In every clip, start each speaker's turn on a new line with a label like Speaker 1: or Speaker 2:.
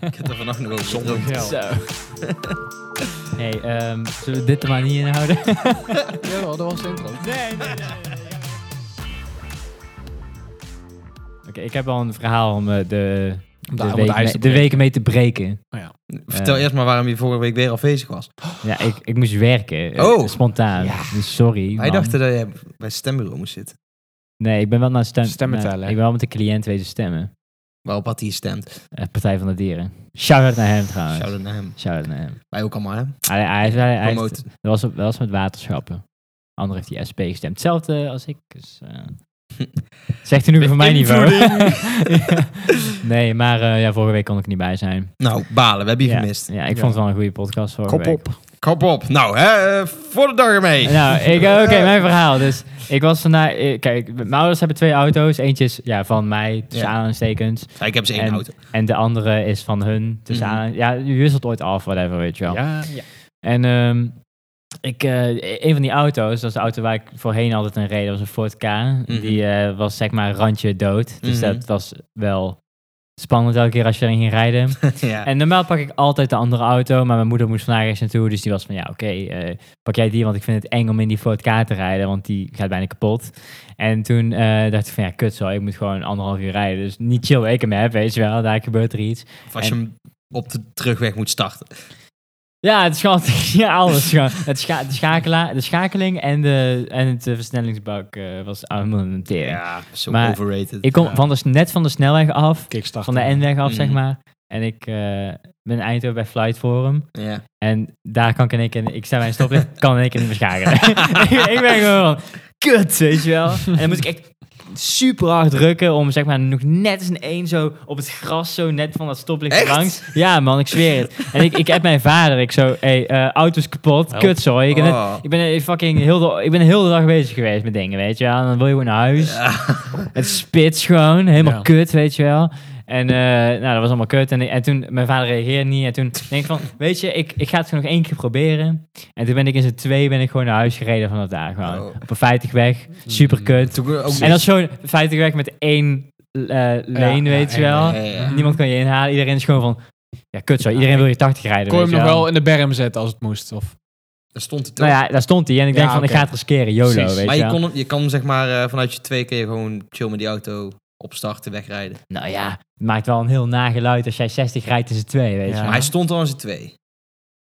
Speaker 1: Ik heb er vannacht nog over
Speaker 2: Zonder
Speaker 1: gedroomd.
Speaker 2: geld.
Speaker 3: Zo.
Speaker 4: Hey, ehm, zullen we dit er maar niet in houden?
Speaker 2: Jawel, dat was de intro.
Speaker 4: nee, nee, nee. Oké, ik heb al een verhaal om eh, de,
Speaker 2: Om de-
Speaker 4: de,
Speaker 2: om
Speaker 4: week
Speaker 2: het ijs te
Speaker 4: mee- de
Speaker 2: breken.
Speaker 4: weken mee te breken.
Speaker 1: Vertel
Speaker 4: Eh.
Speaker 1: eerst maar waarom je vorige week weer afwezig was.
Speaker 4: Ja, ik, ik moest werken. eh,
Speaker 1: Oh.
Speaker 4: Spontaan. Dus sorry.
Speaker 1: Wij
Speaker 4: man.
Speaker 1: dachten dat je bij het stembureau moest zitten.
Speaker 4: Nee, ik ben wel naar stem,
Speaker 2: Stemmen
Speaker 4: naar-
Speaker 2: tellen, hè?
Speaker 4: Ik ben wel met de cliënt wezen stemmen.
Speaker 1: Waarop had hij gestemd?
Speaker 4: Eh, Partij van de Dieren. Shout-out naar hem trouwens.
Speaker 1: Shout-out naar hem.
Speaker 4: Shout-out naar hem.
Speaker 1: Wij ook allemaal, hè?
Speaker 4: Ah, Hij, hij, hij, hij heeft-
Speaker 1: Promoten.
Speaker 4: dat, was, op- dat was met waterschappen. Ander heeft die SP gestemd. Hetzelfde als ik. Dus, eh, zegt hij nu weer van mijn niveau. nee, maar eh, ja, vorige week kon ik er niet bij zijn.
Speaker 1: Nou, balen. We hebben je
Speaker 4: ja,
Speaker 1: gemist.
Speaker 4: Ja, ik
Speaker 2: Ja.
Speaker 4: vond het wel een goede podcast vorige
Speaker 2: Kop
Speaker 4: week.
Speaker 2: op.
Speaker 1: Kop op. Nou, hè? eh, voor de dag ermee.
Speaker 4: Nou, ik- oké, mijn verhaal. Dus ik was vandaag... eh, Kijk, mijn ouders hebben twee auto's. Eentje is ja, van mij, tussen
Speaker 1: Ja.
Speaker 4: aanhalingstekens.
Speaker 1: Ik heb ze één
Speaker 4: En-
Speaker 1: auto.
Speaker 4: En de andere is van hun. Dus
Speaker 1: Mhm.
Speaker 4: aan, ja, je wisselt ooit af, whatever, weet je wel.
Speaker 2: Ja, ja.
Speaker 4: En ehm, ik, eh, een van die auto's, dat is de auto waar ik voorheen altijd een reed, dat was een Ford K. Die eh, was zeg maar randje dood. Dus
Speaker 1: Mhm.
Speaker 4: dat was wel spannend elke keer als je erin ging rijden.
Speaker 1: ja.
Speaker 4: En normaal pak ik altijd de andere auto, maar mijn moeder moest vandaag eens naartoe. Dus die was van, ja, oké, eh, pak jij die, want ik vind het eng om in die Ford K te rijden, want die gaat bijna kapot. En toen eh, dacht ik van, ja, kut zo, ik moet gewoon anderhalf uur rijden. Dus niet chill dat ik hem heb, weet je wel, daar gebeurt er iets.
Speaker 1: Of als je hem op de terugweg moet starten.
Speaker 4: Ja, het is gewoon, ja, alles gewoon. Het scha de, schakela- de schakeling en, de, en het eh, versnellingsbak eh, was allemaal een tering.
Speaker 1: Ja, zo
Speaker 4: Maar
Speaker 1: overrated.
Speaker 4: Ik kom
Speaker 2: Ja.
Speaker 4: van de, s- net van de snelweg af,
Speaker 2: Kickstart.
Speaker 4: van de N-weg af,
Speaker 1: Mhm.
Speaker 4: zeg maar. En ik eh, ben in Eindhoven bij Flight Forum.
Speaker 1: Ja.
Speaker 4: En daar kan ik in één keer, ik sta bij een stoplicht, kan in één keer niet meer schakelen. ik, ik ben gewoon van, kut, weet je wel. En dan moet ik echt super hard drukken om zeg maar nog net eens een één zo op het gras zo net van dat stoplicht
Speaker 1: Echt?
Speaker 4: langs. Ja man, ik zweer het. En ik, ik heb mijn vader, ik zo, hey, eh auto's kapot,
Speaker 2: Help.
Speaker 4: kut zo. Ik, ben net-
Speaker 1: Oh.
Speaker 4: ik ben eh, fucking heel de, ik ben heel de dag bezig geweest met dingen, weet je wel. En dan wil je gewoon naar huis. Het spits gewoon, helemaal
Speaker 2: Ja.
Speaker 4: kut, weet je wel. En eh, nou, dat was allemaal kut. En, en toen, mijn vader reageerde niet. En toen denk ik van, weet je, ik, ik ga het gewoon nog één keer proberen. En toen ben ik in z'n twee ben ik gewoon naar huis gereden vanaf daar. Gewoon.
Speaker 1: Oh.
Speaker 4: Op een 50 weg, super kut.
Speaker 1: Toen ook
Speaker 4: En dat is zo'n 50 weg met één eh, lane,
Speaker 2: ja,
Speaker 4: weet je
Speaker 1: ja,
Speaker 4: wel.
Speaker 1: ja, ja.
Speaker 4: Niemand kan je inhalen. Iedereen is gewoon van, ja kut zo. Iedereen wil je 80 rijden,
Speaker 2: Kon je
Speaker 4: weet
Speaker 2: hem
Speaker 4: je
Speaker 2: nog
Speaker 4: wel.
Speaker 2: wel in de berm zetten als het moest? Of?
Speaker 1: Daar stond het
Speaker 4: Nou
Speaker 1: ook.
Speaker 4: ja, daar stond hij. En ik denk
Speaker 2: Ja,
Speaker 4: van, ik
Speaker 2: oké.
Speaker 4: ga het riskeren, YOLO,
Speaker 2: Precies.
Speaker 4: weet
Speaker 1: maar
Speaker 4: je
Speaker 1: je,
Speaker 4: wel.
Speaker 1: kon, hem- je kan zeg maar eh, vanuit je twee keer gewoon chill met die auto opstarten, wegrijden.
Speaker 4: Nou ja, het maakt wel een heel nageluid als jij 60 rijdt in z'n twee, weet je
Speaker 2: Ja.
Speaker 4: wel.
Speaker 1: Maar hij stond al in zijn twee.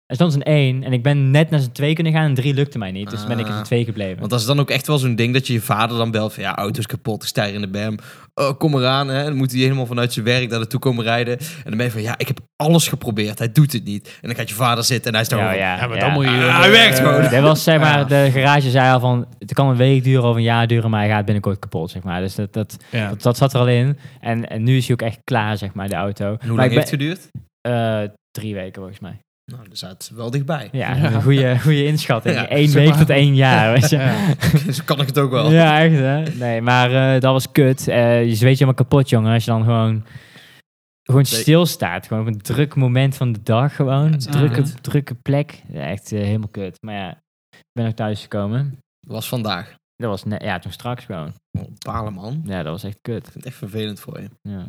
Speaker 4: Er stond een 1 en ik ben net naar zijn 2 kunnen gaan en 3 lukte mij niet. Dus ben ik in
Speaker 1: Ah.
Speaker 4: zijn 2 gebleven.
Speaker 1: Want dat is dan ook echt wel zo'n ding dat je je vader dan belt van ja, auto is kapot, ik sta hier in de BAM. Oh, kom eraan. Hè. Dan moet hij helemaal vanuit zijn werk naar naartoe komen rijden. En dan ben je van ja, ik heb alles geprobeerd, hij doet het niet. En dan gaat je vader zitten en hij is dan
Speaker 4: ja,
Speaker 1: gewoon
Speaker 4: ja,
Speaker 2: maar
Speaker 4: ja.
Speaker 2: dan moet je...
Speaker 1: Ah, hij werkt
Speaker 2: eh,
Speaker 1: gewoon.
Speaker 4: Dat was zeg maar,
Speaker 2: Ja.
Speaker 4: de garage zei al van, het kan een week duren of een jaar duren, maar hij gaat binnenkort kapot, zeg maar. Dus dat, dat,
Speaker 2: Ja.
Speaker 4: dat, dat zat er al in. En, en nu is hij ook echt klaar, zeg maar, de auto.
Speaker 1: En hoe
Speaker 4: Maar
Speaker 1: lang
Speaker 4: ik
Speaker 1: heeft het
Speaker 4: ben-
Speaker 1: geduurd?
Speaker 4: eh, drie weken volgens mij.
Speaker 1: Nou, daar zat wel dichtbij.
Speaker 4: Ja,
Speaker 2: Ja.
Speaker 4: een goede, goede inschatting.
Speaker 1: Ja,
Speaker 4: Eén
Speaker 2: zeg
Speaker 4: week
Speaker 2: maar.
Speaker 4: tot één jaar, weet je.
Speaker 2: Ja.
Speaker 1: Zo Dus kan ik het ook wel.
Speaker 4: Ja, echt hè. Nee, maar eh, dat was kut. Eh, je zweet je helemaal kapot, jongen. Als je dan gewoon, gewoon
Speaker 1: Zeker.
Speaker 4: stilstaat. Gewoon op een druk moment van de dag gewoon.
Speaker 1: Ja, zeker.
Speaker 4: drukke,
Speaker 2: Mhm.
Speaker 4: drukke plek. Ja, echt eh, helemaal kut. Maar ja, ik ben nog thuis gekomen.
Speaker 1: Was vandaag.
Speaker 4: Dat was net, ja, toen straks gewoon.
Speaker 1: Oh, balen man. Ik
Speaker 4: Ja, dat was echt kut.
Speaker 1: vind het echt vervelend voor je.
Speaker 4: Ja.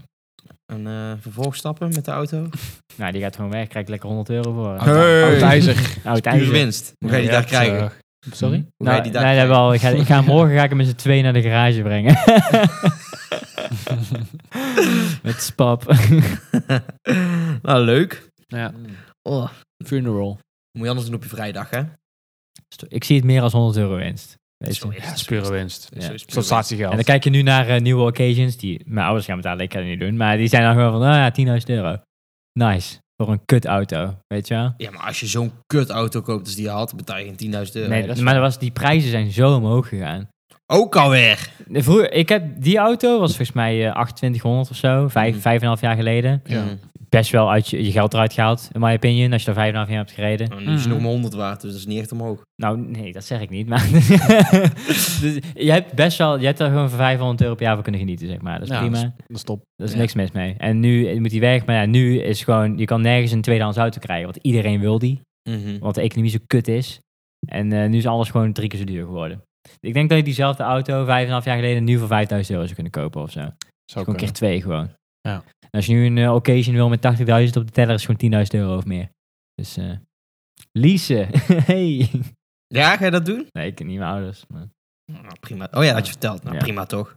Speaker 1: En eh vervolgstappen met de auto.
Speaker 4: Nou, die gaat gewoon weg. Krijg ik lekker 100 euro voor. Nou,
Speaker 1: Hey.
Speaker 2: Oud ijzer.
Speaker 4: Oud
Speaker 1: Pure
Speaker 4: ijzer.
Speaker 1: winst. Hoe ga je die daar krijgen?
Speaker 2: Ja, eh, Sorry?
Speaker 1: Hoe ga
Speaker 4: Nou,
Speaker 1: je die
Speaker 4: nee,
Speaker 1: daar
Speaker 4: dat hebben we
Speaker 1: krijgen?
Speaker 4: al. Ik ga, ik ga morgen ga ik hem met z'n twee naar de garage brengen. met spap.
Speaker 1: nou, leuk.
Speaker 2: Ja.
Speaker 1: Oh, wat
Speaker 2: Funeral.
Speaker 1: moet je anders doen op je vrijdag, hè?
Speaker 4: Ik zie het meer als 100 euro winst. Weet je.
Speaker 1: Sorry.
Speaker 2: Ja, spure winst.
Speaker 1: Dus Zo is het.
Speaker 2: Sensatiegeld.
Speaker 4: En dan kijk je nu naar eh, nieuwe occasions. Die mijn ouders gaan betalen, ik kan het niet doen. Maar die zijn dan gewoon van, nou ja, 10.000 euro. Nice. Voor een kut auto, weet je wel?
Speaker 1: Ja, maar als je zo'n kut auto koopt als die je had, betaal je geen 10.000 euro.
Speaker 4: Nee,
Speaker 2: dat is
Speaker 4: maar dat was, die prijzen zijn zo omhoog gegaan.
Speaker 1: Ook alweer.
Speaker 4: De Vroeger, ik heb, die auto was volgens mij eh, 2800 of zo, vijf,
Speaker 1: Mhm.
Speaker 4: vijf en een half jaar geleden.
Speaker 2: Ja.
Speaker 4: Best wel uit je, je geld eruit gehaald, in my opinion, als je daar vijf en een half jaar hebt gereden.
Speaker 1: Nou, nu is het
Speaker 2: Mhm.
Speaker 1: nog maar 100 waard, dus dat is niet echt omhoog.
Speaker 4: Nou, nee, dat zeg ik niet, maar... Dus je hebt best wel, je hebt daar gewoon voor 500 euro per jaar voor kunnen genieten, zeg maar. Dat is
Speaker 2: Ja,
Speaker 4: prima.
Speaker 2: Dat is top.
Speaker 4: Daar is
Speaker 1: Ja.
Speaker 4: niks mis mee. En nu moet die weg. Maar ja, nu is gewoon... Je kan nergens een tweedehands auto krijgen. Want iedereen wil die. Want de economie zo kut is. En eh, nu is alles gewoon drie keer zo duur geworden. Ik denk dat je diezelfde auto vijf en een half jaar geleden... nu voor 5000 euro zou kunnen kopen of zo.
Speaker 2: Zou
Speaker 4: Gewoon keer
Speaker 2: kunnen.
Speaker 4: twee gewoon.
Speaker 2: Ja.
Speaker 4: En als je nu een eh, occasion wil met 80.000 op de teller, is het gewoon 10.000 euro of meer. Dus eh leasen. hey.
Speaker 1: Ja, ga je dat doen?
Speaker 4: Nee, ik niet mijn ouders. maar-
Speaker 1: Nou, prima. Oh ja, dat had je verteld. Nou,
Speaker 4: Ja.
Speaker 1: prima toch?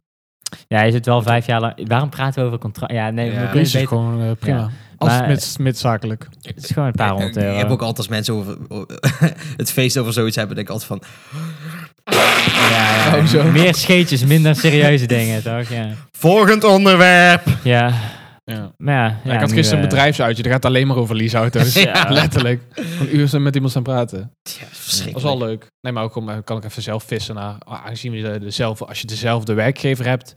Speaker 4: Ja, je zit wel vijf jaar lang. Waarom praten we over contract? Ja, nee,
Speaker 1: Ja,
Speaker 4: we kunnen
Speaker 2: Lease
Speaker 4: het
Speaker 2: is
Speaker 4: beter.
Speaker 2: gewoon eh, prima. Als
Speaker 4: Maar- eh,
Speaker 2: mits, mits zakelijk.
Speaker 4: Het is gewoon een eh. paar honderd
Speaker 1: Dus Ik-
Speaker 4: euro.
Speaker 1: Ik heb ook altijd als mensen over, over- het feest over zoiets hebben, denk ik altijd van
Speaker 4: ja, ja.
Speaker 1: Oh, zo.
Speaker 4: Meer scheetjes, minder serieuze dingen, toch? Ja.
Speaker 1: volgend onderwerp.
Speaker 4: ja.
Speaker 2: Ja.
Speaker 4: Maar ja, ja,
Speaker 2: ik had
Speaker 4: nu,
Speaker 2: gisteren een
Speaker 4: eh,
Speaker 2: bedrijfsuitje, daar gaat het alleen maar over leaseauto's.
Speaker 4: Ja.
Speaker 2: Letterlijk. Een uur zijn met iemand staan praten.
Speaker 1: Ja,
Speaker 2: Dat
Speaker 1: verschrikkelijk.
Speaker 2: is wel leuk. Nee, maar ook om, eh, kan ik even zelf vissen naar. ah, Aangezien we de- dezelfde, als je dezelfde werkgever hebt,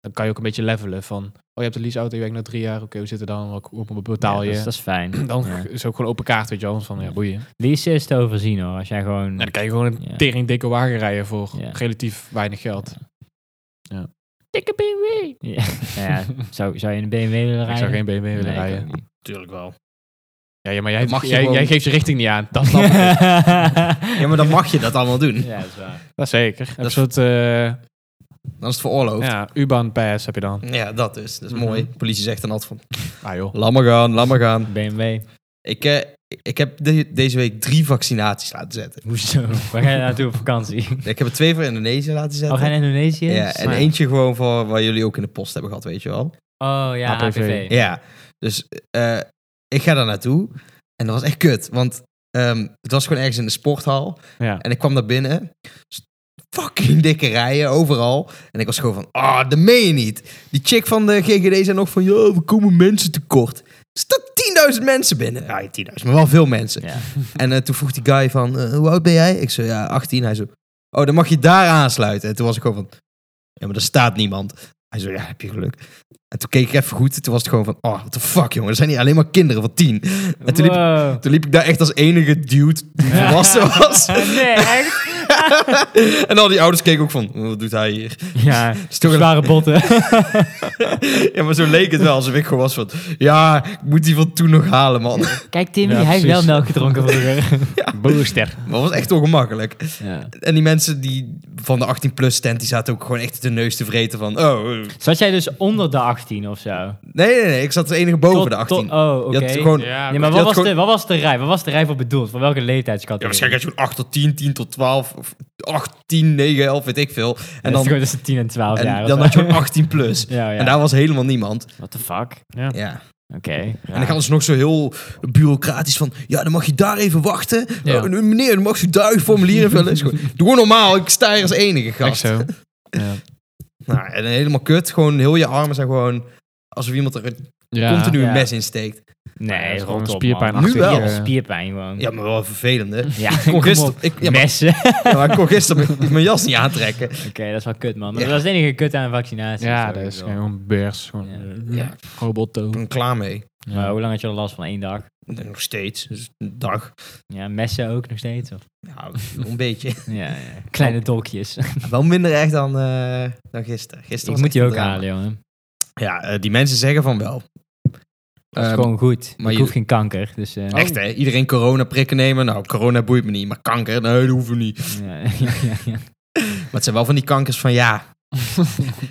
Speaker 2: dan kan je ook een beetje levelen van. Oh, je hebt een leaseauto, je werkt na drie jaar. Oké, we zitten dan. Wat hoe betaal
Speaker 4: ja, dus
Speaker 2: je?
Speaker 4: dat, is, dat is fijn.
Speaker 2: dan
Speaker 4: ja.
Speaker 2: is ook gewoon open kaart, weet je wel. anders Van, ja, boeien.
Speaker 4: Leasen is te overzien hoor. Als jij gewoon.
Speaker 2: En dan kan je gewoon een
Speaker 4: Ja.
Speaker 2: tering dikke wagen rijden voor
Speaker 4: Ja.
Speaker 2: relatief weinig geld.
Speaker 4: Dikke BMW. Ja. Nou ja, zou, zou je in een BMW willen rijden?
Speaker 2: Ik zou geen BMW willen
Speaker 4: Nee, ik
Speaker 2: rijden.
Speaker 4: ook niet.
Speaker 1: Tuurlijk wel.
Speaker 2: Ja, ja, maar jij,
Speaker 1: Mag je
Speaker 2: jij,
Speaker 1: gewoon-
Speaker 2: jij geeft je richting niet aan. Dat snap ik.
Speaker 1: Ja, maar dan mag je dat allemaal doen.
Speaker 4: Ja, dat is waar.
Speaker 2: Dat zeker.
Speaker 1: Dat
Speaker 2: Dat
Speaker 1: is-
Speaker 2: soort eh
Speaker 1: Dan is het veroorloofd. Ja,
Speaker 2: ja, U-Bahn pass heb je dan.
Speaker 1: dat dus. Dat is
Speaker 2: Mhm.
Speaker 1: mooi. De politie zegt dan altijd van,
Speaker 2: Ah joh.
Speaker 1: laat maar gaan, laat maar gaan.
Speaker 4: BMW.
Speaker 1: Ik, eh, ik heb de- deze week drie vaccinaties laten zetten.
Speaker 4: Hoezo? Waar ga je naartoe op vakantie?
Speaker 1: Ik heb er twee voor Indonesië laten
Speaker 4: Oh,
Speaker 1: zetten.
Speaker 4: ga je naar Indonesië?
Speaker 1: ja, en
Speaker 2: Ja.
Speaker 1: eentje gewoon voor waar jullie ook in de post hebben gehad, weet je wel.
Speaker 4: Oh ja,
Speaker 2: APV.
Speaker 4: APV.
Speaker 1: Ja, dus eh, ik ga daar naartoe. En dat was echt kut, want ehm, het was gewoon ergens in de sporthal.
Speaker 2: Ja.
Speaker 1: En ik kwam daar binnen. S- Fucking dikke rijen overal. En ik was gewoon van, ah, dat meen je niet. Die chick van de GGD zei nog van, ja, we komen mensen tekort. Er staan 10.000 mensen binnen. Ja, niet 10.000, maar wel veel mensen.
Speaker 4: Ja.
Speaker 1: En eh, toen vroeg die guy van, eh, hoe oud ben jij? Ik zei, ja, 18. Hij zei, oh, dan mag je daar aansluiten. En toen was ik gewoon van, ja, maar er staat niemand. Hij zei, ja, heb je geluk. En toen keek ik even goed en toen was het gewoon van, oh, what the fuck, jongen. Er zijn hier alleen maar kinderen van tien. En toen liep,
Speaker 4: Wow.
Speaker 1: toen liep ik daar echt als enige dude die volwassen was.
Speaker 4: Oh, Nee, echt?
Speaker 1: en al die ouders keken ook van, oh, wat doet hij hier?
Speaker 4: Ja,
Speaker 1: Is toch een-
Speaker 4: zware botten.
Speaker 1: ja, maar zo leek het wel. Alsof ik gewoon was van, ja, ik moet die van toen nog halen, man.
Speaker 4: Kijk, Timmy,
Speaker 2: Ja,
Speaker 4: hij heeft wel
Speaker 2: precies.
Speaker 4: melk gedronken vroeger.
Speaker 2: Booster.
Speaker 1: Maar het was echt ongemakkelijk.
Speaker 4: Ja.
Speaker 1: En die mensen die van de 18-plus tent, die zaten ook gewoon echt de neus te vreten van... Oh, eh.
Speaker 4: Zat jij dus onder de 18 of zo?
Speaker 1: nee, nee, nee, ik zat de enige boven
Speaker 4: Tot-
Speaker 1: de 18.
Speaker 4: tot- oh, oké.
Speaker 1: Je had gewoon... Ja.
Speaker 2: Ja,
Speaker 4: Nee, maar
Speaker 1: je
Speaker 4: wat
Speaker 1: had
Speaker 4: was,
Speaker 1: gewoon-
Speaker 4: de, wat was de rij? Wat was de rij voor bedoeld? Van welke leeftijdscategorie?
Speaker 1: waarschijnlijk had je gewoon 8 tot 10, 10 tot 12, of 8, 10, 9, 11, weet ik veel. En dan,
Speaker 4: En dan, dat is gewoon tussen 10 en 12 jaar.
Speaker 1: en
Speaker 4: of
Speaker 1: dan
Speaker 4: zo.
Speaker 1: had je gewoon 18 plus.
Speaker 4: Ja, ja.
Speaker 1: En daar was helemaal niemand.
Speaker 4: What the fuck? Oké.
Speaker 1: Ja.
Speaker 4: ja.
Speaker 1: En dan gaan ze nog zo heel bureaucratisch van... Ja, dan mag je daar even wachten.
Speaker 2: Ja.
Speaker 1: Oh, meneer, dan mag je daar een formulier invullen. Is gewoon, Doe gewoon normaal, ik sta hier als enige
Speaker 2: Echt
Speaker 1: gast.
Speaker 2: zo. Ja.
Speaker 1: Nou, en helemaal kut. Gewoon heel je armen zijn gewoon... Alsof iemand er
Speaker 2: Ja.
Speaker 1: continu
Speaker 4: Ja.
Speaker 1: een mes in steekt.
Speaker 4: Nee,
Speaker 2: Ja,
Speaker 4: rot
Speaker 2: gewoon
Speaker 4: op,
Speaker 2: spierpijn
Speaker 4: man.
Speaker 1: Nu wel.
Speaker 2: eh,
Speaker 4: Spierpijn gewoon.
Speaker 1: Ja, maar wel vervelend, hè?
Speaker 4: Ja,
Speaker 1: Ik
Speaker 4: kom
Speaker 1: kon gisteren,
Speaker 4: op.
Speaker 1: ik, ja, maar,
Speaker 4: Messen. Oké,
Speaker 1: ja, maar ik kon gisteren mijn, mijn jas niet aantrekken.
Speaker 4: dat is wel kut, man. Maar
Speaker 1: Ja.
Speaker 4: Dat was de enige kut aan een vaccinatie.
Speaker 2: Ja,
Speaker 4: Zo,
Speaker 2: dat
Speaker 4: ik
Speaker 2: is
Speaker 4: bedoel.
Speaker 2: gewoon beurs. Gewoon,
Speaker 4: Ja.
Speaker 2: eh,
Speaker 1: Ja. Oh,
Speaker 2: Roboto.
Speaker 1: Ik ben klaar mee.
Speaker 4: Maar hoe lang had je er last van? Eén dag?
Speaker 1: Nog steeds. Dus een dag.
Speaker 4: Ja, messen ook nog steeds? Of?
Speaker 1: Nou, een beetje.
Speaker 4: Ja, ja. Kleine dolkjes.
Speaker 1: Wel minder echt dan, eh, dan gisteren. gisteren
Speaker 4: Ik
Speaker 1: was
Speaker 4: moet
Speaker 1: echt
Speaker 4: die
Speaker 1: een
Speaker 4: ook
Speaker 1: drama.
Speaker 4: halen, jongen.
Speaker 1: Ja, eh, die mensen zeggen van wel.
Speaker 4: Dat is
Speaker 1: Ehm,
Speaker 4: gewoon goed.
Speaker 1: maar
Speaker 4: ik
Speaker 1: je-
Speaker 4: hoef geen kanker, dus... eh,
Speaker 1: Echt, hè? Iedereen corona prikken nemen. Nou, corona boeit me niet. Maar kanker, nee, dat hoeven we niet.
Speaker 4: ja, ja, ja, ja.
Speaker 1: Maar het zijn wel van die kankers van ja.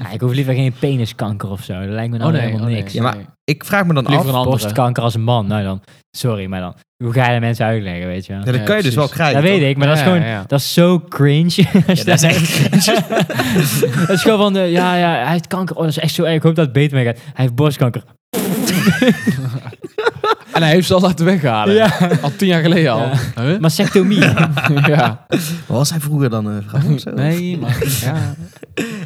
Speaker 4: Ah, ik hoef liever geen peniskanker of zo. Dat lijkt
Speaker 2: Oh,
Speaker 4: me nou helemaal niks.
Speaker 1: oh, Ja, maar Ik vraag me dan
Speaker 2: Liever
Speaker 1: af.
Speaker 2: een andere.
Speaker 4: Borstkanker als een man, nou dan. Sorry, maar dan. Hoe ga je dat mensen uitleggen, weet je wel?
Speaker 1: Ja, dat
Speaker 2: Ja,
Speaker 1: kan je dus
Speaker 2: precies.
Speaker 1: wel krijgen.
Speaker 4: dat weet
Speaker 1: toch?
Speaker 4: ik, maar dat is
Speaker 2: Ja,
Speaker 4: gewoon...
Speaker 2: ja, ja.
Speaker 4: Dat is zo cringe. Als
Speaker 1: Ja,
Speaker 4: je
Speaker 1: dat is echt.
Speaker 4: dat is gewoon van... eh, ja, ja, hij heeft kanker. Oh, dat is echt zo erg. Ik hoop dat het beter mee gaat. Hij heeft borstkanker.
Speaker 2: En hij heeft ze al laten weghalen.
Speaker 4: Ja.
Speaker 2: Al tien jaar geleden al.
Speaker 4: Ja.
Speaker 2: Huh?
Speaker 4: Mastectomie.
Speaker 2: ja.
Speaker 1: Was hij vroeger dan een vrouw of zo?
Speaker 2: Nee, maar ja.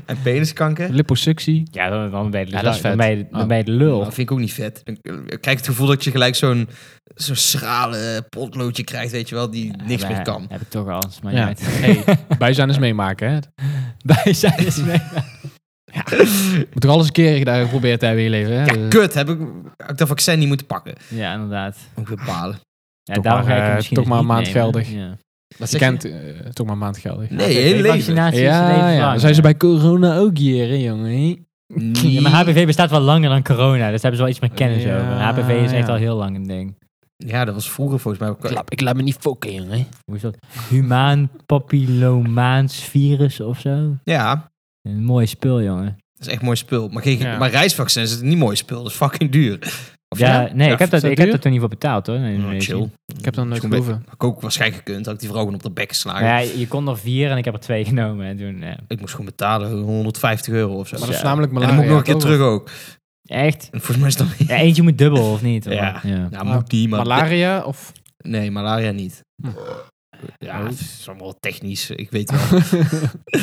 Speaker 1: En peniskanker?
Speaker 2: liposuctie.
Speaker 4: ja, dan, dan ben je de
Speaker 2: Ja, dat is
Speaker 4: dan
Speaker 2: vet.
Speaker 4: ben je- dan ben je de
Speaker 1: Ja,
Speaker 4: lul.
Speaker 1: Dat Nou, vind ik ook niet vet. Dan krijg ik het gevoel dat je gelijk zo'n zo'n schrale potloodje krijgt, weet je wel, die niks meer
Speaker 4: Maar,
Speaker 1: kan.
Speaker 4: Heb ik toch al, is maar
Speaker 2: Ja.
Speaker 4: niet uit.
Speaker 2: Hey, wij zijn eens meemaken, hè?
Speaker 4: Wij zijn dus mee.
Speaker 2: Moet toch alles een keer daar geprobeerd te hebben in je leven, hè?
Speaker 1: Ja,
Speaker 2: Dus-
Speaker 1: kut, heb ik, had ik dat vaccin niet moeten pakken.
Speaker 4: Ja, inderdaad.
Speaker 1: Ook weer balen.
Speaker 4: Ja,
Speaker 2: Toch
Speaker 4: daarom
Speaker 2: maar,
Speaker 4: ga ik hem
Speaker 2: eh,
Speaker 4: misschien
Speaker 2: toch
Speaker 4: dus
Speaker 2: maar
Speaker 4: niet nemen.
Speaker 2: maandgeldig.
Speaker 4: Ja.
Speaker 1: Wat
Speaker 2: je
Speaker 1: zeg
Speaker 2: kent eh, toch maar maandgeldig.
Speaker 1: Nee, heel
Speaker 4: HPV
Speaker 1: leven.
Speaker 4: Vaccinatie is een leven lang,
Speaker 2: Dan zijn ze bij corona ook hier, hè, jongen?
Speaker 1: Nee.
Speaker 4: Ja, maar HPV bestaat wel langer dan corona, dus daar hebben ze wel iets meer kennis
Speaker 2: Ja,
Speaker 4: over. HPV is echt
Speaker 2: ja.
Speaker 4: al heel lang een ding.
Speaker 1: Ja, dat was vroeger volgens mij ook.
Speaker 2: ik laat me niet fokken, jongen.
Speaker 4: Hoe is dat? Humaan papillomaans virus of zo.
Speaker 1: Ja,
Speaker 4: Een mooi spul, jongen.
Speaker 1: Dat is echt mooi spul. Maar, geen,
Speaker 2: Ja.
Speaker 1: maar reisvaccins is niet mooi spul. Dat is fucking duur. Of
Speaker 4: ja, nee, ik, heb
Speaker 2: is
Speaker 4: dat,
Speaker 2: dat
Speaker 4: ik heb
Speaker 2: duur?
Speaker 4: dat toen niet voor betaald hoor. in
Speaker 1: Nou,
Speaker 4: Indonesië.
Speaker 1: chill.
Speaker 2: Ik heb dat nooit
Speaker 1: Zo'n beetje-
Speaker 2: geproeven.
Speaker 1: Had ik ook waarschijnlijk gekund. Had ik die vrouw gewoon op de bek geslagen.
Speaker 4: Maar ja, je kon er vier en ik heb er twee genomen. En toen, eh,
Speaker 1: Ik moest gewoon betalen. 150 euro of zo.
Speaker 2: Maar dat
Speaker 1: en
Speaker 2: is namelijk
Speaker 1: dan moet ik nog een keer
Speaker 2: toch?
Speaker 1: terug ook.
Speaker 4: echt?
Speaker 1: En volgens mij is dat...
Speaker 4: Ja, eentje moet dubbel of niet? hoor.
Speaker 1: Ja.
Speaker 4: ja.
Speaker 1: Nou, moet die, maar...
Speaker 2: Malaria of...
Speaker 1: Nee, malaria niet.
Speaker 2: Hm.
Speaker 1: Ja, het is allemaal technisch. Ik weet wel. Eh,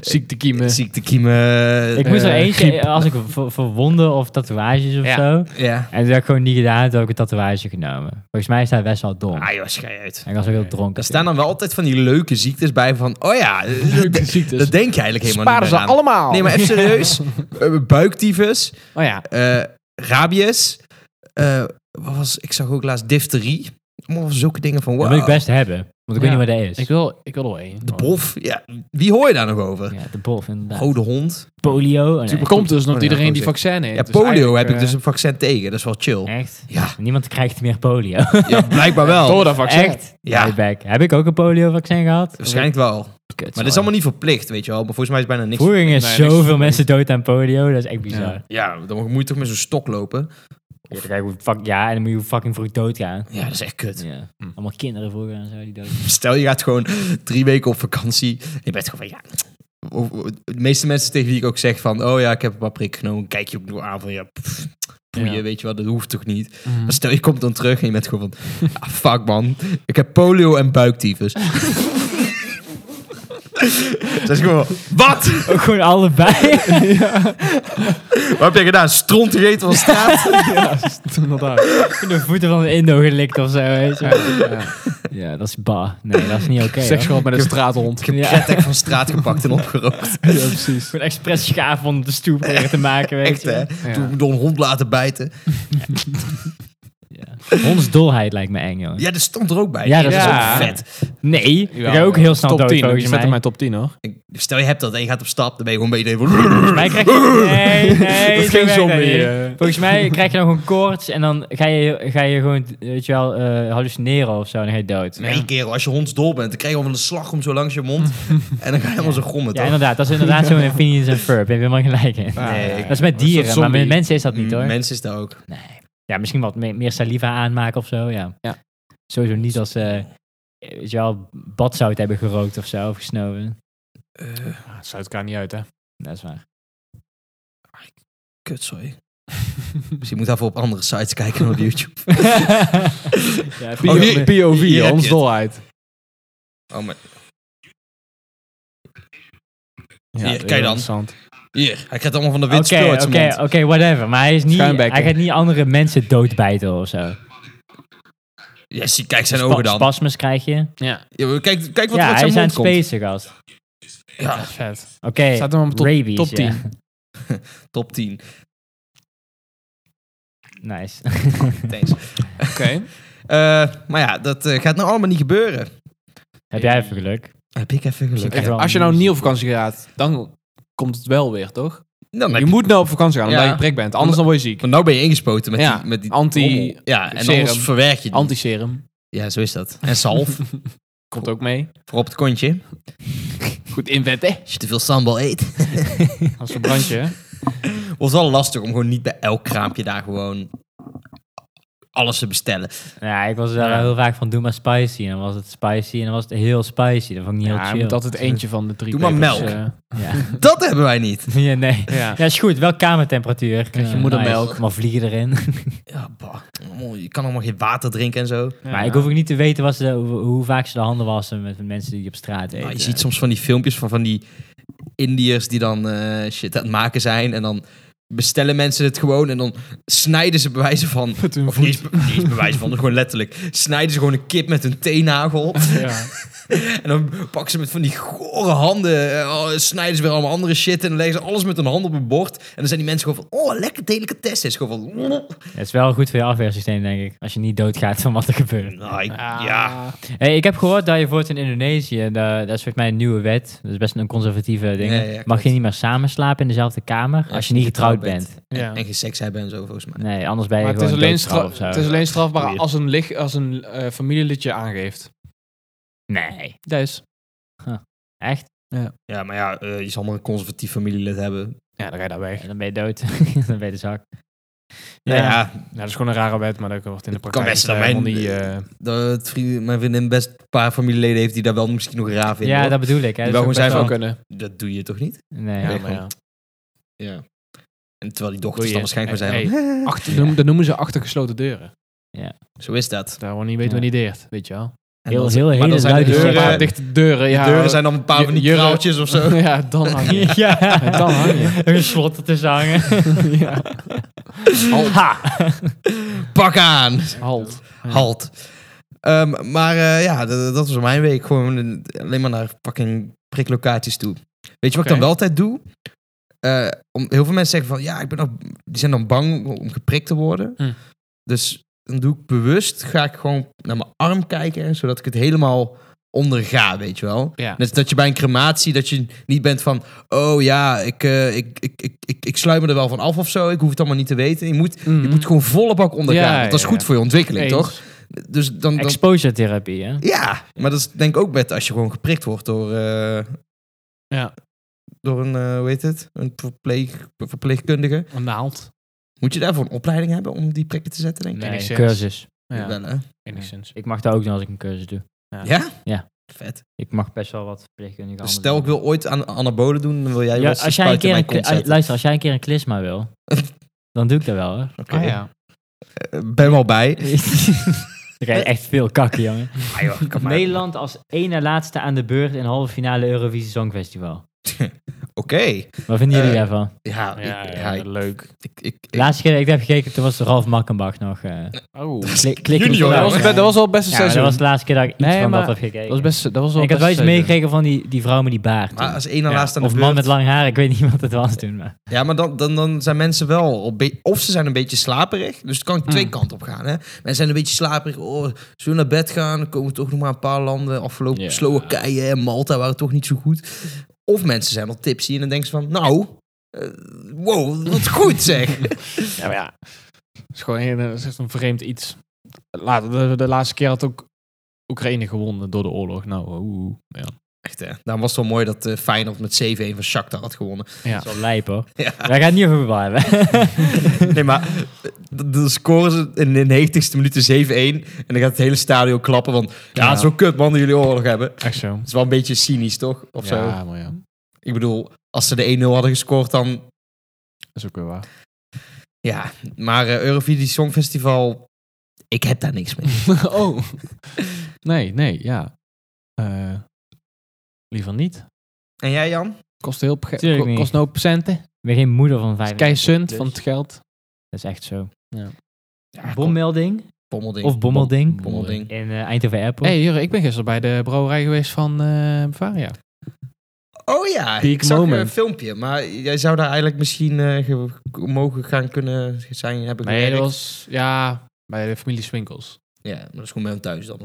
Speaker 2: Ziektekiemen.
Speaker 1: Ziektekiemen.
Speaker 4: Ik moest er
Speaker 2: Eh,
Speaker 4: eentje,
Speaker 2: griep.
Speaker 4: als ik ver- verwonden of tatoeages of
Speaker 1: Ja.
Speaker 4: zo.
Speaker 1: Ja.
Speaker 4: En toen heb ik gewoon niet gedaan, toen heb ik een tatoeage genomen. Volgens mij is hij best wel dom.
Speaker 1: Ah joh, schei uit.
Speaker 4: En ik was ook heel
Speaker 2: Oké.
Speaker 4: dronken.
Speaker 1: Er staan dan wel altijd van die leuke ziektes bij van... Oh ja, dat,
Speaker 2: Leuke ziektes.
Speaker 1: dat denk je eigenlijk helemaal niet
Speaker 2: Dus Sparen ze
Speaker 1: meer aan.
Speaker 2: allemaal.
Speaker 1: Nee, maar even serieus. Eh, Buiktyfus,
Speaker 2: Oh ja.
Speaker 1: eh, rabies. eh, wat was, ik zag ook laatst difterie. Allemaal zulke dingen van
Speaker 4: Dat
Speaker 1: wow.
Speaker 4: wil ik best hebben, want ik
Speaker 2: Ja.
Speaker 4: weet niet wat dat is.
Speaker 2: Ik wil, ik wil er wel één.
Speaker 1: De bof. Ja, wie hoor je daar nog over?
Speaker 4: Ja, de bolf inderdaad.
Speaker 1: Rode hond.
Speaker 4: Polio. Oh, nee.
Speaker 2: Er komt dus nog
Speaker 1: Oh, ja,
Speaker 2: iedereen
Speaker 1: oh,
Speaker 2: die
Speaker 1: zeker.
Speaker 2: vaccin heeft.
Speaker 1: Ja,
Speaker 2: Dus
Speaker 1: polio
Speaker 2: eigenlijk,
Speaker 1: heb ik dus
Speaker 2: eh,
Speaker 1: een vaccin tegen. Dat is wel chill.
Speaker 4: Echt?
Speaker 1: Ja,
Speaker 4: Niemand krijgt meer polio.
Speaker 1: ja blijkbaar wel.
Speaker 2: Door dat vaccin.
Speaker 4: Echt?
Speaker 1: Ja.
Speaker 4: Nee, Bek. Heb ik ook een polio-vaccin gehad?
Speaker 1: Waarschijnlijk wel.
Speaker 4: Kut,
Speaker 1: Maar dat is allemaal niet verplicht, weet je wel. Maar volgens mij is bijna niks.
Speaker 4: Vroeger gingen
Speaker 2: Nee, niks
Speaker 4: zoveel
Speaker 2: verplicht.
Speaker 4: mensen dood aan polio. Dat is echt bizar. Ja,
Speaker 1: Ja, dan moet je toch met zo'n stok lopen.
Speaker 4: dan krijg je hoe fuck, ja en dan moet je hoe fucking vroeg doodgaan.
Speaker 1: Ja, dat is echt kut.
Speaker 4: Ja. Allemaal kinderen vroeger en zo die dood.
Speaker 1: Stel, je gaat gewoon drie weken op vakantie. En je bent gewoon van, ja... of- of- De meeste mensen tegen wie ik ook zeg van... Oh ja, ik heb een paar prik genomen. Kijk je ook nog aan van... Ja, pff, boeien,
Speaker 2: Ja.
Speaker 1: weet je wel. Dat hoeft toch niet.
Speaker 2: Mhm.
Speaker 1: Maar stel, je komt dan terug en je bent gewoon van... ah, fuck man, ik heb polio en buiktyfus. Dat is gewoon van, Wat?
Speaker 4: Ook gewoon allebei.
Speaker 1: Wat heb je gedaan? Stront gegeten van straat?
Speaker 2: Ja, inderdaad.
Speaker 4: de voeten van de Indo gelikt of zo, weet je. wel.
Speaker 2: Ja.
Speaker 4: Ja, dat is ba. Nee, dat is niet oké. hoor.
Speaker 2: Seksueel met een straathond.
Speaker 4: Ja.
Speaker 1: Prettig van straat gepakt en opgerookt.
Speaker 2: Ja, precies.
Speaker 4: Gewoon expres schaaf om op de stoep proberen te maken, weet
Speaker 1: Echt
Speaker 4: je.
Speaker 1: hè?
Speaker 2: Ja.
Speaker 1: Toen door een hond laten bijten.
Speaker 4: Ja. Hondsdolheid lijkt me eng, joh.
Speaker 1: Ja, dat stond er ook bij.
Speaker 4: Ja, dat
Speaker 2: is Ja.
Speaker 1: ook vet.
Speaker 4: Nee, ik ga ook heel snel
Speaker 2: top dus
Speaker 4: dood,
Speaker 2: 10.
Speaker 4: volgens
Speaker 2: Die staat
Speaker 4: mij.
Speaker 2: in mijn top 10 hoor.
Speaker 1: Ik- Stel je hebt dat en je gaat op stap, dan ben je gewoon bij iedereen van...
Speaker 4: Volgens mij krijg je... Nee, nee.
Speaker 2: Dat is geen
Speaker 4: zo werkt dat
Speaker 2: zombie,
Speaker 4: niet.
Speaker 2: eh.
Speaker 4: Volgens mij krijg je dan gewoon koorts en dan ga je, ga je gewoon, weet je wel, eh, hallucineren of zo en dan ga je dood.
Speaker 1: Nee, kerel, als je hondsdol bent, dan krijg je gewoon een slag om zo langs je mond. en dan ga je helemaal zo grommen,
Speaker 4: Ja,
Speaker 1: toch?
Speaker 4: inderdaad. Dat is inderdaad zo'n Infinity and Furb. Daar heb je helemaal gelijk in.
Speaker 2: Ah,
Speaker 1: Nee,
Speaker 2: ja,
Speaker 1: ik-
Speaker 4: Dat is met
Speaker 2: een
Speaker 4: dieren, maar
Speaker 2: zombie.
Speaker 4: met mensen is dat niet,
Speaker 1: Mm,
Speaker 4: hoor.
Speaker 1: Mensen is dat ook.
Speaker 4: Ja, misschien wat me- meer saliva aanmaken of zo, ja.
Speaker 2: Ja.
Speaker 4: Sowieso niet als eh weet je wel, badzout hebben gerookt of zo, of gesnoven.
Speaker 1: Eh,
Speaker 2: Ah, het Sluit elkaar niet uit, hè?
Speaker 4: Dat is waar.
Speaker 1: kut, sorry. Dus je moet even op andere sites kijken dan op YouTube.
Speaker 2: Oh,
Speaker 4: ja,
Speaker 1: Oh, hier- hier heb
Speaker 2: POV,
Speaker 1: je
Speaker 2: ons
Speaker 1: het.
Speaker 2: dolheid.
Speaker 1: Oh, maar
Speaker 2: Ja,
Speaker 1: kijk
Speaker 2: heel
Speaker 1: dan.
Speaker 2: interessant.
Speaker 1: hier, hij krijgt allemaal van de wit
Speaker 4: Oké,
Speaker 1: spul uit zijn
Speaker 4: oké,
Speaker 1: mond.
Speaker 4: oké, whatever. Maar hij, is niet,
Speaker 2: Schuimbekken.
Speaker 4: hij gaat niet andere mensen doodbijten of zo.
Speaker 1: Ja, zie, kijk zijn
Speaker 4: Spa-
Speaker 1: ogen dan.
Speaker 4: Spasmes krijg je.
Speaker 2: Ja,
Speaker 1: Ja, maar kijk, kijk wat
Speaker 4: ja,
Speaker 1: er uit
Speaker 4: hij
Speaker 1: zijn
Speaker 4: is aan het
Speaker 1: mond komt.
Speaker 4: spacen, gast.
Speaker 1: Ja,
Speaker 2: vet.
Speaker 4: Oké,
Speaker 2: Staat hem op top,
Speaker 4: rabies.
Speaker 2: top
Speaker 4: ja.
Speaker 2: 10.
Speaker 1: top 10.
Speaker 4: Nice.
Speaker 1: Thanks.
Speaker 2: Oké.
Speaker 1: Eh, maar ja, dat eh, gaat nou allemaal niet gebeuren.
Speaker 4: Heb jij even geluk?
Speaker 1: Heb ik even geluk. Ja.
Speaker 4: Misschien wel
Speaker 2: Als je nou
Speaker 4: een
Speaker 2: niet op vakantie gaat, dan komt het wel weer, toch?
Speaker 1: Dan heb
Speaker 2: Je moet nou op vakantie gaan, omdat
Speaker 1: Ja.
Speaker 2: je prik bent. Anders dan word je ziek.
Speaker 1: Want nou ben je ingespoten met
Speaker 2: Ja,
Speaker 1: die... Met die
Speaker 2: anti-
Speaker 1: rommel. Ja, en
Speaker 2: serum.
Speaker 1: anders verwerk je die.
Speaker 2: Antiserum
Speaker 1: ja, zo is dat. En zalf,
Speaker 2: komt ook mee.
Speaker 1: voor op het kontje.
Speaker 2: Goed invetten.
Speaker 1: Als je te veel sambal eet.
Speaker 2: Als een brandje, hè?
Speaker 1: Wordt wel lastig om gewoon niet bij elk kraampje daar gewoon alles te bestellen.
Speaker 4: Ja, ik was daar wel heel vaak van doe maar spicy. En dan was het spicy en dan was het heel spicy. Dat vond ik niet
Speaker 2: Ja,
Speaker 4: heel
Speaker 2: je
Speaker 4: chill.
Speaker 2: moet altijd eentje van de drie
Speaker 1: Doe maar
Speaker 2: pepers,
Speaker 1: melk.
Speaker 2: eh,
Speaker 4: Ja.
Speaker 1: Dat hebben wij niet.
Speaker 4: ja, nee.
Speaker 2: ja.
Speaker 4: Ja, is goed. Wel kamertemperatuur.
Speaker 2: Krijg je
Speaker 4: Ja,
Speaker 2: moedermelk.
Speaker 4: nice. Maar vliegen erin.
Speaker 1: Ja, bah. Oh, Je kan allemaal geen water drinken en zo.
Speaker 4: Maar ik hoef ook niet te weten wat ze, hoe, hoe vaak ze de handen wassen met mensen die op straat eten.
Speaker 1: Nou, je
Speaker 2: eh,
Speaker 1: ziet soms van die filmpjes van, van die Indiërs die dan eh, shit aan het maken zijn. En dan bestellen mensen het gewoon. En dan snijden ze bewijzen van...
Speaker 2: Met hun
Speaker 1: Of niet eens, niet eens bewijzen van, gewoon letterlijk. Snijden ze gewoon een kip met een teennagel.
Speaker 2: Ja.
Speaker 1: En dan pakken ze met van die gore handen, eh, oh, snijden ze weer allemaal andere shit en dan leggen ze alles met hun hand op een bord. En dan zijn die mensen gewoon van, oh, lekker delicatessen. Het is gewoon van,
Speaker 4: Het is wel goed voor je afweersysteem, denk ik. Als je niet doodgaat van wat er gebeurt.
Speaker 1: nou, ik-
Speaker 2: Ah.
Speaker 1: ja.
Speaker 4: Hey, ik heb gehoord dat je voor in Indonesië, da- dat is volgens mij een nieuwe wet, dat is best een conservatieve ding,
Speaker 1: Ja, ja, klopt.
Speaker 4: mag je niet meer samen slapen in dezelfde kamer als je niet getrouwd bent.
Speaker 2: Ja.
Speaker 1: En geen seks hebben en zo, volgens mij.
Speaker 4: Nee, anders ben je
Speaker 2: Maar het
Speaker 4: gewoon
Speaker 2: is, alleen
Speaker 4: doodstraf
Speaker 2: stra-
Speaker 4: of zo.
Speaker 2: het is alleen strafbaar
Speaker 1: Weird.
Speaker 2: als een, lig- als een eh, familielid je aangeeft.
Speaker 4: Nee,
Speaker 2: Dat is.
Speaker 4: echt?
Speaker 1: Ja, maar ja, eh, je zal maar een conservatief familielid hebben.
Speaker 2: Ja, dan ga je daar weg.
Speaker 4: En dan ben je dood. dan ben je de zak.
Speaker 1: Ja,
Speaker 2: Ja.
Speaker 1: nou ja,
Speaker 2: Nou, dat is gewoon een rare wet, maar dat wordt in de
Speaker 1: Het kan
Speaker 2: praktijk
Speaker 1: best dat
Speaker 2: eh, helemaal
Speaker 1: mijn-
Speaker 2: niet... eh,
Speaker 1: dat vriend, mijn vriendin best een paar familieleden heeft die daar wel misschien nog raar vinden.
Speaker 4: Ja,
Speaker 1: hoor.
Speaker 4: dat bedoel ik. Hè.
Speaker 1: Die
Speaker 4: Dat
Speaker 1: wou
Speaker 4: is
Speaker 1: gewoon
Speaker 4: ook
Speaker 1: van-
Speaker 2: zou
Speaker 4: best
Speaker 2: kunnen.
Speaker 1: dat doe je toch niet?
Speaker 4: wel- Nee.
Speaker 2: Ja,
Speaker 1: Ja,
Speaker 2: maar ja.
Speaker 1: Ja. En terwijl die dochters
Speaker 2: Wil
Speaker 1: dan
Speaker 2: je-
Speaker 1: waarschijnlijk maar
Speaker 2: hey,
Speaker 1: zeggen, "Hè,
Speaker 2: Achter, dat noemen- Dat noemen ze achter gesloten deuren.
Speaker 1: zo is dat.
Speaker 2: Daar gewoon niet weten
Speaker 4: Ja.
Speaker 2: wanneer die deert, weet je wel. Dus
Speaker 1: En
Speaker 4: Heel-
Speaker 1: dan-
Speaker 4: heel-
Speaker 1: maar dan
Speaker 4: hele
Speaker 1: zijn de
Speaker 4: duidelijke
Speaker 2: Deuren,
Speaker 1: deuren,
Speaker 4: separat-
Speaker 2: dicht deuren, ja.
Speaker 1: de deuren zijn dan een paar van die
Speaker 2: Jurre-
Speaker 1: kraaltjes of zo.
Speaker 2: ja, dan hang je.
Speaker 4: ja,
Speaker 2: Dan hang je.
Speaker 4: Een slot ertussen hangen.
Speaker 2: ja.
Speaker 1: Ha! Pak aan!
Speaker 2: Halt. Ja.
Speaker 1: Halt. Ehm, maar eh, ja, dat, dat was mijn week. Gewoon een- alleen maar naar fucking priklocaties toe. Weet je wat ik
Speaker 2: Oké.
Speaker 1: dan wel altijd doe? Eh, om, heel veel mensen zeggen van, ja, ik ben nog, die zijn dan bang om geprikt te worden.
Speaker 2: Hm.
Speaker 1: Dus dan doe ik bewust, ga ik gewoon naar mijn arm kijken, zodat ik het helemaal onderga, weet je wel.
Speaker 2: Ja.
Speaker 1: Net als dat je bij een crematie, dat je niet bent van, oh ja, ik, eh, ik, ik, ik, ik, ik sluit me er wel van af of zo, ik hoef het allemaal niet te weten. Je moet, je
Speaker 2: Mhm.
Speaker 1: moet gewoon volle bak ondergaan,
Speaker 2: Ja,
Speaker 1: want dat is
Speaker 2: ja,
Speaker 1: goed
Speaker 2: ja.
Speaker 1: voor je ontwikkeling,
Speaker 2: Eens.
Speaker 1: toch? Dus dan, dan
Speaker 4: Exposure therapie, hè?
Speaker 1: ja, maar dat is denk ik ook met als je gewoon geprikt wordt door, eh,
Speaker 2: Ja.
Speaker 1: door een, eh, hoe heet het, een verpleeg, verpleegkundige.
Speaker 2: Een naald.
Speaker 1: Moet je daarvoor een opleiding hebben om die prikken te zetten, denk ik?
Speaker 2: Nee,
Speaker 4: Nee,
Speaker 2: niks.
Speaker 4: cursus.
Speaker 2: Ja,
Speaker 1: Wel, hè?
Speaker 2: enigszins.
Speaker 4: Ik mag dat ook doen als ik een cursus doe.
Speaker 1: Ja.
Speaker 2: Ja.
Speaker 1: ja?
Speaker 4: Ja.
Speaker 1: Vet.
Speaker 4: Ik mag best wel wat verpleegkundige
Speaker 1: Dus
Speaker 4: handen
Speaker 1: stel, ik
Speaker 4: doen.
Speaker 1: wil ooit aan anabolen doen, dan wil jij
Speaker 4: Ja,
Speaker 1: wel
Speaker 4: als jij een keer een, kli- ah,
Speaker 1: Oké.
Speaker 4: luister, als jij een keer een klisma wil, dan doe ik dat wel, hoor.
Speaker 2: Ah, ja.
Speaker 1: Eh, Ben wel bij.
Speaker 4: Dan krijg je echt veel kakken, jongen.
Speaker 1: Ah, joh, kom maar.
Speaker 4: Nederland als ene laatste aan de beurt in halve finale Eurovisie Songfestival.
Speaker 1: Oké.
Speaker 4: Wat vinden jullie
Speaker 1: Eh,
Speaker 4: daarvan?
Speaker 1: Ja, ik-
Speaker 2: Ja,
Speaker 1: ja,
Speaker 2: ja,
Speaker 1: ik-
Speaker 2: leuk.
Speaker 1: ik- ik- ik-
Speaker 4: Laatste keer dat ik heb gekeken, toen was Ralf Makkenbach nog. eh
Speaker 2: Oh. Dat
Speaker 4: klik, klik
Speaker 1: junior,
Speaker 4: hem
Speaker 1: hè?
Speaker 4: vooruit.
Speaker 2: was, be- dat was wel het beste
Speaker 4: Ja, maar
Speaker 2: seizoen.
Speaker 4: dat was de laatste keer dat ik iets
Speaker 2: Nee,
Speaker 4: van
Speaker 2: maar
Speaker 4: dat heb gekeken.
Speaker 2: dat was best, dat was wel
Speaker 4: ik
Speaker 2: het
Speaker 4: had wel iets
Speaker 2: beste seizoen.
Speaker 4: meegekregen van die, die vrouw met die baard.
Speaker 1: maar
Speaker 4: toen.
Speaker 1: als één
Speaker 2: Ja,
Speaker 1: laatste aan de
Speaker 4: Of man
Speaker 1: beurt-
Speaker 4: met lang haar, ik weet niet wat het was toen. Maar.
Speaker 1: Ja, maar dan, dan, dan zijn mensen wel... Op be- of ze zijn een beetje slaperig. Dus het kan twee kanten op gaan. Hè? Mensen zijn een beetje slaperig. Oh, zullen we naar bed gaan? Dan komen we toch nog maar een paar landen. Afgelopen
Speaker 2: Ja.
Speaker 1: Slowakije en Malta waren toch niet zo goed. Of mensen zijn wel tipsy en dan denken ze van... Nou, eh, wow, wat goed zeg.
Speaker 2: Ja, maar ja. Het is gewoon een, dat is echt een vreemd iets. Laat, de, de laatste keer had ook Oekraïne gewonnen door de oorlog. Nou, oeh. Ja.
Speaker 1: Echt, hè? Daarom was het wel mooi dat eh, Feyenoord met 7-1 van Shakhtar had gewonnen.
Speaker 4: Dat is wel lijp hoor.
Speaker 1: Ja.
Speaker 4: Wij gaan het niet over voetbal hebben.
Speaker 1: Nee, maar eh, d- dan scoren ze in de 90ste minuut de 7-1. En dan gaat het hele stadion klappen van... Ja,
Speaker 2: Ja.
Speaker 1: het is wel kut man dat jullie oorlog hebben. Het
Speaker 2: Echt zo.
Speaker 1: is wel een beetje cynisch, toch? Of zo.
Speaker 2: ja, maar ja.
Speaker 1: Ik bedoel, als ze de 1-0 hadden gescoord, dan...
Speaker 2: Dat is ook weer waar.
Speaker 1: Ja, maar eh, Eurovisie Songfestival... Ik heb daar niks mee.
Speaker 2: oh. Nee, nee, ja. Eh, liever niet.
Speaker 1: En jij, Jan?
Speaker 2: Kost heel op ge-
Speaker 4: Tuurlijk
Speaker 2: ko-
Speaker 4: niet.
Speaker 2: kost een hoop centen.
Speaker 4: Ik ben geen moeder van vijf.
Speaker 2: Kei sunt
Speaker 4: plus.
Speaker 2: van het geld.
Speaker 4: Dat is echt zo.
Speaker 1: Ja,
Speaker 4: Bommelding
Speaker 1: Bommelding.
Speaker 4: of bommelding
Speaker 2: Bom-
Speaker 1: Bommelding.
Speaker 4: in eh, Eindhoven Airport.
Speaker 2: Hé, hey, Jurre, ik ben gisteren bij de brouwerij geweest van eh, Bavaria.
Speaker 1: Oh ja, ik
Speaker 2: Peak
Speaker 1: zag
Speaker 2: moment.
Speaker 1: een filmpje. Maar jij zou daar eigenlijk misschien eh, ge- mogen gaan kunnen zijn. Heb ik
Speaker 2: Nee, dat
Speaker 1: gewerkt.
Speaker 2: was... Ja, bij de familie Swinkels.
Speaker 1: Ja, maar dat is gewoon bij hem thuis dan.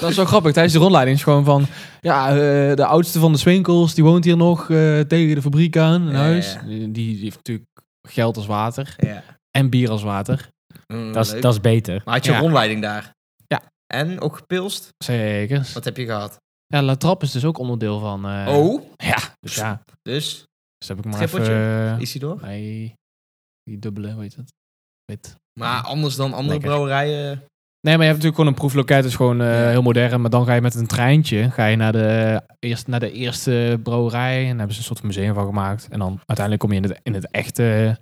Speaker 2: dat is wel grappig. Tijdens de rondleiding is gewoon van... Ja, eh, de oudste van de Swinkels, die woont hier nog eh, tegen de fabriek aan, in
Speaker 1: Ja,
Speaker 2: huis.
Speaker 1: ja.
Speaker 2: Die, die heeft natuurlijk geld als water
Speaker 1: Ja.
Speaker 2: en bier als water.
Speaker 1: Mm,
Speaker 4: dat, is,
Speaker 1: leuk.
Speaker 4: dat is beter.
Speaker 1: Maar had je
Speaker 2: Ja.
Speaker 1: een rondleiding daar?
Speaker 2: Ja.
Speaker 1: En ook gepilst?
Speaker 2: Zeker.
Speaker 1: Wat heb je gehad?
Speaker 2: Ja, La Trappe is dus ook onderdeel van... eh,
Speaker 1: oh,
Speaker 2: Ja, dus ja.
Speaker 1: dus
Speaker 2: Dus heb ik maar even...
Speaker 1: Trippeltje.
Speaker 2: eh,
Speaker 1: is hij door?
Speaker 2: bij die dubbele, hoe heet dat? Wit.
Speaker 1: Maar anders dan andere
Speaker 2: Lekker.
Speaker 1: brouwerijen.
Speaker 2: Nee, maar je hebt natuurlijk gewoon een proefloket, dus gewoon eh,
Speaker 1: Ja.
Speaker 2: heel modern. Maar dan ga je met een treintje ga je naar, de, eh, eerst, naar de eerste brouwerij. En daar hebben ze een soort museum van gemaakt. En dan uiteindelijk kom je in het, in het echte,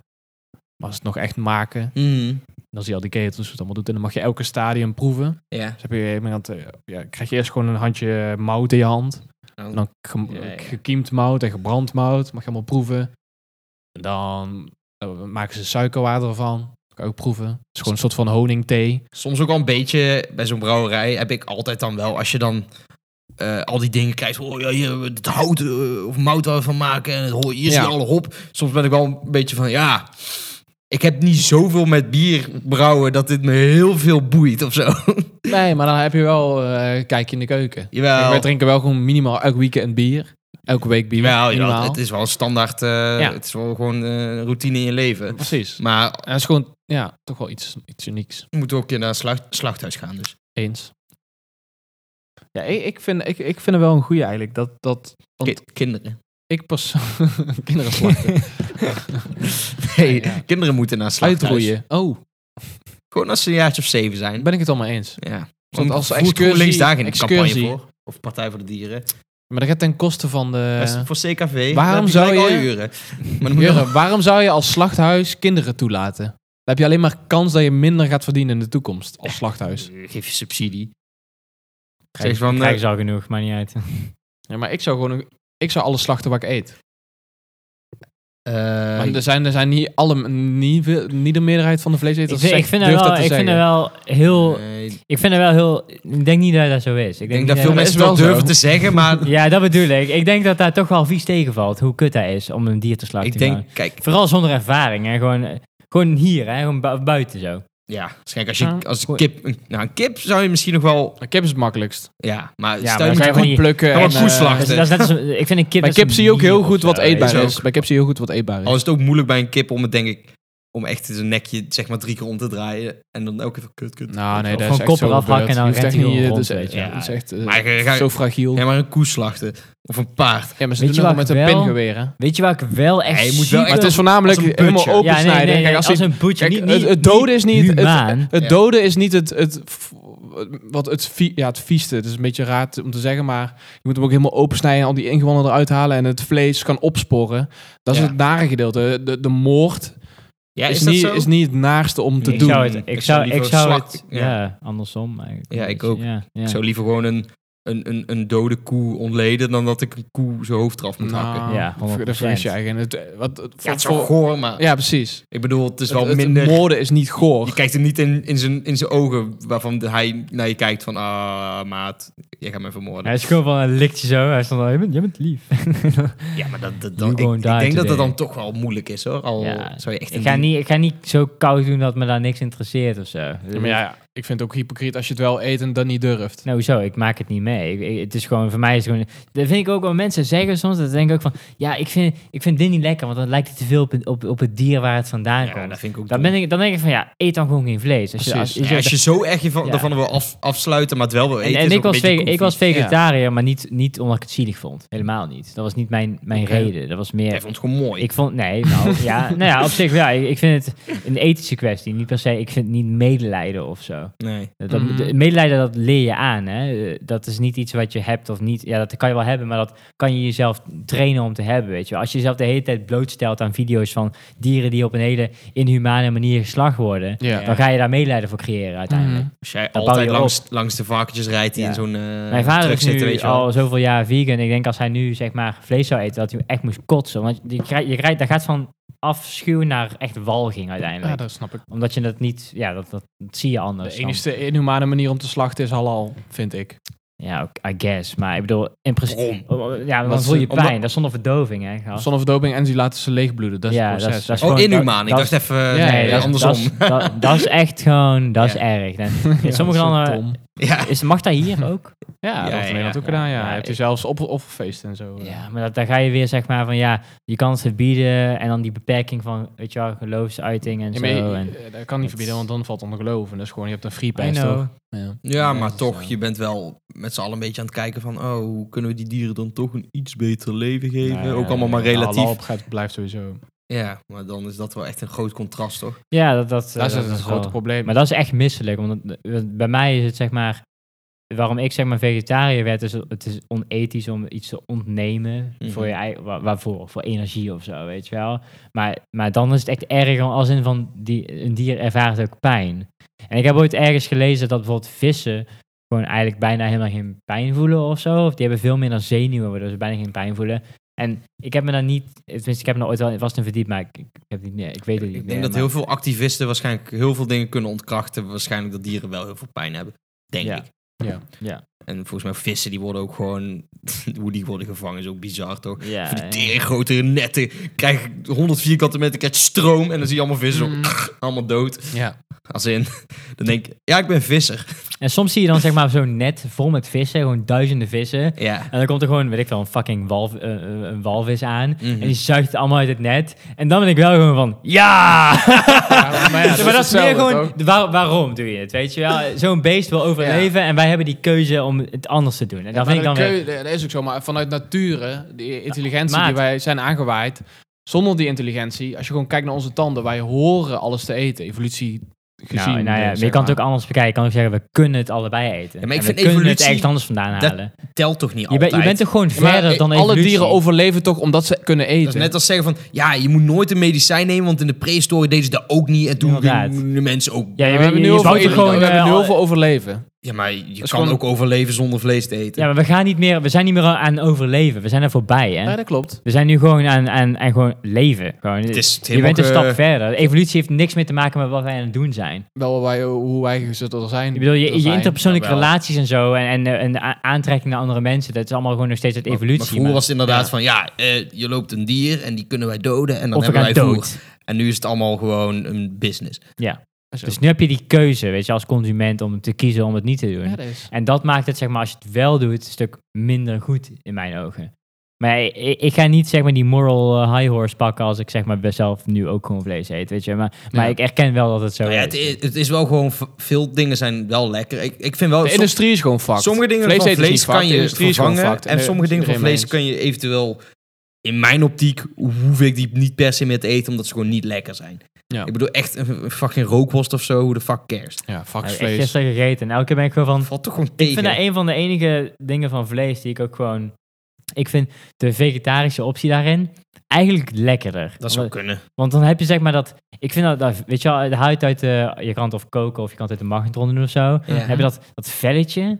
Speaker 2: als het nog echt maken.
Speaker 1: hmm,
Speaker 2: En Dan zie je al die ketels, hoe het allemaal doet. En dan mag je elke stadium proeven.
Speaker 1: Ja.
Speaker 2: Dus heb je, iemand, eh, ja, krijg je eerst gewoon een handje mout in je hand.
Speaker 1: Nou,
Speaker 2: En dan ge-
Speaker 1: Ja, ja.
Speaker 2: gekiemd mout en gebrand mout. Mag je allemaal proeven. En dan eh, maken ze suikerwater van. Kan je ook proeven. Het is gewoon een soort van honingthee.
Speaker 1: Soms ook wel een beetje bij zo'n brouwerij heb ik altijd dan wel, als je dan eh, al die dingen krijgt, oh ja, hier, het hout eh, of mout waar we van maken en het, hooi, hier
Speaker 2: Ja.
Speaker 1: zie je alle hop. Soms ben ik wel een beetje van, ja, ik heb niet zoveel met bier brouwen dat dit me heel veel boeit of zo.
Speaker 2: Nee, maar dan heb je wel eh kijk in de keuken. Kijk,
Speaker 1: jawel,
Speaker 2: wij drinken wel gewoon minimaal elk weekend bier. Elke week bier.
Speaker 1: jawel, jawel,
Speaker 2: minimaal.
Speaker 1: het is wel een standaard, eh,
Speaker 2: Ja.
Speaker 1: het is wel gewoon eh, een routine in je leven.
Speaker 2: Precies.
Speaker 1: Maar
Speaker 2: En het is gewoon, ja, toch wel iets, iets unieks.
Speaker 1: we moeten ook een keer naar een slacht, slachthuis gaan dus.
Speaker 2: Eens. Ja, ik, ik, vind, ik, ik vind het wel een goede eigenlijk. Dat, dat,
Speaker 1: Ki- kinderen.
Speaker 2: ik persoonlijk... Kinderen slachten.
Speaker 1: Nee,
Speaker 2: Ja, ja.
Speaker 1: kinderen moeten naar slachthuis.
Speaker 2: Uitroeien. Oh,
Speaker 1: Gewoon als ze een jaartje of zeven zijn.
Speaker 2: ben ik het allemaal eens.
Speaker 1: Ja.
Speaker 2: Want als
Speaker 1: Voert
Speaker 2: excursie-
Speaker 1: GroenLinks daar geen campagne
Speaker 2: excursie.
Speaker 1: voor. Of Partij voor de Dieren.
Speaker 2: Maar dat gaat ten koste van
Speaker 1: Dat is
Speaker 2: de...
Speaker 1: voor CKV.
Speaker 2: waarom
Speaker 1: dan heb
Speaker 2: zou
Speaker 1: gelijk
Speaker 2: je-
Speaker 1: al uren. Maar dan moet je
Speaker 2: Jurre, waarom zou je als slachthuis kinderen toelaten? Dan heb je alleen maar kans dat je minder gaat verdienen in de toekomst als slachthuis.
Speaker 1: nog- Eh, Geef je subsidie.
Speaker 4: Krijgen,
Speaker 1: Zeg van,
Speaker 4: krijgen
Speaker 1: eh,
Speaker 4: ze al genoeg, maar niet uit.
Speaker 2: Ja, maar ik zou gewoon... een- Ik zou alles slachten wat ik eet.
Speaker 1: Eh,
Speaker 2: Maar er zijn, er zijn niet, alle, niet, veel- niet de meerderheid van de
Speaker 4: Ik,
Speaker 2: vleeseters
Speaker 4: vind- ik
Speaker 2: zegt-
Speaker 4: vind dat
Speaker 2: durft
Speaker 4: wel,
Speaker 2: dat te
Speaker 4: ik vind dat
Speaker 2: zeggen.
Speaker 4: wel heel...
Speaker 1: nee, ik
Speaker 4: Ik vind dat wel heel... Ik denk niet dat dat zo is. Ik
Speaker 1: denk
Speaker 4: niet
Speaker 1: dat veel
Speaker 2: dat
Speaker 1: mensen
Speaker 2: is
Speaker 1: wel
Speaker 2: wel zo.
Speaker 1: durven te zeggen, maar
Speaker 4: Ja, dat bedoel ik. Ik denk dat daar toch wel vies tegenvalt hoe kut dat is om een dier te slachten.
Speaker 1: ik denk, kijk,
Speaker 4: Vooral zonder ervaring. Hè. Gewoon, eh, gewoon hier, hè. gewoon bu- buiten zo.
Speaker 1: ja, waarschijnlijk als je
Speaker 2: Ja,
Speaker 1: als een
Speaker 2: goed.
Speaker 1: kip, een- nou een kip zou je misschien nog wel,
Speaker 2: Kip is het makkelijkst.
Speaker 1: ja, maar stel
Speaker 4: Ja,
Speaker 1: je
Speaker 4: maar
Speaker 1: moet
Speaker 4: dan
Speaker 1: je
Speaker 4: kan je
Speaker 1: goed,
Speaker 4: niet-
Speaker 2: plukken.
Speaker 1: Ja, maar
Speaker 2: en,
Speaker 1: goed
Speaker 2: eh,
Speaker 1: slachten.
Speaker 4: Dat is, Dus dat is net als- ik vind een kip...
Speaker 2: Bij
Speaker 4: als een
Speaker 2: kip zie je ook
Speaker 4: dier
Speaker 2: heel
Speaker 4: of
Speaker 2: goed
Speaker 4: zo,
Speaker 2: wat
Speaker 4: weet je Oh,
Speaker 2: eetbaar
Speaker 1: ook.
Speaker 2: is. Bij kip zie je heel goed wat eetbaar
Speaker 1: al is
Speaker 2: is. Nou,
Speaker 1: het ook moeilijk bij een kip om het denk ik om echt zijn nekje zeg maar drie keer om te draaien en dan elke keer kut kut.
Speaker 2: Nou, nee,
Speaker 1: kut.
Speaker 2: dat
Speaker 4: Gewoon
Speaker 2: is echt
Speaker 4: koppen
Speaker 2: zo
Speaker 4: afhakken
Speaker 2: gebeurd.
Speaker 4: en dan
Speaker 2: Je hoeft
Speaker 4: rent
Speaker 2: echt
Speaker 4: hij
Speaker 2: niet,
Speaker 4: gewoon
Speaker 2: eh, dus,
Speaker 4: rond,
Speaker 2: eh,
Speaker 4: weet je.
Speaker 2: ja, dat is echt eh,
Speaker 1: Maar je gaat-
Speaker 2: zo fragiel.
Speaker 1: ja,
Speaker 2: Ja,
Speaker 1: maar een koe slachten of een paard.
Speaker 2: maar ze
Speaker 4: Weet
Speaker 2: doen
Speaker 4: je
Speaker 2: het wel
Speaker 4: wat
Speaker 2: met
Speaker 4: ik
Speaker 2: een
Speaker 4: wel-
Speaker 2: pingeweer, hè?
Speaker 4: Weet je waar ik wel echt
Speaker 1: Nee, je moet
Speaker 4: super-
Speaker 1: wel
Speaker 2: Maar het is voornamelijk
Speaker 1: als een
Speaker 2: helemaal
Speaker 1: butcher.
Speaker 4: Ja, nee, nee,
Speaker 2: opensnijden.
Speaker 4: nee,
Speaker 2: Kijk, als
Speaker 4: als
Speaker 2: die-
Speaker 4: een butcher.
Speaker 2: kijk,
Speaker 4: niet,
Speaker 2: het-
Speaker 4: niet-
Speaker 2: het doden is niet- het-
Speaker 4: humaan.
Speaker 1: Ja.
Speaker 2: Het doden is niet het... het f- wat het, vie- ja, het vieste. Het is een beetje raar te- om te zeggen, maar je moet hem ook helemaal opensnijden en al die ingewanden eruit halen en het vlees kan opsporen. Dat is
Speaker 1: Ja.
Speaker 2: het nare gedeelte. De, de moord
Speaker 1: Ja,
Speaker 2: is,
Speaker 1: is,
Speaker 2: niet,
Speaker 1: dat zo?
Speaker 2: is niet het naarste om te
Speaker 4: ik
Speaker 2: doen.
Speaker 4: Zou het, ik,
Speaker 1: Ik zou
Speaker 4: zou, ik
Speaker 1: liever
Speaker 4: zou
Speaker 1: slak-
Speaker 4: het...
Speaker 1: ja.
Speaker 4: Ja, andersom. eigenlijk. Dus,
Speaker 1: Ja, ik ook.
Speaker 4: Ja, ja.
Speaker 1: Ik zou liever gewoon een, een, een, een dode koe ontleden dan dat ik een koe zijn hoofd eraf moet hakken.
Speaker 2: Nou,
Speaker 4: Ja,
Speaker 2: dat
Speaker 4: 100%.
Speaker 2: dat vergis je eigenlijk. En het, eh, wat, het,
Speaker 1: Ja, het is
Speaker 2: voor-
Speaker 1: wel goor, maar
Speaker 2: ja, precies.
Speaker 1: ik bedoel, het is wel
Speaker 2: het, het
Speaker 1: minder.
Speaker 2: moorden is niet goor.
Speaker 1: Je kijkt hem niet in, in, zijn, in zijn ogen waarvan de- hij naar je kijkt van, ah, maat, jij gaat me vermoorden.
Speaker 4: Hij is gewoon van een liktje zo. Hij stond al, jij bent, jij bent lief.
Speaker 1: Ja, maar dat, dat,
Speaker 4: You
Speaker 1: dan, ik,
Speaker 4: gonna
Speaker 1: ik
Speaker 4: die
Speaker 1: denk dat dat
Speaker 4: today.
Speaker 1: dan toch wel moeilijk is hoor. Al
Speaker 4: Ja,
Speaker 1: zou je echt
Speaker 4: ik,
Speaker 1: een
Speaker 4: ga
Speaker 1: die-
Speaker 4: niet, ik ga niet zo koud doen dat me daar niks interesseert of zo.
Speaker 2: Ja, maar ja, ik vind het ook hypocriet als je het wel eet en dan niet durft.
Speaker 4: Nou, hoezo? Ik maak het niet mee. Ik- ik- het is gewoon, voor mij is het gewoon... Dat vind ik ook, wel mensen zeggen soms, dat denk ik ook van... Ja, ik vind, ik vind dit niet lekker, want dan lijkt het te veel op, het- op, op het dier waar het vandaan
Speaker 1: Ja, dat
Speaker 4: komt.
Speaker 1: vind ik ook
Speaker 4: Dan,
Speaker 1: dom.
Speaker 4: ben ik, dan denk ik van, ja, eet dan gewoon geen vlees. Als je, als,
Speaker 2: Precies.
Speaker 1: Ja, als je zo erg je van,
Speaker 4: Ja.
Speaker 1: daarvan wil af, afsluiten, maar het wel wil
Speaker 4: en
Speaker 1: eten,
Speaker 4: en
Speaker 1: is
Speaker 4: ik,
Speaker 1: ook een
Speaker 4: was
Speaker 1: beetje
Speaker 4: vege- ik was
Speaker 1: conflict.
Speaker 4: vegetariër, maar niet, niet omdat ik het zielig vond. Helemaal niet. Dat was niet mijn, mijn
Speaker 2: Oké.
Speaker 4: reden. Dat was
Speaker 1: Hij
Speaker 4: meer...
Speaker 1: vond het gewoon mooi.
Speaker 4: Ik vond, nee, nou ja, nou ja, op zich ja, ik, ik vind het een ethische kwestie. Niet per se, ik vind het niet medelijden of zo.
Speaker 1: nee.
Speaker 4: Dat, dat-
Speaker 2: Mhm.
Speaker 4: de- Medelijden, dat leer je aan. Hè? Eh, Dat is niet iets wat je hebt of niet. Ja, dat kan je wel hebben, maar dat kan je jezelf trainen om te hebben. Weet je wel. Als je jezelf de hele tijd blootstelt aan video's van dieren die op een hele inhumane manier geslacht worden,
Speaker 2: Ja.
Speaker 4: dan ga je daar medelijden voor creëren uiteindelijk.
Speaker 2: Mhm.
Speaker 1: Als jij
Speaker 4: bouw
Speaker 1: altijd
Speaker 4: je op.
Speaker 1: langs, langs de varkentjes rijdt die
Speaker 4: Ja.
Speaker 1: in zo'n eh
Speaker 4: Mijn vader
Speaker 1: truck
Speaker 4: is
Speaker 1: zitten,
Speaker 4: nu
Speaker 1: weet je wel.
Speaker 4: al zoveel jaar vegan. Ik denk als hij nu zeg maar vlees zou eten, dat hij echt moest kotsen. Want je, krijgt, je krijgt, dat gaat van afschuw naar echt walging uiteindelijk.
Speaker 2: Hm. Ja, dat snap ik.
Speaker 4: Omdat je dat niet, ja, dat, dat, dat zie je
Speaker 2: De
Speaker 4: anders. dan.
Speaker 2: enige inhumane manier om te slachten is halal, vind ik.
Speaker 4: Ja, ook- I guess. Maar ik bedoel, in principe. Oh, Ja, maar dan
Speaker 2: Omdat
Speaker 4: voel je
Speaker 2: ze-
Speaker 4: pijn.
Speaker 2: omdat-
Speaker 4: Dat is zonder verdoving, hè? gast.
Speaker 2: Zonder verdoving en ze laten ze leegbloeden. Dat is
Speaker 4: Ja,
Speaker 2: het
Speaker 4: dat
Speaker 2: proces.
Speaker 4: is- dat is
Speaker 1: Oh,
Speaker 4: gewoon-
Speaker 1: inhumaan. Ik
Speaker 4: dat-
Speaker 1: dacht even eh,
Speaker 2: Ja, ja,
Speaker 1: nee,
Speaker 4: dat is-
Speaker 1: andersom.
Speaker 4: Dat is, dat, dat is echt gewoon, dat is
Speaker 1: Ja.
Speaker 4: erg. Dan, in sommige
Speaker 2: Ja, dat is zo
Speaker 4: landen,
Speaker 2: dom.
Speaker 1: ja.
Speaker 4: is, mag dat hier ook?
Speaker 2: Ja, dat
Speaker 1: Ja,
Speaker 2: wordt in
Speaker 1: ja,
Speaker 2: Nederland ook
Speaker 4: ja.
Speaker 2: gedaan. Ja,
Speaker 4: Ja,
Speaker 2: heb je
Speaker 4: ik-
Speaker 2: zelfs op, opgefeest en zo.
Speaker 4: Ja, maar dat, daar ga je weer zeg maar van, ja, je kan het verbieden en dan die beperking van, weet je wel, geloofsuiting en
Speaker 2: Ja, maar je-
Speaker 4: zo. En,
Speaker 2: eh, dat kan niet verbieden, want dan valt onder geloof. En dat is gewoon, je hebt een free
Speaker 4: I
Speaker 2: pass
Speaker 4: know.
Speaker 2: toch? Ja. dus,
Speaker 1: Ja,
Speaker 4: Ja,
Speaker 1: maar
Speaker 4: dat is,
Speaker 1: toch,
Speaker 4: eh,
Speaker 1: je bent wel met z'n allen een beetje aan het kijken van... oh, hoe kunnen we die dieren dan toch een iets beter leven geven?
Speaker 2: Nou ja,
Speaker 1: Ook allemaal maar
Speaker 2: ja,
Speaker 1: relatief.
Speaker 2: Halal op gaat, blijft sowieso.
Speaker 1: Ja, maar dan is dat wel echt een groot contrast, toch?
Speaker 4: Ja, dat, dat, eh,
Speaker 2: Dat is
Speaker 4: dat
Speaker 2: het
Speaker 4: wel-
Speaker 2: grote probleem.
Speaker 4: Maar dat is echt misselijk. Want dat- eh, bij mij is het zeg maar. Waarom ik zeg maar vegetariër werd, is het- het is onethisch om iets te ontnemen.
Speaker 1: Mhm.
Speaker 4: Voor je ei- wa- waarvoor? Voor energie of zo, weet je wel. Maar, maar dan is het echt erg, want als in van die, een dier ervaart ook pijn. En ik heb ooit ergens gelezen dat bijvoorbeeld vissen gewoon eigenlijk bijna helemaal geen pijn voelen of zo. Of die hebben veel minder zenuwen, waardoor ze bijna geen pijn voelen. En ik heb me daar niet, tenminste, ik heb me daar ooit wel vast in verdiept, maar ik, ik heb niet meer, ik weet het niet
Speaker 1: Ik
Speaker 4: meer,
Speaker 1: denk dat
Speaker 4: maar-
Speaker 1: heel veel activisten waarschijnlijk heel veel dingen kunnen ontkrachten. Waarschijnlijk dat dieren wel heel veel pijn hebben. Denk
Speaker 4: Ja.
Speaker 1: ik.
Speaker 2: Ja.
Speaker 4: Ja.
Speaker 1: En volgens mij vissen, die worden ook gewoon... hoe die worden gevangen is ook bizar, toch?
Speaker 4: Ja,
Speaker 1: Van die
Speaker 4: ja.
Speaker 1: tering grote netten. Krijg ik 100 vierkante meter, krijg je stroom.
Speaker 4: Mm.
Speaker 1: En dan zie je allemaal vissen zo, allemaal dood.
Speaker 2: Ja.
Speaker 1: Als in, dan denk ik, ja, ik ben visser.
Speaker 4: En soms zie je dan zeg maar zo'n net vol met vissen, gewoon duizenden vissen.
Speaker 1: Ja.
Speaker 4: En dan komt er gewoon, weet ik wel, een fucking walv- eh, eh, een walvis aan.
Speaker 1: Mhm.
Speaker 4: En die zuigt het allemaal uit het net. En dan ben ik wel gewoon van, ja!
Speaker 2: maar ja, dat
Speaker 4: maar
Speaker 2: is
Speaker 4: dat is meer
Speaker 2: hetzelfde,
Speaker 4: gewoon, waar- waarom doe je het, weet je wel? Zo'n beest wil overleven en wij hebben die keuze om het anders te doen. En dat
Speaker 2: Maar
Speaker 4: vind ik dan
Speaker 2: de
Speaker 4: weer...
Speaker 2: keu- dat is ook zo, maar vanuit nature, die intelligentie
Speaker 4: maat.
Speaker 2: die wij zijn aangewaaid, zonder die intelligentie, als je gewoon kijkt naar onze tanden, wij horen alles te eten, evolutie gezien.
Speaker 4: nou, nou ja,
Speaker 2: eh,
Speaker 4: maar je
Speaker 2: zeg
Speaker 4: kan het
Speaker 2: maar.
Speaker 4: ook anders bekijken. Je kan ook zeggen, we kunnen het allebei eten.
Speaker 1: Ja, maar ik vind
Speaker 4: En we kunnen het
Speaker 1: evolutie-
Speaker 4: ergens anders vandaan
Speaker 1: dat
Speaker 4: halen.
Speaker 1: Telt toch niet
Speaker 4: Je,
Speaker 1: altijd?
Speaker 4: bent- je bent toch gewoon
Speaker 2: Ja, maar
Speaker 4: verder dan
Speaker 2: alle
Speaker 4: evolutie?
Speaker 2: dieren overleven toch omdat ze kunnen eten.
Speaker 1: Dat is net als zeggen van, ja, je moet nooit een medicijn nemen, want in de prehistorie deden ze dat ook niet. En toen
Speaker 4: Inderdaad.
Speaker 1: gingen de mensen ook...
Speaker 2: Ja,
Speaker 4: Ja, je,
Speaker 2: we hebben
Speaker 4: je,
Speaker 2: nu
Speaker 4: je
Speaker 2: over,
Speaker 4: bouwt er
Speaker 2: eten-
Speaker 4: gewoon...
Speaker 2: we hebben
Speaker 4: eh,
Speaker 2: nu over overleven.
Speaker 1: Ja, maar je kan
Speaker 2: gewoon-
Speaker 1: ook overleven zonder vlees te eten.
Speaker 4: Ja, maar we, gaan niet meer, we zijn niet meer aan overleven. We zijn er voorbij, hè?
Speaker 2: Ja, dat klopt.
Speaker 4: We zijn nu gewoon aan, aan, aan gewoon leven. Gewoon,
Speaker 1: is
Speaker 4: je bent een
Speaker 1: helemaal
Speaker 4: stap
Speaker 1: ge-
Speaker 4: verder. Evolutie heeft niks meer te maken met wat wij aan het doen zijn.
Speaker 2: Wel waar wij, hoe wij gezet er zijn.
Speaker 4: Ik bedoel, je, je interpersoonlijke
Speaker 1: jawel.
Speaker 4: relaties en zo... en, en, eh, en a- aantrekking naar andere mensen... dat is allemaal gewoon nog steeds uit evolutie.
Speaker 1: Maar vroeger was het inderdaad van, ja, eh, je loopt een dier en die kunnen wij doden en dan
Speaker 4: Of we
Speaker 1: hebben
Speaker 4: gaan
Speaker 1: wij voer.
Speaker 4: dood.
Speaker 1: En nu is het allemaal gewoon een business.
Speaker 2: Zo.
Speaker 4: Dus nu heb je die keuze, weet je, als consument... om te kiezen om het niet te doen.
Speaker 2: Ja, dat is.
Speaker 1: Oh,
Speaker 4: En dat maakt het, zeg maar, als je het wel doet, een stuk minder goed in mijn ogen. Maar ik, ik- ik ga niet, zeg maar, die moral eh, high horse pakken als ik, zeg maar, zelf nu ook gewoon vlees eet, weet je. Maar, maar
Speaker 2: Ja.
Speaker 4: ik erken wel dat het zo
Speaker 1: Maar Nou ja,
Speaker 4: is.
Speaker 1: het, is, het is wel gewoon, v- veel dingen zijn wel lekker. Ik, ik vind wel...
Speaker 2: De
Speaker 1: soms-
Speaker 2: industrie is gewoon fucked.
Speaker 1: Sommige dingen
Speaker 2: Vlees
Speaker 1: van
Speaker 2: eten is
Speaker 1: vlees
Speaker 2: niet fucked,
Speaker 1: kan
Speaker 2: de
Speaker 1: je
Speaker 2: industrie is gewoon
Speaker 1: vervangen.
Speaker 2: fucked.
Speaker 1: En
Speaker 2: Nee,
Speaker 1: sommige dingen van
Speaker 2: iedereen mee
Speaker 1: vlees
Speaker 2: eens.
Speaker 1: kan je eventueel... In mijn optiek hoef ik die niet per se meer te eten, omdat ze gewoon niet lekker zijn.
Speaker 2: Ja.
Speaker 1: Ik bedoel, echt een een fucking rookworst of zo, hoe de fuck cares?
Speaker 2: Ja,
Speaker 4: Maar
Speaker 2: fuck
Speaker 4: ik heb
Speaker 2: vlees.
Speaker 4: gisteren gegeten en elke keer ben ik gewoon van...
Speaker 1: Valt toch gewoon tegen.
Speaker 4: Ik vind dat een van de enige dingen van vlees die ik ook gewoon... Ik vind de vegetarische optie daarin eigenlijk lekkerder.
Speaker 1: Dat zou
Speaker 4: Omdat-
Speaker 1: kunnen.
Speaker 4: Want dan heb je zeg maar dat... Ik vind dat, dat weet je wel, de huid uit de... Je kan het of koken of je kan het uit de magnetron doen of zo.
Speaker 1: Ja.
Speaker 4: Dan heb je dat, dat velletje.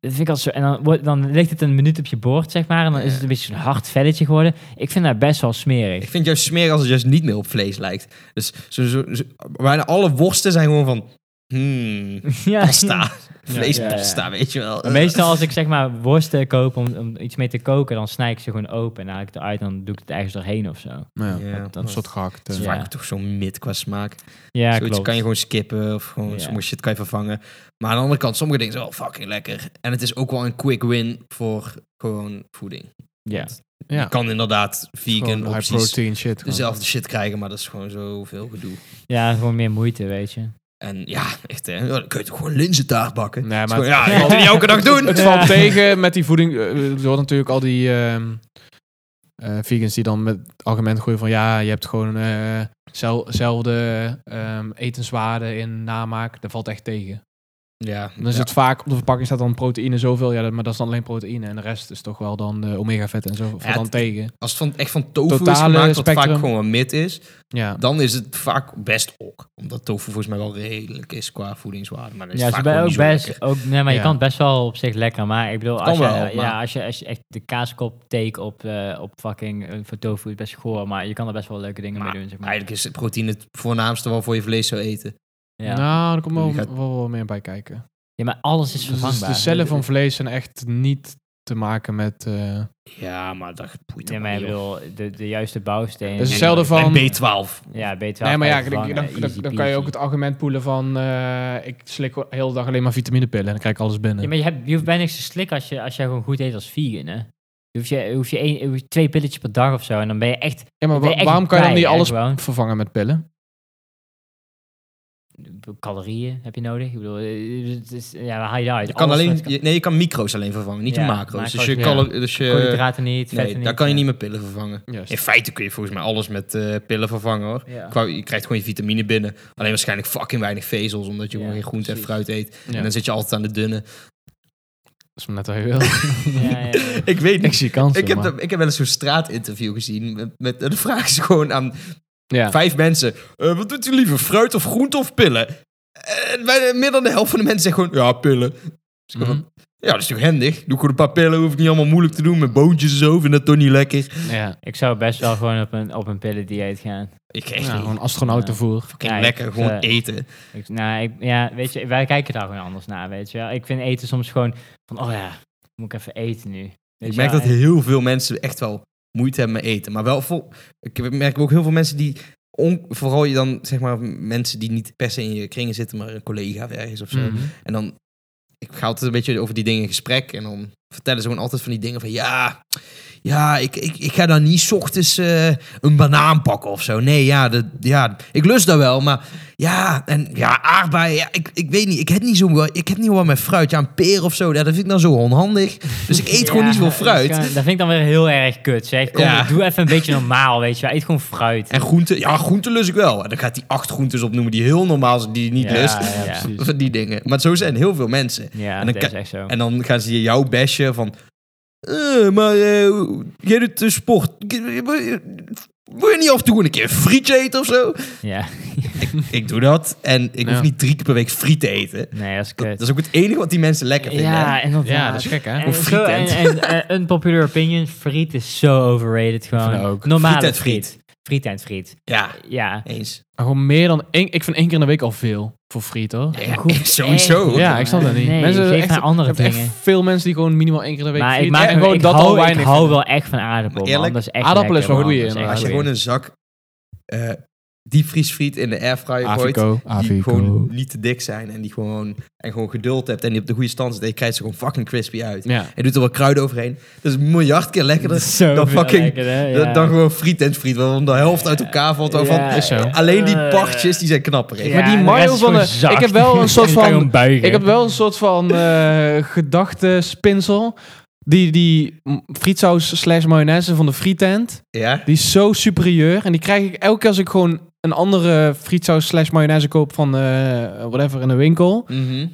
Speaker 4: Dat vind ik al zo. En dan, wordt- dan ligt het een minuut op je bord, zeg maar. En dan is het een beetje een hard velletje geworden. Ik vind dat best wel
Speaker 1: Ik
Speaker 4: smerig.
Speaker 1: vind het juist smerig als het juist niet meer op vlees lijkt. Dus zo, zo- zo- bijna alle worsten zijn gewoon van... Hmm,
Speaker 4: ja.
Speaker 1: pasta. Vleespasta,
Speaker 4: ja,
Speaker 1: weet je wel.
Speaker 4: Maar meestal als ik zeg maar worsten koop om, om iets mee te koken, dan snij ik ze gewoon open en haal ik het eruit en dan doe ik het ergens doorheen of zo.
Speaker 2: Ja,
Speaker 1: Ja,
Speaker 2: dat is
Speaker 1: dat-
Speaker 2: soort gehakt. eh.
Speaker 1: Dat is
Speaker 4: Ja.
Speaker 1: vaak toch zo'n mid qua smaak.
Speaker 4: Ja,
Speaker 1: Zoiets
Speaker 4: klopt.
Speaker 1: kan je gewoon skippen of gewoon
Speaker 4: Ja.
Speaker 1: sommige shit kan je vervangen. Maar aan de andere kant, sommige dingen zijn wel fucking lekker. En het is ook wel een quick win voor gewoon voeding.
Speaker 4: Ja.
Speaker 2: Ja.
Speaker 1: Je kan inderdaad
Speaker 2: Gewoon
Speaker 1: vegan
Speaker 2: high
Speaker 1: opties
Speaker 2: protein shit. gewoon.
Speaker 1: dezelfde shit krijgen, maar dat is gewoon zoveel gedoe.
Speaker 4: ja, gewoon meer moeite, weet je.
Speaker 1: En ja, echt hè. Ja, Dan kun je toch gewoon linzentaart bakken.
Speaker 2: Nee,
Speaker 1: Dat is
Speaker 2: maar
Speaker 1: gewoon- ja, dat moet je niet elke dag doen.
Speaker 2: Het
Speaker 4: Ja.
Speaker 2: valt tegen met die voeding. eh, Je hoort natuurlijk al die ehm, eh, vegans die dan met het argument gooien van ja, je hebt gewoon eh, zel- zelfde ehm, etenswaarden in namaak. Dat valt echt tegen.
Speaker 1: Ja,
Speaker 2: Dan is
Speaker 1: ja.
Speaker 2: het vaak op de verpakking staat dan proteïne zoveel, ja, dat- maar dat is dan alleen proteïne en de rest is toch wel dan de omega vetten en zo. Valt
Speaker 1: Ja,
Speaker 2: dan
Speaker 1: het-
Speaker 2: tegen.
Speaker 1: Als het van, echt van tofu is
Speaker 2: Totale
Speaker 1: gemaakt, wat
Speaker 2: spectrum.
Speaker 1: vaak gewoon een mid is,
Speaker 2: Ja.
Speaker 1: dan is het vaak best ook. Omdat tofu volgens mij wel redelijk is qua voedingswaarde. Maar dat is
Speaker 4: Ja, ze
Speaker 1: vaak
Speaker 4: zijn
Speaker 1: gewoon
Speaker 4: ook
Speaker 1: niet zo
Speaker 4: best.
Speaker 1: lekker.
Speaker 4: Ook, nee, maar je
Speaker 2: Ja.
Speaker 4: kan het best wel op zich lekker. Maar ik bedoel, als je,
Speaker 1: Kan wel,
Speaker 4: ja,
Speaker 1: maar-
Speaker 4: als, je, als je echt de kaaskop take op, eh, op fucking eh, voor tofu is best goor. Maar je kan er best wel leuke dingen
Speaker 1: Maar
Speaker 4: mee doen. Zeg maar.
Speaker 1: Eigenlijk is het proteïne het voornaamste waarvoor je vlees zou eten.
Speaker 4: Ja.
Speaker 2: Nou, daar komt wel,
Speaker 1: Je gaat-
Speaker 2: wel, wel meer bij kijken.
Speaker 4: ja, maar alles is
Speaker 2: Dus
Speaker 4: vervangbaar.
Speaker 2: de cellen van vlees zijn echt niet te maken met. eh,
Speaker 1: Ja, maar dat boeit
Speaker 4: Ja,
Speaker 1: ook
Speaker 4: maar ik
Speaker 1: niet, joh.
Speaker 4: bedoel, de, de juiste bouwsteen.
Speaker 2: Dat is
Speaker 1: En-
Speaker 2: hetzelfde van-
Speaker 1: En B12.
Speaker 4: Ja, beter.
Speaker 2: Nee, maar ja, dan, dan, dan, dan kan je ook het argument poelen van... eh, ik slik de hele dag alleen maar vitaminepillen en dan krijg ik alles binnen.
Speaker 4: Ja, maar je, hebt, je hoeft bijna niks te slikken als je, als je gewoon goed eet als vegan, hè. Je hoeft, je, hoef je, één, hoef je twee pilletjes per dag of zo. En dan ben je echt...
Speaker 2: wa-
Speaker 4: ben je echt
Speaker 2: waarom kan je dan
Speaker 4: bij,
Speaker 2: niet
Speaker 4: hè,
Speaker 2: alles
Speaker 4: gewoon.
Speaker 2: vervangen met pillen?
Speaker 4: Calorieën heb je nodig. Ik bedoel, eh, het is, ja, haal je eruit.
Speaker 1: Je kan,
Speaker 4: Alles
Speaker 1: alleen,
Speaker 4: met-
Speaker 1: je- nee, je kan micro's alleen vervangen, niet
Speaker 4: Ja,
Speaker 1: de macro's. Dus je,
Speaker 4: macro's,
Speaker 2: ja.
Speaker 1: calo- dus je
Speaker 4: Koolhydraten niet, vetten
Speaker 1: Nee,
Speaker 4: niet.
Speaker 1: daar kan je niet met pillen vervangen.
Speaker 2: Juist.
Speaker 1: In feite kun je volgens mij alles met eh, pillen vervangen hoor.
Speaker 4: Ja.
Speaker 1: Qua- Je krijgt gewoon je vitamine binnen. Alleen waarschijnlijk fucking weinig vezels, omdat je
Speaker 4: Ja,
Speaker 1: gewoon geen groente en
Speaker 4: precies.
Speaker 1: fruit eet.
Speaker 2: Ja.
Speaker 1: En dan zit je altijd aan de dunne.
Speaker 2: Dat is maar net wat je wil.
Speaker 4: Ja, ja, ja.
Speaker 1: Ik weet
Speaker 2: ik
Speaker 1: niks.
Speaker 2: zie kansen,
Speaker 1: Ik heb,
Speaker 2: maar-
Speaker 1: dat- ik heb wel eens zo'n straatinterview gezien. Met, met, en dan vragen ze gewoon aan
Speaker 2: ja.
Speaker 1: vijf mensen: eh, Wat doet u liever, fruit of groente of pillen? En bijna meer dan de helft van de mensen zegt gewoon: Ja, pillen. Dus ik
Speaker 2: Mhm.
Speaker 1: van, ja, dat is toch handig? Doe ik gewoon een paar pillen, hoef ik niet allemaal moeilijk te doen. Met boontjes en zo, vind dat toch niet lekker.
Speaker 2: ja.
Speaker 4: Ik zou best wel gewoon op een, op een pillendieet gaan.
Speaker 1: Ik
Speaker 2: Ja,
Speaker 1: krijg
Speaker 2: gewoon
Speaker 1: gewoon
Speaker 2: astronautenvoer.
Speaker 1: fucking
Speaker 4: Ja,
Speaker 1: lekker,
Speaker 4: ik,
Speaker 1: gewoon
Speaker 4: eh,
Speaker 1: eten.
Speaker 4: Ik, nou, ik, ja, weet je, wij kijken daar gewoon anders naar, weet je wel. Ik vind eten soms gewoon van, oh ja, moet ik even eten nu. Weet
Speaker 1: Ik
Speaker 4: je
Speaker 1: merk
Speaker 4: wel,
Speaker 1: dat heel veel mensen echt wel moeite hebben met eten. Maar wel vol. Ik merk ook heel veel mensen die. on- vooral je dan, zeg maar, mensen die niet per se in je kringen zitten, maar een collega of ergens of zo.
Speaker 2: Mhm.
Speaker 1: En dan ik ga altijd een beetje over die dingen in gesprek. En dan vertellen ze gewoon altijd van die dingen van ja, ja, ik, ik, ik ga dan niet 's ochtends eh, een banaan pakken of zo. Nee, ja, dat, ja, ik lust dat wel, maar ja, en ja, aardbeien, ja, ik, ik weet niet, ik heb niet zo wel- ik heb niet wel met fruit. Ja, een peer of zo, ja, dat vind ik dan zo onhandig. Dus ik eet gewoon niet veel fruit.
Speaker 4: Dat vind ik dan weer heel erg kut. Zeg. Kom,
Speaker 1: Ja.
Speaker 4: Doe even een beetje normaal, weet je wel. Eet gewoon fruit.
Speaker 1: En groenten, ja, groenten lust ik wel. En dan gaat hij acht groentes opnoemen die heel normaal zijn, die hij niet
Speaker 4: Ja,
Speaker 1: lust.
Speaker 4: ja,
Speaker 2: precies.
Speaker 1: Van die dingen. Maar zo zijn heel veel mensen.
Speaker 4: Ja,
Speaker 1: En dan
Speaker 4: dat is
Speaker 1: ka-
Speaker 4: echt zo.
Speaker 1: En dan gaan ze je jouw besje van... eh, maar eh, jij doet eh, sport. Wil je niet af en toe gewoon een keer een frietje eten of zo?
Speaker 4: Ja.
Speaker 1: Ik doe dat. En ik
Speaker 2: Ja.
Speaker 1: hoef niet drie keer per week friet te eten.
Speaker 4: Nee, dat is
Speaker 1: Dat,
Speaker 4: kut.
Speaker 1: dat is ook het enige wat die mensen lekker vinden.
Speaker 4: Ja,
Speaker 1: hè?
Speaker 4: inderdaad.
Speaker 2: Ja, dat is gek, hè?
Speaker 4: En,
Speaker 1: Of
Speaker 4: zo, en,
Speaker 1: frietent.
Speaker 4: en, eh, unpopular opinion, friet is zo overrated
Speaker 2: Ik
Speaker 4: gewoon.
Speaker 2: vind het ook.
Speaker 4: Normale
Speaker 1: Frietent
Speaker 4: friet.
Speaker 1: friet.
Speaker 4: friet. Frietent friet.
Speaker 1: ja,
Speaker 4: Ja.
Speaker 1: eens.
Speaker 2: Maar gewoon meer dan één... Ik vind één keer in de week al veel voor friet, hoor.
Speaker 1: Ja,
Speaker 4: Ja, goed.
Speaker 1: sowieso.
Speaker 4: Echt.
Speaker 2: Ja, ik snap dat niet.
Speaker 4: Nee,
Speaker 2: mensen
Speaker 4: geef
Speaker 2: echt,
Speaker 4: naar andere
Speaker 2: ik heb echt
Speaker 4: dingen.
Speaker 2: veel mensen die gewoon minimaal één keer in de week
Speaker 4: Maar ik,
Speaker 2: friet
Speaker 4: maak,
Speaker 2: en gewoon
Speaker 4: ik
Speaker 2: dat al
Speaker 4: hou,
Speaker 2: weinig
Speaker 4: ik hou
Speaker 2: vinden.
Speaker 4: wel echt van aardappel,
Speaker 1: Maar
Speaker 4: man.
Speaker 1: eerlijk,
Speaker 4: Dat is echt
Speaker 2: aardappel is
Speaker 4: lekker,
Speaker 2: wel
Speaker 4: man.
Speaker 2: goeie,
Speaker 4: Dat echt
Speaker 1: Als je
Speaker 2: inderdaad.
Speaker 4: goeie.
Speaker 1: gewoon een zak eh diepvriesfriet in de airfryer gooit...
Speaker 2: Avico,
Speaker 1: die
Speaker 2: Avico.
Speaker 1: gewoon niet te dik zijn en die gewoon, en gewoon geduld hebt en die op de goede stand zit, en je krijgt ze gewoon fucking crispy uit.
Speaker 2: Ja.
Speaker 1: En doet er wel kruiden overheen. Dat is een miljard keer
Speaker 4: Dat
Speaker 1: lekkerder
Speaker 4: is zo
Speaker 1: dan
Speaker 4: veel
Speaker 1: fucking
Speaker 4: lekkerder,
Speaker 1: dan-
Speaker 4: ja.
Speaker 1: dan gewoon friet en friet, want de helft uit elkaar valt
Speaker 4: Ja,
Speaker 1: daarvan.
Speaker 2: Is zo.
Speaker 1: Alleen die
Speaker 4: eh,
Speaker 1: partjes, die zijn knapper. hè.
Speaker 4: ja,
Speaker 2: Maar die
Speaker 4: de
Speaker 2: mayo
Speaker 4: rest is
Speaker 2: van
Speaker 4: gewoon
Speaker 2: de-
Speaker 4: zacht.
Speaker 2: ik heb wel een soort
Speaker 4: Je kan
Speaker 2: van-
Speaker 4: gewoon buigen.
Speaker 2: Ik heb wel een soort van eh gedachtespinsel. Die, die m- frietsaus slash mayonaise van de frietent,
Speaker 1: Ja?
Speaker 2: die is zo superieur. En die krijg ik elke keer als ik gewoon een andere frietsaus slash mayonaise koop van eh, whatever in de winkel.
Speaker 1: Mhm.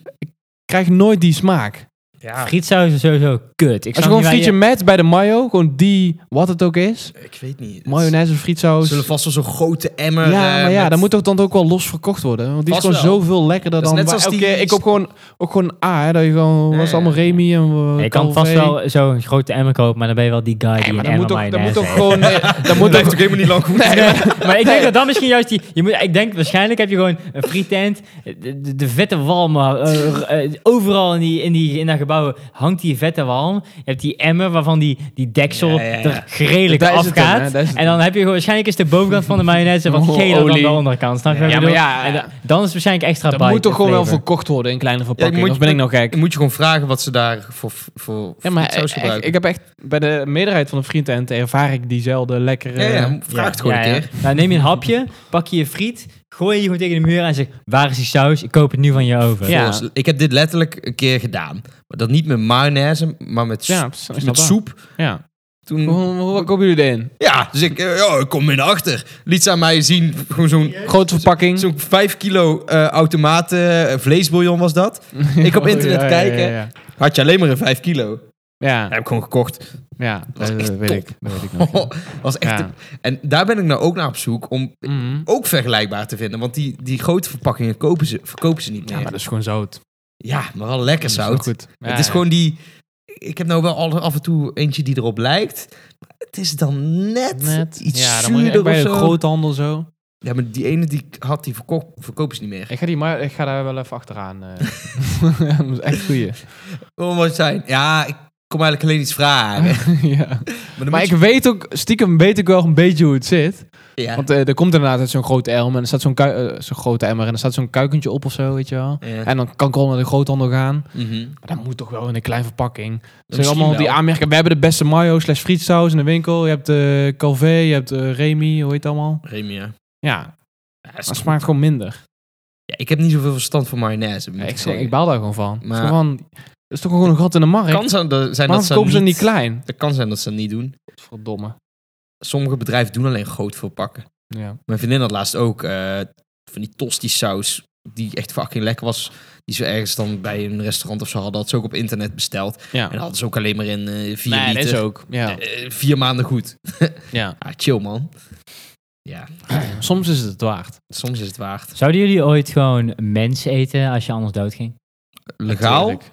Speaker 2: Krijg ik nooit die smaak.
Speaker 1: ja.
Speaker 4: Frietsaus is sowieso kut. Ik
Speaker 2: Als
Speaker 4: snap
Speaker 2: je gewoon
Speaker 4: niet
Speaker 2: een
Speaker 4: waar
Speaker 2: frietje met bij de mayo, gewoon die, wat het ook is.
Speaker 1: Ik weet niet.
Speaker 2: Mayonaise of
Speaker 1: Ze
Speaker 2: frietsaus.
Speaker 1: zullen vast wel zo'n grote emmer...
Speaker 2: ja,
Speaker 1: eh,
Speaker 2: maar ja,
Speaker 1: met-
Speaker 2: dan moet toch dan ook wel los verkocht worden. Want die is
Speaker 1: Vast
Speaker 2: gewoon
Speaker 1: wel.
Speaker 2: zoveel
Speaker 1: Dat
Speaker 2: lekkerder
Speaker 1: is
Speaker 2: dan...
Speaker 1: net
Speaker 2: maar
Speaker 1: zoals
Speaker 2: oké,
Speaker 1: die-
Speaker 2: Ik koop gewoon, ook gewoon A, hè, dat je gewoon...
Speaker 1: Ja,
Speaker 2: was allemaal
Speaker 1: ja.
Speaker 2: Remy en... eh,
Speaker 4: Je kan vast
Speaker 2: Calvé.
Speaker 4: wel zo'n grote emmer kopen, maar dan ben je wel die guy die
Speaker 2: Nee, maar
Speaker 4: een
Speaker 2: dat
Speaker 4: emmer
Speaker 2: moet toch, dat moet
Speaker 4: mayonaise
Speaker 2: toch
Speaker 4: heeft.
Speaker 2: gewoon... nee, dat
Speaker 1: Dat
Speaker 2: moet
Speaker 1: blijft
Speaker 2: toch...
Speaker 1: ook helemaal niet lang goed.
Speaker 4: Maar ik denk dat dan misschien juist die... Je moet, ik denk waarschijnlijk heb je gewoon een frietent. De, de- de vette walm. eh, r- eh, overal in, die, in, die, in dat gebouw hangt die vette walm. Je hebt die emmer waarvan die, die deksel
Speaker 1: Ja, ja, ja.
Speaker 4: er redelijk
Speaker 2: Daar is het dan,
Speaker 4: afgaat.
Speaker 2: hè, daar is het
Speaker 4: en dan heb je gewoon... Waarschijnlijk is de bovenkant van de mayonaise wat
Speaker 2: Oh,
Speaker 4: geler dan
Speaker 2: olie.
Speaker 4: de onderkant. Snap je wat ik
Speaker 2: Ja, maar
Speaker 4: bedoel?
Speaker 2: ja,
Speaker 4: En da- dan is het waarschijnlijk extra
Speaker 2: Dat
Speaker 4: bite
Speaker 2: moet toch
Speaker 4: en
Speaker 2: gewoon wel
Speaker 4: flavor.
Speaker 2: verkocht worden in kleine verpakking.
Speaker 1: moet
Speaker 2: of
Speaker 1: je-
Speaker 2: ben ik nou gek?
Speaker 1: moet je gewoon vragen wat ze daar voor, voor
Speaker 2: Ja, maar
Speaker 1: frietsaus
Speaker 2: echt,
Speaker 1: gebruiken.
Speaker 2: ik heb echt... Bij de meerderheid van de vriendenten ervaar ik diezelfde lekkere...
Speaker 1: ja, ja, vraag het gewoon
Speaker 4: Ja,
Speaker 1: een
Speaker 4: ja.
Speaker 1: keer.
Speaker 4: Nou, neem je een hapje, pak je je friet, gooi je gewoon tegen de muur aan en zeg... Waar is die saus? Ik koop het nu van je over.
Speaker 2: Ja.
Speaker 1: Volgens- Ik heb dit letterlijk een keer gedaan. Maar dat niet met mayonaise, maar met,
Speaker 2: Ja,
Speaker 1: soep-
Speaker 2: ik snap
Speaker 1: met
Speaker 2: dat.
Speaker 1: soep.
Speaker 2: Ja.
Speaker 1: Toen,
Speaker 2: Hoe, hoe, hoe kopen jullie dit in?
Speaker 1: ja, dus ik, eh, ja, ik kom in achter. Liet ze aan mij zien, gewoon zo'n...
Speaker 2: Grote verpakking.
Speaker 1: Zo'n 5 kilo eh, automaten eh, vleesbouillon was dat. Ik op
Speaker 2: Oh,
Speaker 1: internet
Speaker 2: ja, ja,
Speaker 1: kijken.
Speaker 2: ja, ja.
Speaker 1: Had je alleen maar een 5 kilo.
Speaker 2: Ja.
Speaker 1: heb ik gewoon gekocht.
Speaker 2: Ja,
Speaker 1: was
Speaker 2: dat,
Speaker 1: echt
Speaker 2: dat weet
Speaker 1: top.
Speaker 2: ik. Dat weet ik nog. ja.
Speaker 1: was echt
Speaker 2: Ja.
Speaker 1: de- en daar ben ik nou ook naar op zoek om
Speaker 2: Mhm.
Speaker 1: ook vergelijkbaar te vinden. Want die, die grote verpakkingen kopen ze, verkopen ze niet
Speaker 2: Ja,
Speaker 1: meer.
Speaker 2: maar dat is gewoon zout.
Speaker 1: Ja, maar wel lekker
Speaker 2: Dat is
Speaker 1: zout.
Speaker 2: wel goed. Ja,
Speaker 1: het is
Speaker 2: ja.
Speaker 1: gewoon die. Ik heb nou wel al- af en toe eentje die erop lijkt. Maar het is dan net,
Speaker 2: net
Speaker 1: iets
Speaker 2: ja, dan moet je echt
Speaker 1: zuurder of
Speaker 2: bij de
Speaker 1: zo.
Speaker 2: groothandel zo.
Speaker 1: Ja, maar die ene die ik had, die verkoop, verkopen ze niet meer.
Speaker 2: Ik ga, die, maar ik ga daar wel even achteraan. eh. dat is echt goeie.
Speaker 1: Wat moet het zijn? Ja, ik kom eigenlijk alleen iets vragen.
Speaker 2: ja.
Speaker 1: dan
Speaker 2: Ah. Maar
Speaker 1: moet
Speaker 2: ik weet ook, stiekem weet ik wel een beetje hoe het zit.
Speaker 1: je- ja.
Speaker 2: Want eh, er komt inderdaad uit zo'n grote elm en er staat zo'n kui- eh, zo'n grote emmer en er staat zo'n kuikentje op of zo, weet je wel.
Speaker 1: Ja.
Speaker 2: eh, En dan kan ik al naar de groothandel gaan.
Speaker 1: Mhm.
Speaker 2: Maar dat moet toch wel in een kleine verpakking. Het zijn
Speaker 1: Misschien
Speaker 2: allemaal die
Speaker 1: wel.
Speaker 2: aanmerken. We hebben de beste mayo slash frietsaus in de winkel. Je hebt eh Calvé, je hebt eh, Remy, hoe heet het allemaal?
Speaker 1: Remy, ja.
Speaker 2: Ja,
Speaker 1: Ja, is
Speaker 2: dat
Speaker 1: goed.
Speaker 2: smaakt gewoon minder.
Speaker 1: Ja, ik heb niet zoveel verstand van mayonaise. moet
Speaker 2: Ja, ik,
Speaker 1: ik
Speaker 2: zeg,
Speaker 1: zeggen.
Speaker 2: ik baal daar gewoon van.
Speaker 1: Maar-
Speaker 2: Zo van, het is toch gewoon een gat in de markt?
Speaker 1: Het kan zijn dat, zijn dat
Speaker 2: Waarom
Speaker 1: ze
Speaker 2: kopen
Speaker 1: niet,
Speaker 2: ze niet klein?
Speaker 1: Het kan zijn dat ze dat niet doen.
Speaker 2: Verdomme.
Speaker 1: Sommige bedrijven doen alleen groot verpakken.
Speaker 2: Ja.
Speaker 1: Mijn vriendin had laatst ook eh, van die tosti saus. Die echt fucking lekker was. Die ze ergens dan bij een restaurant of zo hadden. Had ze ook op internet besteld.
Speaker 2: ja.
Speaker 1: En dat hadden ze ook alleen maar in eh vier
Speaker 2: Nee, dat
Speaker 1: liter.
Speaker 2: is ook. Ja.
Speaker 1: Eh, vier maanden goed.
Speaker 2: Ja.
Speaker 1: Ah, chill man. Ja,
Speaker 2: Soms is het het waard.
Speaker 1: soms is het waard.
Speaker 4: Zouden jullie ooit gewoon mens eten als je anders doodging?
Speaker 1: Legaal?
Speaker 2: Natuurlijk.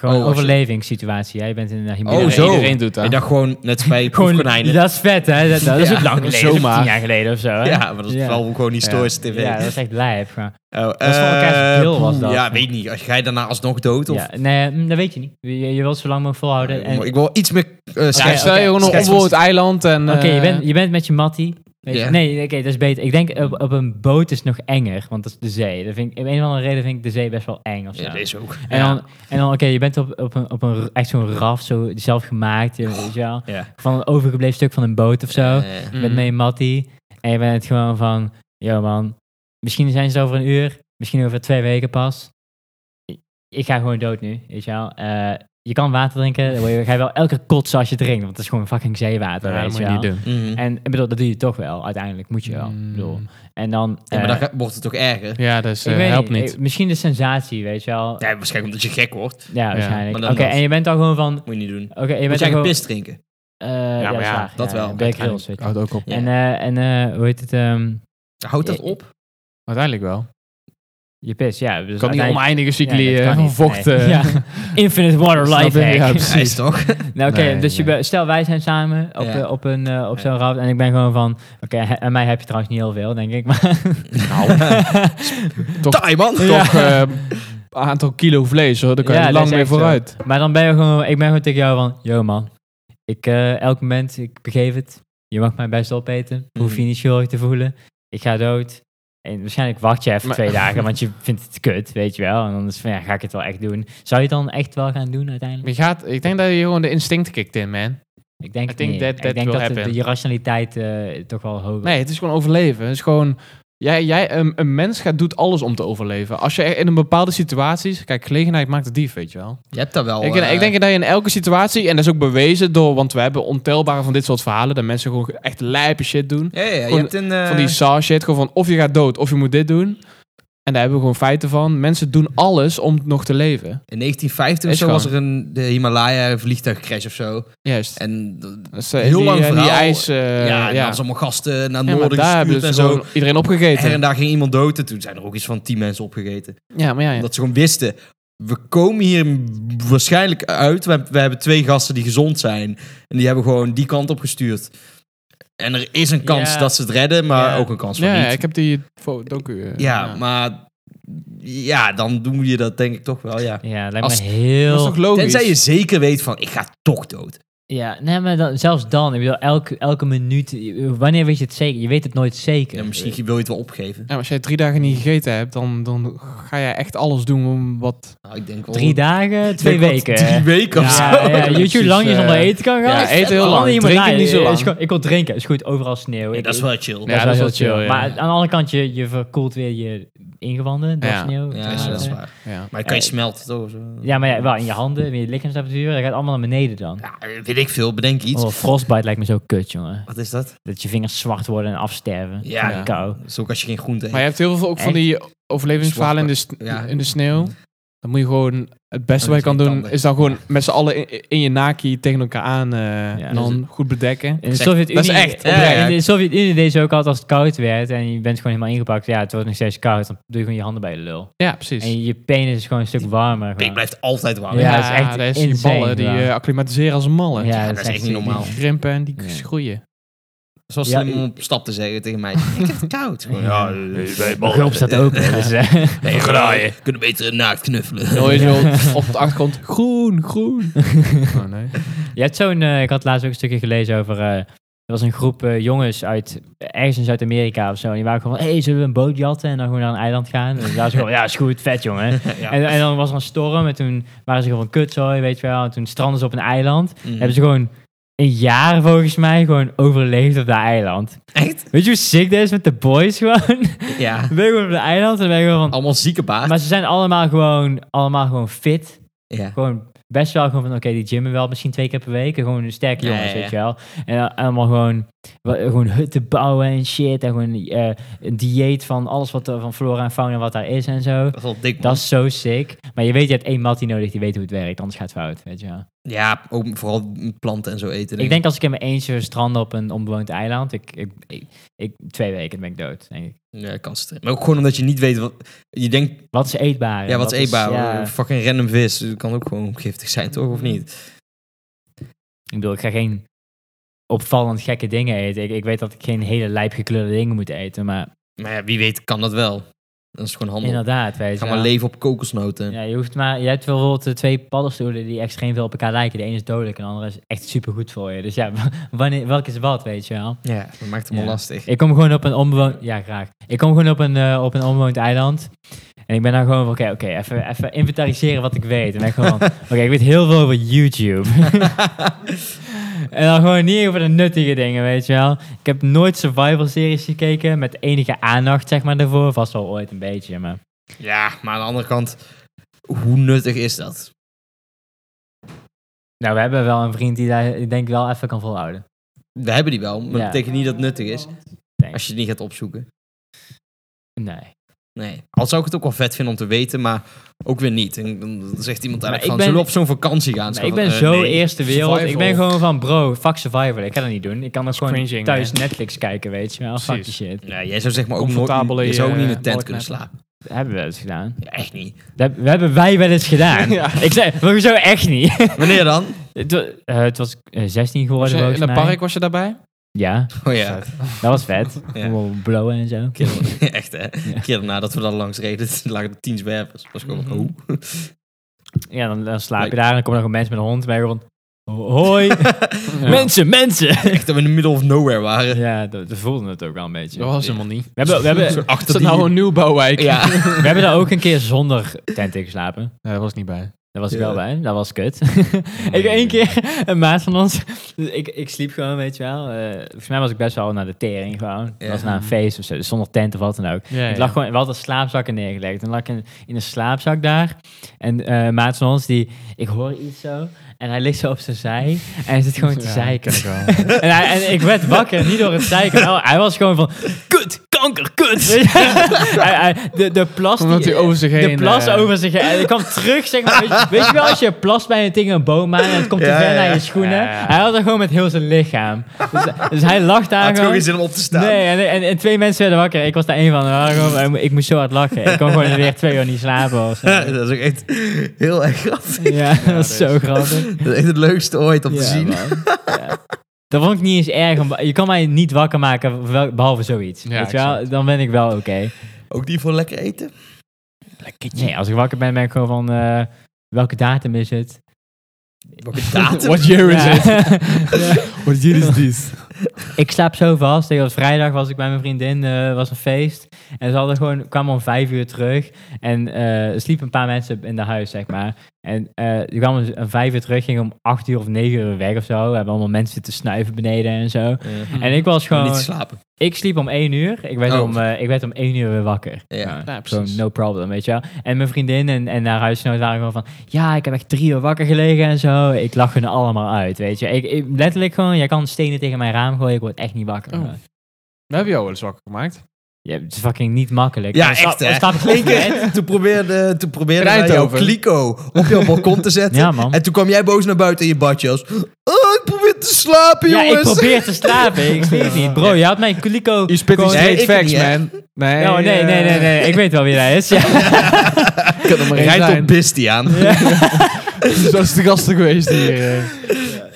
Speaker 4: Gewoon
Speaker 1: Oh,
Speaker 4: een
Speaker 1: als je-
Speaker 4: overlevingssituatie. hè? Jij bent in een
Speaker 1: Oh,
Speaker 2: Iedereen-
Speaker 1: zo.
Speaker 2: Iedereen doet dat.
Speaker 1: Ik dacht gewoon, net als bij
Speaker 4: Gewoon,
Speaker 1: proefkonijnen.
Speaker 4: dat is vet, hè? Dat, dat is
Speaker 1: Ja,
Speaker 4: ook lang geleden.
Speaker 2: zomaar.
Speaker 4: Tien jaar geleden of zo, hè?
Speaker 1: Ja, maar dat is
Speaker 4: Ja.
Speaker 1: wel gewoon historisch tv.
Speaker 4: Ja, dat is echt lijp. gewoon.
Speaker 1: Oh,
Speaker 4: Dat is voor
Speaker 1: eh,
Speaker 4: elkaar verschil, was
Speaker 1: poeh,
Speaker 4: dat.
Speaker 1: Ja, weet niet. Als Ga je daarna alsnog dood? Of? Oh,
Speaker 4: Ja, nee, mm, dat weet je niet. Je, je wilt zo lang mogelijk volhouden. En,
Speaker 1: Ik wil iets meer eh
Speaker 4: Oké,
Speaker 1: schrijf-
Speaker 2: stel je
Speaker 4: oké,
Speaker 2: gewoon op
Speaker 1: schets-
Speaker 2: een onbewoond eiland en...
Speaker 4: Oké,
Speaker 2: eh,
Speaker 4: je, bent, je bent met je mattie. Weet je-
Speaker 1: Ja.
Speaker 4: Nee, oké, dat is beter. Ik denk op, op een boot is nog enger, want dat is de zee. Dat vind ik, om een of andere reden vind ik de zee best wel eng of zo.
Speaker 1: Ja, deze ook.
Speaker 4: En dan, en dan oké, je bent op, op, een, op een, echt zo'n raft, zo zelf gemaakt,
Speaker 1: Oh.
Speaker 4: je- weet je wel.
Speaker 1: Ja.
Speaker 4: Van een overgebleven stuk van een boot of zo.
Speaker 1: Eh,
Speaker 4: Je
Speaker 2: Mhm. Mm.
Speaker 4: bent mee in Mattie. En je bent gewoon van, yo man, misschien zijn ze het over een uur, misschien over twee weken pas. Ik- Ik ga gewoon dood nu, weet je wel. Eh, je kan water drinken, dan word je- ga je wel elke keer kotsen als je het drinkt, want het is gewoon fucking zeewater,
Speaker 2: Ja, dat moet
Speaker 4: weet je
Speaker 2: je
Speaker 4: wel.
Speaker 2: niet doen. Mm.
Speaker 1: mhm.
Speaker 4: En ik bedoel, dat doe je toch wel, uiteindelijk moet je wel. Ik bedoel. En dan...
Speaker 1: Ja, maar dan
Speaker 4: eh,
Speaker 1: ga- wordt het toch erger?
Speaker 2: Ja, dus
Speaker 4: ik
Speaker 2: eh,
Speaker 4: weet
Speaker 2: helpt niet.
Speaker 4: eh, Misschien de sensatie, weet je wel.
Speaker 1: Ja, waarschijnlijk omdat je gek wordt.
Speaker 4: Ja, waarschijnlijk.
Speaker 1: maar
Speaker 4: Oké,
Speaker 1: dan dat.
Speaker 4: en je bent dan gewoon van... Oké,
Speaker 1: Moet je niet doen.
Speaker 4: je
Speaker 1: Moet
Speaker 4: bent
Speaker 1: jij
Speaker 4: dan
Speaker 1: geen
Speaker 4: gewoon...
Speaker 1: pis drinken?
Speaker 4: eh,
Speaker 2: maar
Speaker 4: ja,
Speaker 2: ja,
Speaker 4: waar,
Speaker 1: dat wel.
Speaker 4: Black Hills, weet
Speaker 2: Uiteindelijk houdt
Speaker 4: je
Speaker 2: ook op.
Speaker 1: Ja.
Speaker 4: En, eh, en eh, hoe heet het? ehm,
Speaker 1: Houdt dat
Speaker 4: Ja,
Speaker 1: op?
Speaker 2: Uiteindelijk wel. Dus
Speaker 4: je pis, ja. Dus
Speaker 2: Ik kan niet
Speaker 4: uiteindelijk-
Speaker 2: oneindige cycli
Speaker 4: Ja, dat
Speaker 2: eh,
Speaker 4: kan
Speaker 2: van
Speaker 4: niet,
Speaker 2: vocht.
Speaker 4: nee.
Speaker 2: eh,
Speaker 4: Ja. Infinite water
Speaker 2: Snap
Speaker 4: life
Speaker 2: je?
Speaker 4: hack.
Speaker 2: Ja, precies.
Speaker 1: Ja, is toch?
Speaker 4: Nou, oké,
Speaker 2: Nee,
Speaker 4: dus je
Speaker 2: nee.
Speaker 4: be- stel wij zijn samen op,
Speaker 1: Ja.
Speaker 4: eh, op, een, eh, op
Speaker 1: Ja.
Speaker 4: zo'n raft en ik ben gewoon van... Oké, he- en mij heb je trouwens niet heel veel, denk ik. Maar
Speaker 2: Nou. Toch-
Speaker 1: Taai, man!
Speaker 2: Toch eh, een aantal kilo vlees hoor, daar kan
Speaker 4: Ja,
Speaker 2: je
Speaker 4: dat
Speaker 2: lang
Speaker 4: is
Speaker 2: mee
Speaker 4: echt zo.
Speaker 2: vooruit.
Speaker 4: Maar dan ben je gewoon, ik ben gewoon tegen jou van, yo man, ik eh, elk moment, ik begeef het. Je mag mij best opeten.
Speaker 2: Mm.
Speaker 4: Hoef je
Speaker 1: Mhm.
Speaker 4: niet schuldig te voelen. Ik ga dood. En waarschijnlijk wacht je even
Speaker 2: Maar-
Speaker 4: twee dagen, want je vindt het kut, weet je wel. En dan is het van, ja, ga ik het wel echt doen. Zou je het dan echt wel gaan doen uiteindelijk?
Speaker 2: Je gaat, ik denk dat je gewoon de instinct kikt in, man.
Speaker 4: Ik denk,
Speaker 2: I
Speaker 4: het
Speaker 2: think
Speaker 4: niet.
Speaker 2: that-
Speaker 4: ik
Speaker 2: that
Speaker 4: denk
Speaker 2: will
Speaker 4: dat de,
Speaker 2: happen.
Speaker 4: je rationaliteit eh, toch wel hoger
Speaker 2: Nee, het is gewoon overleven. Het is gewoon... Jij, jij, een, een mens gaat, doet alles om te overleven. Als je in een bepaalde situaties... Kijk, gelegenheid maakt de dief, weet je wel.
Speaker 1: Je hebt dat wel.
Speaker 2: ik,
Speaker 1: eh,
Speaker 2: ik denk dat je in elke situatie... En dat is ook bewezen door... Want we hebben ontelbare van dit soort verhalen... Dat mensen gewoon echt lijpe shit doen.
Speaker 1: Ja, ja, ja, je
Speaker 2: Gewoon
Speaker 1: hebt een... eh,
Speaker 2: Van die saw shit. Gewoon van of je gaat dood of je moet dit doen. En daar hebben we gewoon feiten van. Mensen doen alles om nog te leven.
Speaker 1: In 1950 of
Speaker 2: Is
Speaker 1: zo
Speaker 2: gewoon.
Speaker 1: was er een de Himalaya een vliegtuigcrash of zo.
Speaker 2: Juist.
Speaker 1: En
Speaker 2: Dat is, eh,
Speaker 1: heel
Speaker 2: die,
Speaker 1: lang
Speaker 2: eh, die
Speaker 1: verhaal.
Speaker 2: ijs... eh,
Speaker 1: ja, en
Speaker 2: ja,
Speaker 1: dan was allemaal gasten naar het
Speaker 2: Ja, maar
Speaker 1: noorden
Speaker 2: daar hebben
Speaker 1: gestuurd
Speaker 2: ze
Speaker 1: en zo.
Speaker 2: gewoon iedereen
Speaker 1: Her en
Speaker 2: opgegeten.
Speaker 1: daar ging iemand dood en toen zijn er ook iets van 10 mensen opgegeten.
Speaker 2: Ja, maar ja, ja.
Speaker 1: Omdat ze gewoon wisten, we komen hier waarschijnlijk uit. We, we hebben twee gasten die gezond zijn en die hebben gewoon die kant op gestuurd. En er is een kans
Speaker 4: Ja.
Speaker 1: dat ze het redden, maar
Speaker 4: Ja.
Speaker 1: ook een kans van
Speaker 2: Ja, ja,
Speaker 1: niet.
Speaker 2: ik heb die fo- docu. eh,
Speaker 1: ja, maar ja, dan doe je dat denk ik toch wel, ja.
Speaker 4: Ja, lijkt
Speaker 1: Als-
Speaker 4: me
Speaker 2: Dat is
Speaker 4: heel...
Speaker 2: toch logisch?
Speaker 1: Tenzij je zeker weet van, ik ga toch dood.
Speaker 4: Ja, nee, maar dan, zelfs dan, ik bedoel, elke, elke minuut, wanneer weet je het zeker? Je weet het nooit zeker.
Speaker 1: Ja, misschien wil je het wel opgeven.
Speaker 2: Ja, maar als jij drie dagen niet gegeten hebt, dan, dan ga jij echt alles doen om wat...
Speaker 1: Nou, ik denk wel-
Speaker 4: Drie dagen, twee
Speaker 1: Ik denk wel
Speaker 4: weken.
Speaker 1: Drie weken of
Speaker 4: Ja,
Speaker 1: zo.
Speaker 4: ja,
Speaker 2: Precies,
Speaker 4: YouTube lang je zonder
Speaker 2: eh,
Speaker 4: eten kan gaan.
Speaker 2: ja,
Speaker 4: Is
Speaker 2: eten
Speaker 4: vet,
Speaker 2: heel
Speaker 4: man.
Speaker 2: lang.
Speaker 4: Niemand
Speaker 2: Drinken
Speaker 4: na-
Speaker 2: niet zo
Speaker 4: eh,
Speaker 2: lang.
Speaker 4: is gewoon- Ik wil drinken, is goed, overal sneeuw.
Speaker 1: Ja,
Speaker 4: Ik-
Speaker 1: dat is wel chill.
Speaker 2: Ja, dat is wel chill, ja.
Speaker 4: Maar aan de andere kant, je, je verkoelt weer je ingewanden door
Speaker 2: Ja.
Speaker 4: sneeuw.
Speaker 1: Ja,
Speaker 4: Maar,
Speaker 2: is wel
Speaker 1: dat is
Speaker 4: eh,
Speaker 1: waar. Maar
Speaker 2: Ja.
Speaker 1: dan kan je
Speaker 4: Eh,
Speaker 1: smelten toch? of zo?
Speaker 4: Ja, maar ja, wel in je handen, in je lichaamstemperatuur, dat gaat allemaal naar beneden dan.
Speaker 1: Ja, weet ik veel, bedenk iets.
Speaker 4: Oh, frostbite lijkt me zo kut, jongen.
Speaker 1: Wat is dat?
Speaker 4: Dat je vingers zwart worden en afsterven.
Speaker 1: Ja.
Speaker 4: Van de kou.
Speaker 1: Dat is ook als je geen groente
Speaker 2: Maar je
Speaker 1: hebt.
Speaker 2: hebt heel veel ook van
Speaker 4: Echt?
Speaker 2: die overlevingsverhalen in de, sn-
Speaker 1: Ja.
Speaker 2: in de sneeuw. Dan moet je gewoon... Het beste
Speaker 4: Oh,
Speaker 1: Dan
Speaker 2: wat je
Speaker 1: is
Speaker 2: kan
Speaker 1: die
Speaker 2: doen,
Speaker 1: tanden.
Speaker 2: is dan gewoon met z'n allen in, in je naki tegen elkaar aan. eh, en
Speaker 4: dat is
Speaker 2: dan goed bedekken.
Speaker 4: In de
Speaker 1: Zeg,
Speaker 4: Sovjet-Unie...
Speaker 2: dat is echt,
Speaker 4: eh,
Speaker 1: oprecht.
Speaker 4: in de Sovjet-Unie deed ze ook altijd als het koud werd en je bent gewoon helemaal ingepakt. Ja, het wordt nog steeds koud, dan doe je gewoon je handen bij de lul.
Speaker 2: Ja, precies.
Speaker 4: En je penis is gewoon een stuk warmer.
Speaker 1: Pik
Speaker 4: gewoon.
Speaker 1: Dus blijft altijd warm.
Speaker 4: Ja,
Speaker 1: Ja,
Speaker 4: dat is echt
Speaker 2: daar die
Speaker 4: insane,
Speaker 2: ballen, die
Speaker 4: ja.
Speaker 2: eh, acclimatiseren als een malle.
Speaker 4: Ja,
Speaker 1: dat is echt niet normaal.
Speaker 2: Die grimpen en die
Speaker 4: Nee.
Speaker 2: schroeien.
Speaker 1: Zoals
Speaker 4: Ja,
Speaker 1: slim
Speaker 4: ik-
Speaker 1: om op stap te zeggen tegen mij. ik heb het koud. Gewoon,
Speaker 4: Ja.
Speaker 1: Ja, eh,
Speaker 4: Mijn hulp staat open. Dus, eh,
Speaker 1: nee, we
Speaker 2: graaien.
Speaker 1: Kunnen beter naakt knuffelen.
Speaker 4: Oh,
Speaker 2: Dan hoor je zo op de achtergrond, groen, groen. Oh, nee.
Speaker 4: je hebt zo'n, eh, ik had laatst ook een stukje gelezen over. eh, er was een groep eh, jongens uit ergens in Zuid-Amerika of zo. En die waren gewoon van, hey, zullen we een boot jatten en dan gewoon naar een eiland gaan? En daar is gewoon, ja, is goed, vet jongen.
Speaker 1: Ja.
Speaker 4: En, en dan was er een storm en toen waren ze gewoon van kutzooi, weet je wel. En toen stranden ze op een eiland.
Speaker 1: Mm.
Speaker 4: Hebben ze gewoon een jaar volgens mij gewoon overleefd op dat eiland.
Speaker 1: Echt?
Speaker 4: Weet je hoe sick dat is met de boys gewoon?
Speaker 1: Ja.
Speaker 4: Dan ben je gewoon op een eiland en ben je gewoon van...
Speaker 1: Allemaal zieke baard.
Speaker 4: Maar ze zijn allemaal gewoon, allemaal gewoon fit.
Speaker 1: Ja.
Speaker 4: gewoon best wel gewoon van, oké, die gymmen wel misschien twee keer per week. En Gewoon sterke
Speaker 1: Ja,
Speaker 4: jongens,
Speaker 1: ja, ja.
Speaker 4: weet je wel. En dan allemaal gewoon, wa- gewoon hutten bouwen en shit. En gewoon eh, een dieet van alles wat er van flora en fauna wat daar is en zo.
Speaker 1: Dat is wel dik, man.
Speaker 4: Dat is zo sick. Maar je weet, je hebt één mattie nodig die weet hoe het werkt. Anders gaat het fout, weet je wel.
Speaker 1: Ja, ook vooral planten en zo eten.
Speaker 4: Ik denk als ik in mijn eentje strand op een onbewoond eiland. Ik, ik, ik, ik- twee weken ben ik dood, denk ik.
Speaker 1: Ja, kans te- Maar ook gewoon omdat je niet weet wat... Je denkt,
Speaker 4: Wat is eetbaar?
Speaker 1: ja,
Speaker 4: en
Speaker 1: wat is eetbaar?
Speaker 4: ja.
Speaker 1: Fucking random vis. Dat kan ook gewoon giftig zijn, toch? Of niet?
Speaker 4: Ik bedoel, ik ga geen opvallend gekke dingen eten. Ik, ik weet dat ik geen hele lijp gekleurde dingen moet eten, maar...
Speaker 1: Maar ja, wie weet kan dat wel. Dat is gewoon handig.
Speaker 4: Inderdaad, weet
Speaker 1: Ga
Speaker 4: je
Speaker 1: maar
Speaker 4: wel.
Speaker 1: leven op kokosnoten.
Speaker 4: Ja, je hoeft maar... Je hebt bijvoorbeeld eh, twee paddenstoelen die extreem veel op elkaar lijken. De ene is dodelijk en de andere is echt supergoed voor je. Dus ja, wanneer, welk is wat, weet je wel.
Speaker 1: Ja, dat maakt hem wel
Speaker 4: Ja.
Speaker 1: lastig.
Speaker 4: Ik kom gewoon op een onbewoond... Ja, graag. Ik kom gewoon op een, eh, op een onbewoond eiland. En ik ben dan gewoon van, oké, oké, even, even inventariseren wat ik weet. En ben ik gewoon van, oké, ik weet heel veel over YouTube. en dan gewoon niet over de nuttige dingen, weet je wel. Ik heb nooit survival-series gekeken met enige aandacht, zeg maar, daarvoor. Vast wel ooit een beetje, maar...
Speaker 1: Ja, maar aan de andere kant, hoe nuttig is dat?
Speaker 4: Nou, we hebben wel een vriend die daar, ik denk wel even kan volhouden.
Speaker 1: We hebben die wel, maar
Speaker 4: Ja.
Speaker 1: dat betekent niet dat het nuttig is.
Speaker 4: Nee.
Speaker 1: Als je het niet gaat opzoeken.
Speaker 4: Nee.
Speaker 1: Nee. Al zou ik het ook wel vet vinden om te weten, maar ook weer niet. En dan dan zegt iemand
Speaker 4: Maar
Speaker 1: eigenlijk
Speaker 4: ik
Speaker 1: van,
Speaker 4: ben-
Speaker 1: zullen we op zo'n vakantie gaan? Zo
Speaker 4: Nee, ik
Speaker 1: van,
Speaker 4: ben
Speaker 1: eh,
Speaker 4: zo
Speaker 1: nee.
Speaker 4: eerste wereld. Ik ben
Speaker 1: Survival.
Speaker 4: gewoon van, bro, fuck survival. Ik kan dat niet doen. Ik kan dan gewoon
Speaker 2: Cringing,
Speaker 4: thuis
Speaker 2: hè?
Speaker 4: Netflix kijken, weet je wel. Fuck die
Speaker 2: Precies.
Speaker 4: shit.
Speaker 1: Ja, jij zou zeg maar ook nooit,
Speaker 2: Comfortabele,
Speaker 1: je zou ook niet in
Speaker 2: eh,
Speaker 1: een tent kunnen
Speaker 2: balknet.
Speaker 1: slapen.
Speaker 4: Dat hebben we wel eens gedaan.
Speaker 1: Ja, echt niet.
Speaker 4: Dat heb- dat hebben wij wel eens gedaan.
Speaker 2: Ja.
Speaker 4: Ik zei, maar hoezo echt niet?
Speaker 1: Wanneer dan?
Speaker 4: het, wa- eh, het was eh, 16
Speaker 2: Was
Speaker 4: geworden,
Speaker 2: je-
Speaker 4: volgens
Speaker 2: in het
Speaker 4: mij.
Speaker 2: park was je daarbij?
Speaker 4: Ja,
Speaker 1: Oh ja,
Speaker 4: dat was vet.
Speaker 1: Ja.
Speaker 4: Gewoon blowen en zo.
Speaker 1: echt hè. Een keer daarna dat we daar langs reden, lagen er tien zwervers. was gewoon,
Speaker 2: Mhm.
Speaker 1: oh.
Speaker 4: Ja, dan, dan slaap je
Speaker 1: Nee.
Speaker 4: daar en dan komen er gewoon mensen met een hond. bij gewoon, ho- hoi, mensen, mensen.
Speaker 1: Echt dat we in de middle of nowhere waren.
Speaker 4: ja, dat, dat voelde het ook wel een beetje.
Speaker 2: Dat was helemaal niet.
Speaker 4: We hebben, we, hebben,
Speaker 1: Zo
Speaker 2: Is
Speaker 1: achter
Speaker 2: dat
Speaker 1: die...
Speaker 2: nou een nieuwbouwwijk?
Speaker 1: Ja.
Speaker 4: we hebben daar ook een keer zonder tent in geslapen.
Speaker 2: Nee, dat was niet bij.
Speaker 4: Daar was ik
Speaker 1: Ja.
Speaker 4: wel bij. Dat was kut. ik één keer, een maat van ons, dus ik, ik sliep gewoon, weet je wel. Eh, volgens mij was ik best wel naar de tering gewoon. Dat
Speaker 1: Ja.
Speaker 4: was naar een feest of zo, dus zonder tent of wat dan ook.
Speaker 2: Ja,
Speaker 4: Ik
Speaker 2: ja.
Speaker 4: lag gewoon, we hadden slaapzakken neergelegd. En lag ik in, in een slaapzak daar. En eh maat van ons, die, ik hoor iets zo. En hij ligt zo op zijn zij. En hij zit gewoon te
Speaker 2: Ja.
Speaker 4: zeiken. en, hij- en ik werd wakker, niet door het zeiken. maar hij was gewoon van, kut, kanker, kut. Weet je? hij, hij- de, de plas
Speaker 2: Omdat
Speaker 4: die-
Speaker 2: hij over zich
Speaker 4: de
Speaker 2: heen,
Speaker 4: plas
Speaker 2: eh,
Speaker 4: over zich heen. Ik kwam terug, zeg maar. Weet je, weet je wel, als je plast bij een ding een boom aan en het komt te
Speaker 1: Ja,
Speaker 4: ver
Speaker 1: ja,
Speaker 4: naar
Speaker 1: ja.
Speaker 4: je schoenen.
Speaker 2: Ja, ja.
Speaker 4: Hij had er gewoon met heel zijn lichaam. Dus, dus hij lag daar
Speaker 1: Had ik ook
Speaker 4: gewoon.
Speaker 1: geen zin om op te staan.
Speaker 4: Nee, en, en, en twee mensen werden wakker. Ik was daar één van. En we waren gewoon- eh, ik mo- ik moest zo hard lachen. Ik kon gewoon weer twee uur niet slapen. Of zo.
Speaker 1: dat is ook echt heel erg grappig.
Speaker 4: Ja, dat
Speaker 2: dus.
Speaker 4: was zo grappig.
Speaker 1: Dat is echt het leukste ooit om
Speaker 4: Ja,
Speaker 1: te zien.
Speaker 4: man. Ja. Dat vond ik niet eens erg. om- Je kan mij niet wakker maken, wel- behalve zoiets.
Speaker 2: Ja,
Speaker 4: weet je wel?
Speaker 2: exact.
Speaker 4: Dan ben ik wel oké.
Speaker 1: Ook die voor lekker eten.
Speaker 4: Nee, als ik wakker ben, ben ik gewoon van... eh, welke datum is het?
Speaker 1: Welke datum?
Speaker 2: What year is
Speaker 4: Ja.
Speaker 2: it? What year is this?
Speaker 4: Ik slaap zo vast. Ik was- vrijdag was ik bij mijn vriendin, eh was een feest. En ze hadden gewoon, kwamen om vijf uur terug. En eh, er sliepen een paar mensen in de huis, zeg maar. En eh, die kwamen dus om vijf uur terug, gingen om acht uur of negen uur weg of zo. We hebben allemaal mensen te snuiven beneden en zo. En ik was
Speaker 1: Gewoon niet
Speaker 4: gewoon,
Speaker 1: te slapen.
Speaker 4: ik sliep om één uur. Ik werd,
Speaker 1: Oh.
Speaker 4: om, eh, ik werd om één uur weer wakker.
Speaker 1: Ja.
Speaker 2: Ja,
Speaker 4: Zo,
Speaker 2: precies.
Speaker 4: no problem, weet je wel. En mijn vriendin en, en haar huisgenoot waren gewoon van... Ja, ik heb echt drie uur wakker gelegen en zo. Ik lach hun allemaal uit, weet je. Ik, ik- letterlijk gewoon, jij kan stenen tegen mijn raam gooien. Ik word echt niet wakker.
Speaker 2: Oh. We hebben jou wel eens wakker gemaakt.
Speaker 4: Ja, het is fucking niet makkelijk.
Speaker 1: Ja,
Speaker 4: Dan sta-
Speaker 1: echt, hè?
Speaker 4: dan sta ik
Speaker 1: Eén
Speaker 4: op bed.
Speaker 1: keer, toen probeerde, toen probeerde
Speaker 2: In
Speaker 1: wij jouw
Speaker 2: Eindhoven.
Speaker 1: kliko op jouw balkon te zetten.
Speaker 4: Ja, man.
Speaker 1: En toen kwam jij boos naar buiten in je badjas. Oh, ik probeer te slapen,
Speaker 4: Ja, ik
Speaker 1: jongens.
Speaker 4: probeer te slapen. Ik weet het niet. Bro, je had mijn kliko...
Speaker 2: Je spit die
Speaker 4: gewoon-
Speaker 1: Nee,
Speaker 2: straight
Speaker 1: ik
Speaker 2: facts,
Speaker 1: niet, hè?
Speaker 2: man. Nee,
Speaker 4: Oh, nee, nee, nee, nee. Ik weet wel wie hij is. Ja.
Speaker 2: Ik kan er maar één
Speaker 1: Rijdt
Speaker 2: zijn.
Speaker 1: op Bisti aan.
Speaker 2: Zo is de gasten geweest hier. eh.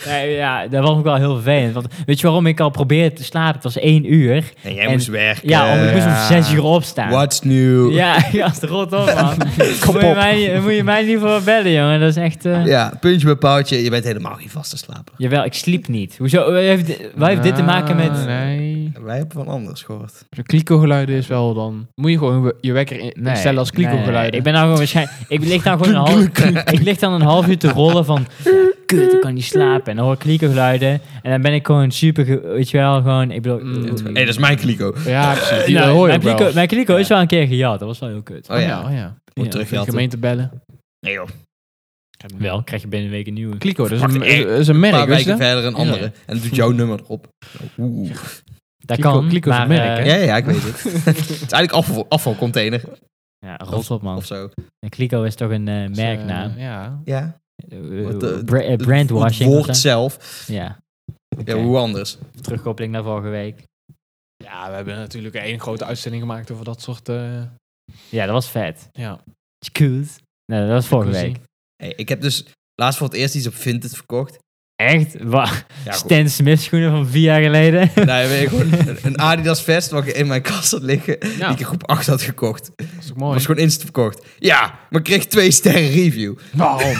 Speaker 4: Nee, ja, dat was ook wel heel vervelend. Want weet je waarom ik al probeerde te slapen? Het was één uur.
Speaker 1: En jij
Speaker 4: En-
Speaker 1: moest werken.
Speaker 4: Ja, om, ik moest om
Speaker 2: ja.
Speaker 4: zes uur opstaan.
Speaker 1: What's new?
Speaker 4: Ja, gast, rot op, man. moet, je
Speaker 2: op.
Speaker 4: mij, niet- moet je mij niet voor bellen, jongen. Dat is echt... eh,
Speaker 1: Ja, puntje bij paaltje. Je bent helemaal geen vaste slaper.
Speaker 4: Jawel, ik sliep niet. Hoezo? Wat heeft, wat heeft dit te maken met...
Speaker 2: Ah, Nee.
Speaker 1: Wij hebben van anders gehoord.
Speaker 2: De kliko-geluiden is wel dan... Moet je gewoon je wekker in-
Speaker 4: Nee,
Speaker 2: stellen als kliko-geluiden.
Speaker 4: nee, ik ben nou gewoon waarschijnlijk... Ik lig dan gewoon een half, ik lig dan een half uur te rollen van... ja, Kut, ik kan niet slapen. En dan hoor ik kliekengeluiden. En dan ben ik gewoon super... ge- Weet je wel, gewoon... Ik bedoel...
Speaker 2: Mm.
Speaker 4: eh,
Speaker 1: Hé, dat is mijn kliko. Oh
Speaker 2: Ja, precies. Die
Speaker 4: nou,
Speaker 2: hoor je
Speaker 4: mijn,
Speaker 2: ook wel.
Speaker 4: kliko, mijn kliko is
Speaker 2: Ja.
Speaker 4: wel een keer gejat. Dat was wel heel kut.
Speaker 1: Oh ja.
Speaker 2: oh ja.
Speaker 1: Moet
Speaker 4: Ja,
Speaker 1: terug
Speaker 2: De gemeente bellen.
Speaker 1: Nee joh.
Speaker 4: Wel, krijg je binnen een week een nieuwe.
Speaker 2: Kliko, dat is een,
Speaker 1: Fucking
Speaker 2: is- is een
Speaker 1: Een
Speaker 2: merk,
Speaker 1: paar
Speaker 2: weet je
Speaker 1: weken
Speaker 2: dat?
Speaker 1: verder een andere. En dan doet jouw nummer erop. Oeh.
Speaker 4: Dat
Speaker 2: Kliko-
Speaker 4: kan,
Speaker 2: kliko is
Speaker 4: maar...
Speaker 2: een merk,
Speaker 4: eh,
Speaker 2: hè?
Speaker 1: Ja, ja, ik weet het. het is eigenlijk afval, afvalcontainer
Speaker 4: Oh. ja, rot op, man.
Speaker 1: of zo.
Speaker 4: Een kliko is toch een eh,
Speaker 2: Dus, eh,
Speaker 4: merknaam?
Speaker 2: Ja.
Speaker 1: Ja.
Speaker 4: Eh,
Speaker 1: wat de-
Speaker 4: bra- eh,
Speaker 1: Het
Speaker 4: brandwashing. of
Speaker 1: woord
Speaker 4: zo?
Speaker 1: zelf.
Speaker 4: Ja,
Speaker 1: Ja, hoe anders?
Speaker 4: terugkoppeling naar vorige week.
Speaker 2: Ja, we hebben natuurlijk één grote uitzending gemaakt over dat soort... eh,
Speaker 4: Ja, dat was vet.
Speaker 2: ja.
Speaker 4: Cool. Nee, dat was vorige week.
Speaker 1: Hey, ik heb dus laatst voor het eerst iets op Vinted verkocht.
Speaker 4: Echt? Wa-
Speaker 1: Ja, goed.
Speaker 4: Stan Smith schoenen van vier jaar geleden?
Speaker 1: Nee, weet ik gewoon. een- Een Adidas vest wat ik in mijn kast had liggen. Die ik in groep 8 had gekocht.
Speaker 2: Dat is toch mooi?
Speaker 1: Was gewoon instant verkocht. Ja, maar ik kreeg twee sterren review.
Speaker 2: Waarom?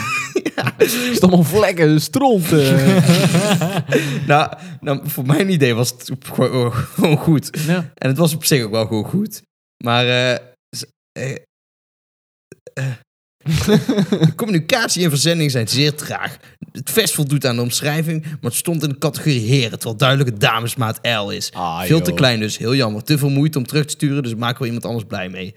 Speaker 2: Het is allemaal vlekken, stront. eh.
Speaker 1: Nou, nou, voor mijn idee was het gewoon gewoon goed.
Speaker 2: ja.
Speaker 1: En het was op zich ook wel gewoon goed. Maar eh, z- eh, eh, de communicatie en verzending zijn zeer traag. Het vest voldoet aan de omschrijving, maar het stond in de categorie heren, terwijl duidelijk het damesmaat L is.
Speaker 2: Ah,
Speaker 1: Veel te klein dus, heel jammer. Te veel moeite om terug te sturen, dus maak wel iemand anders blij mee.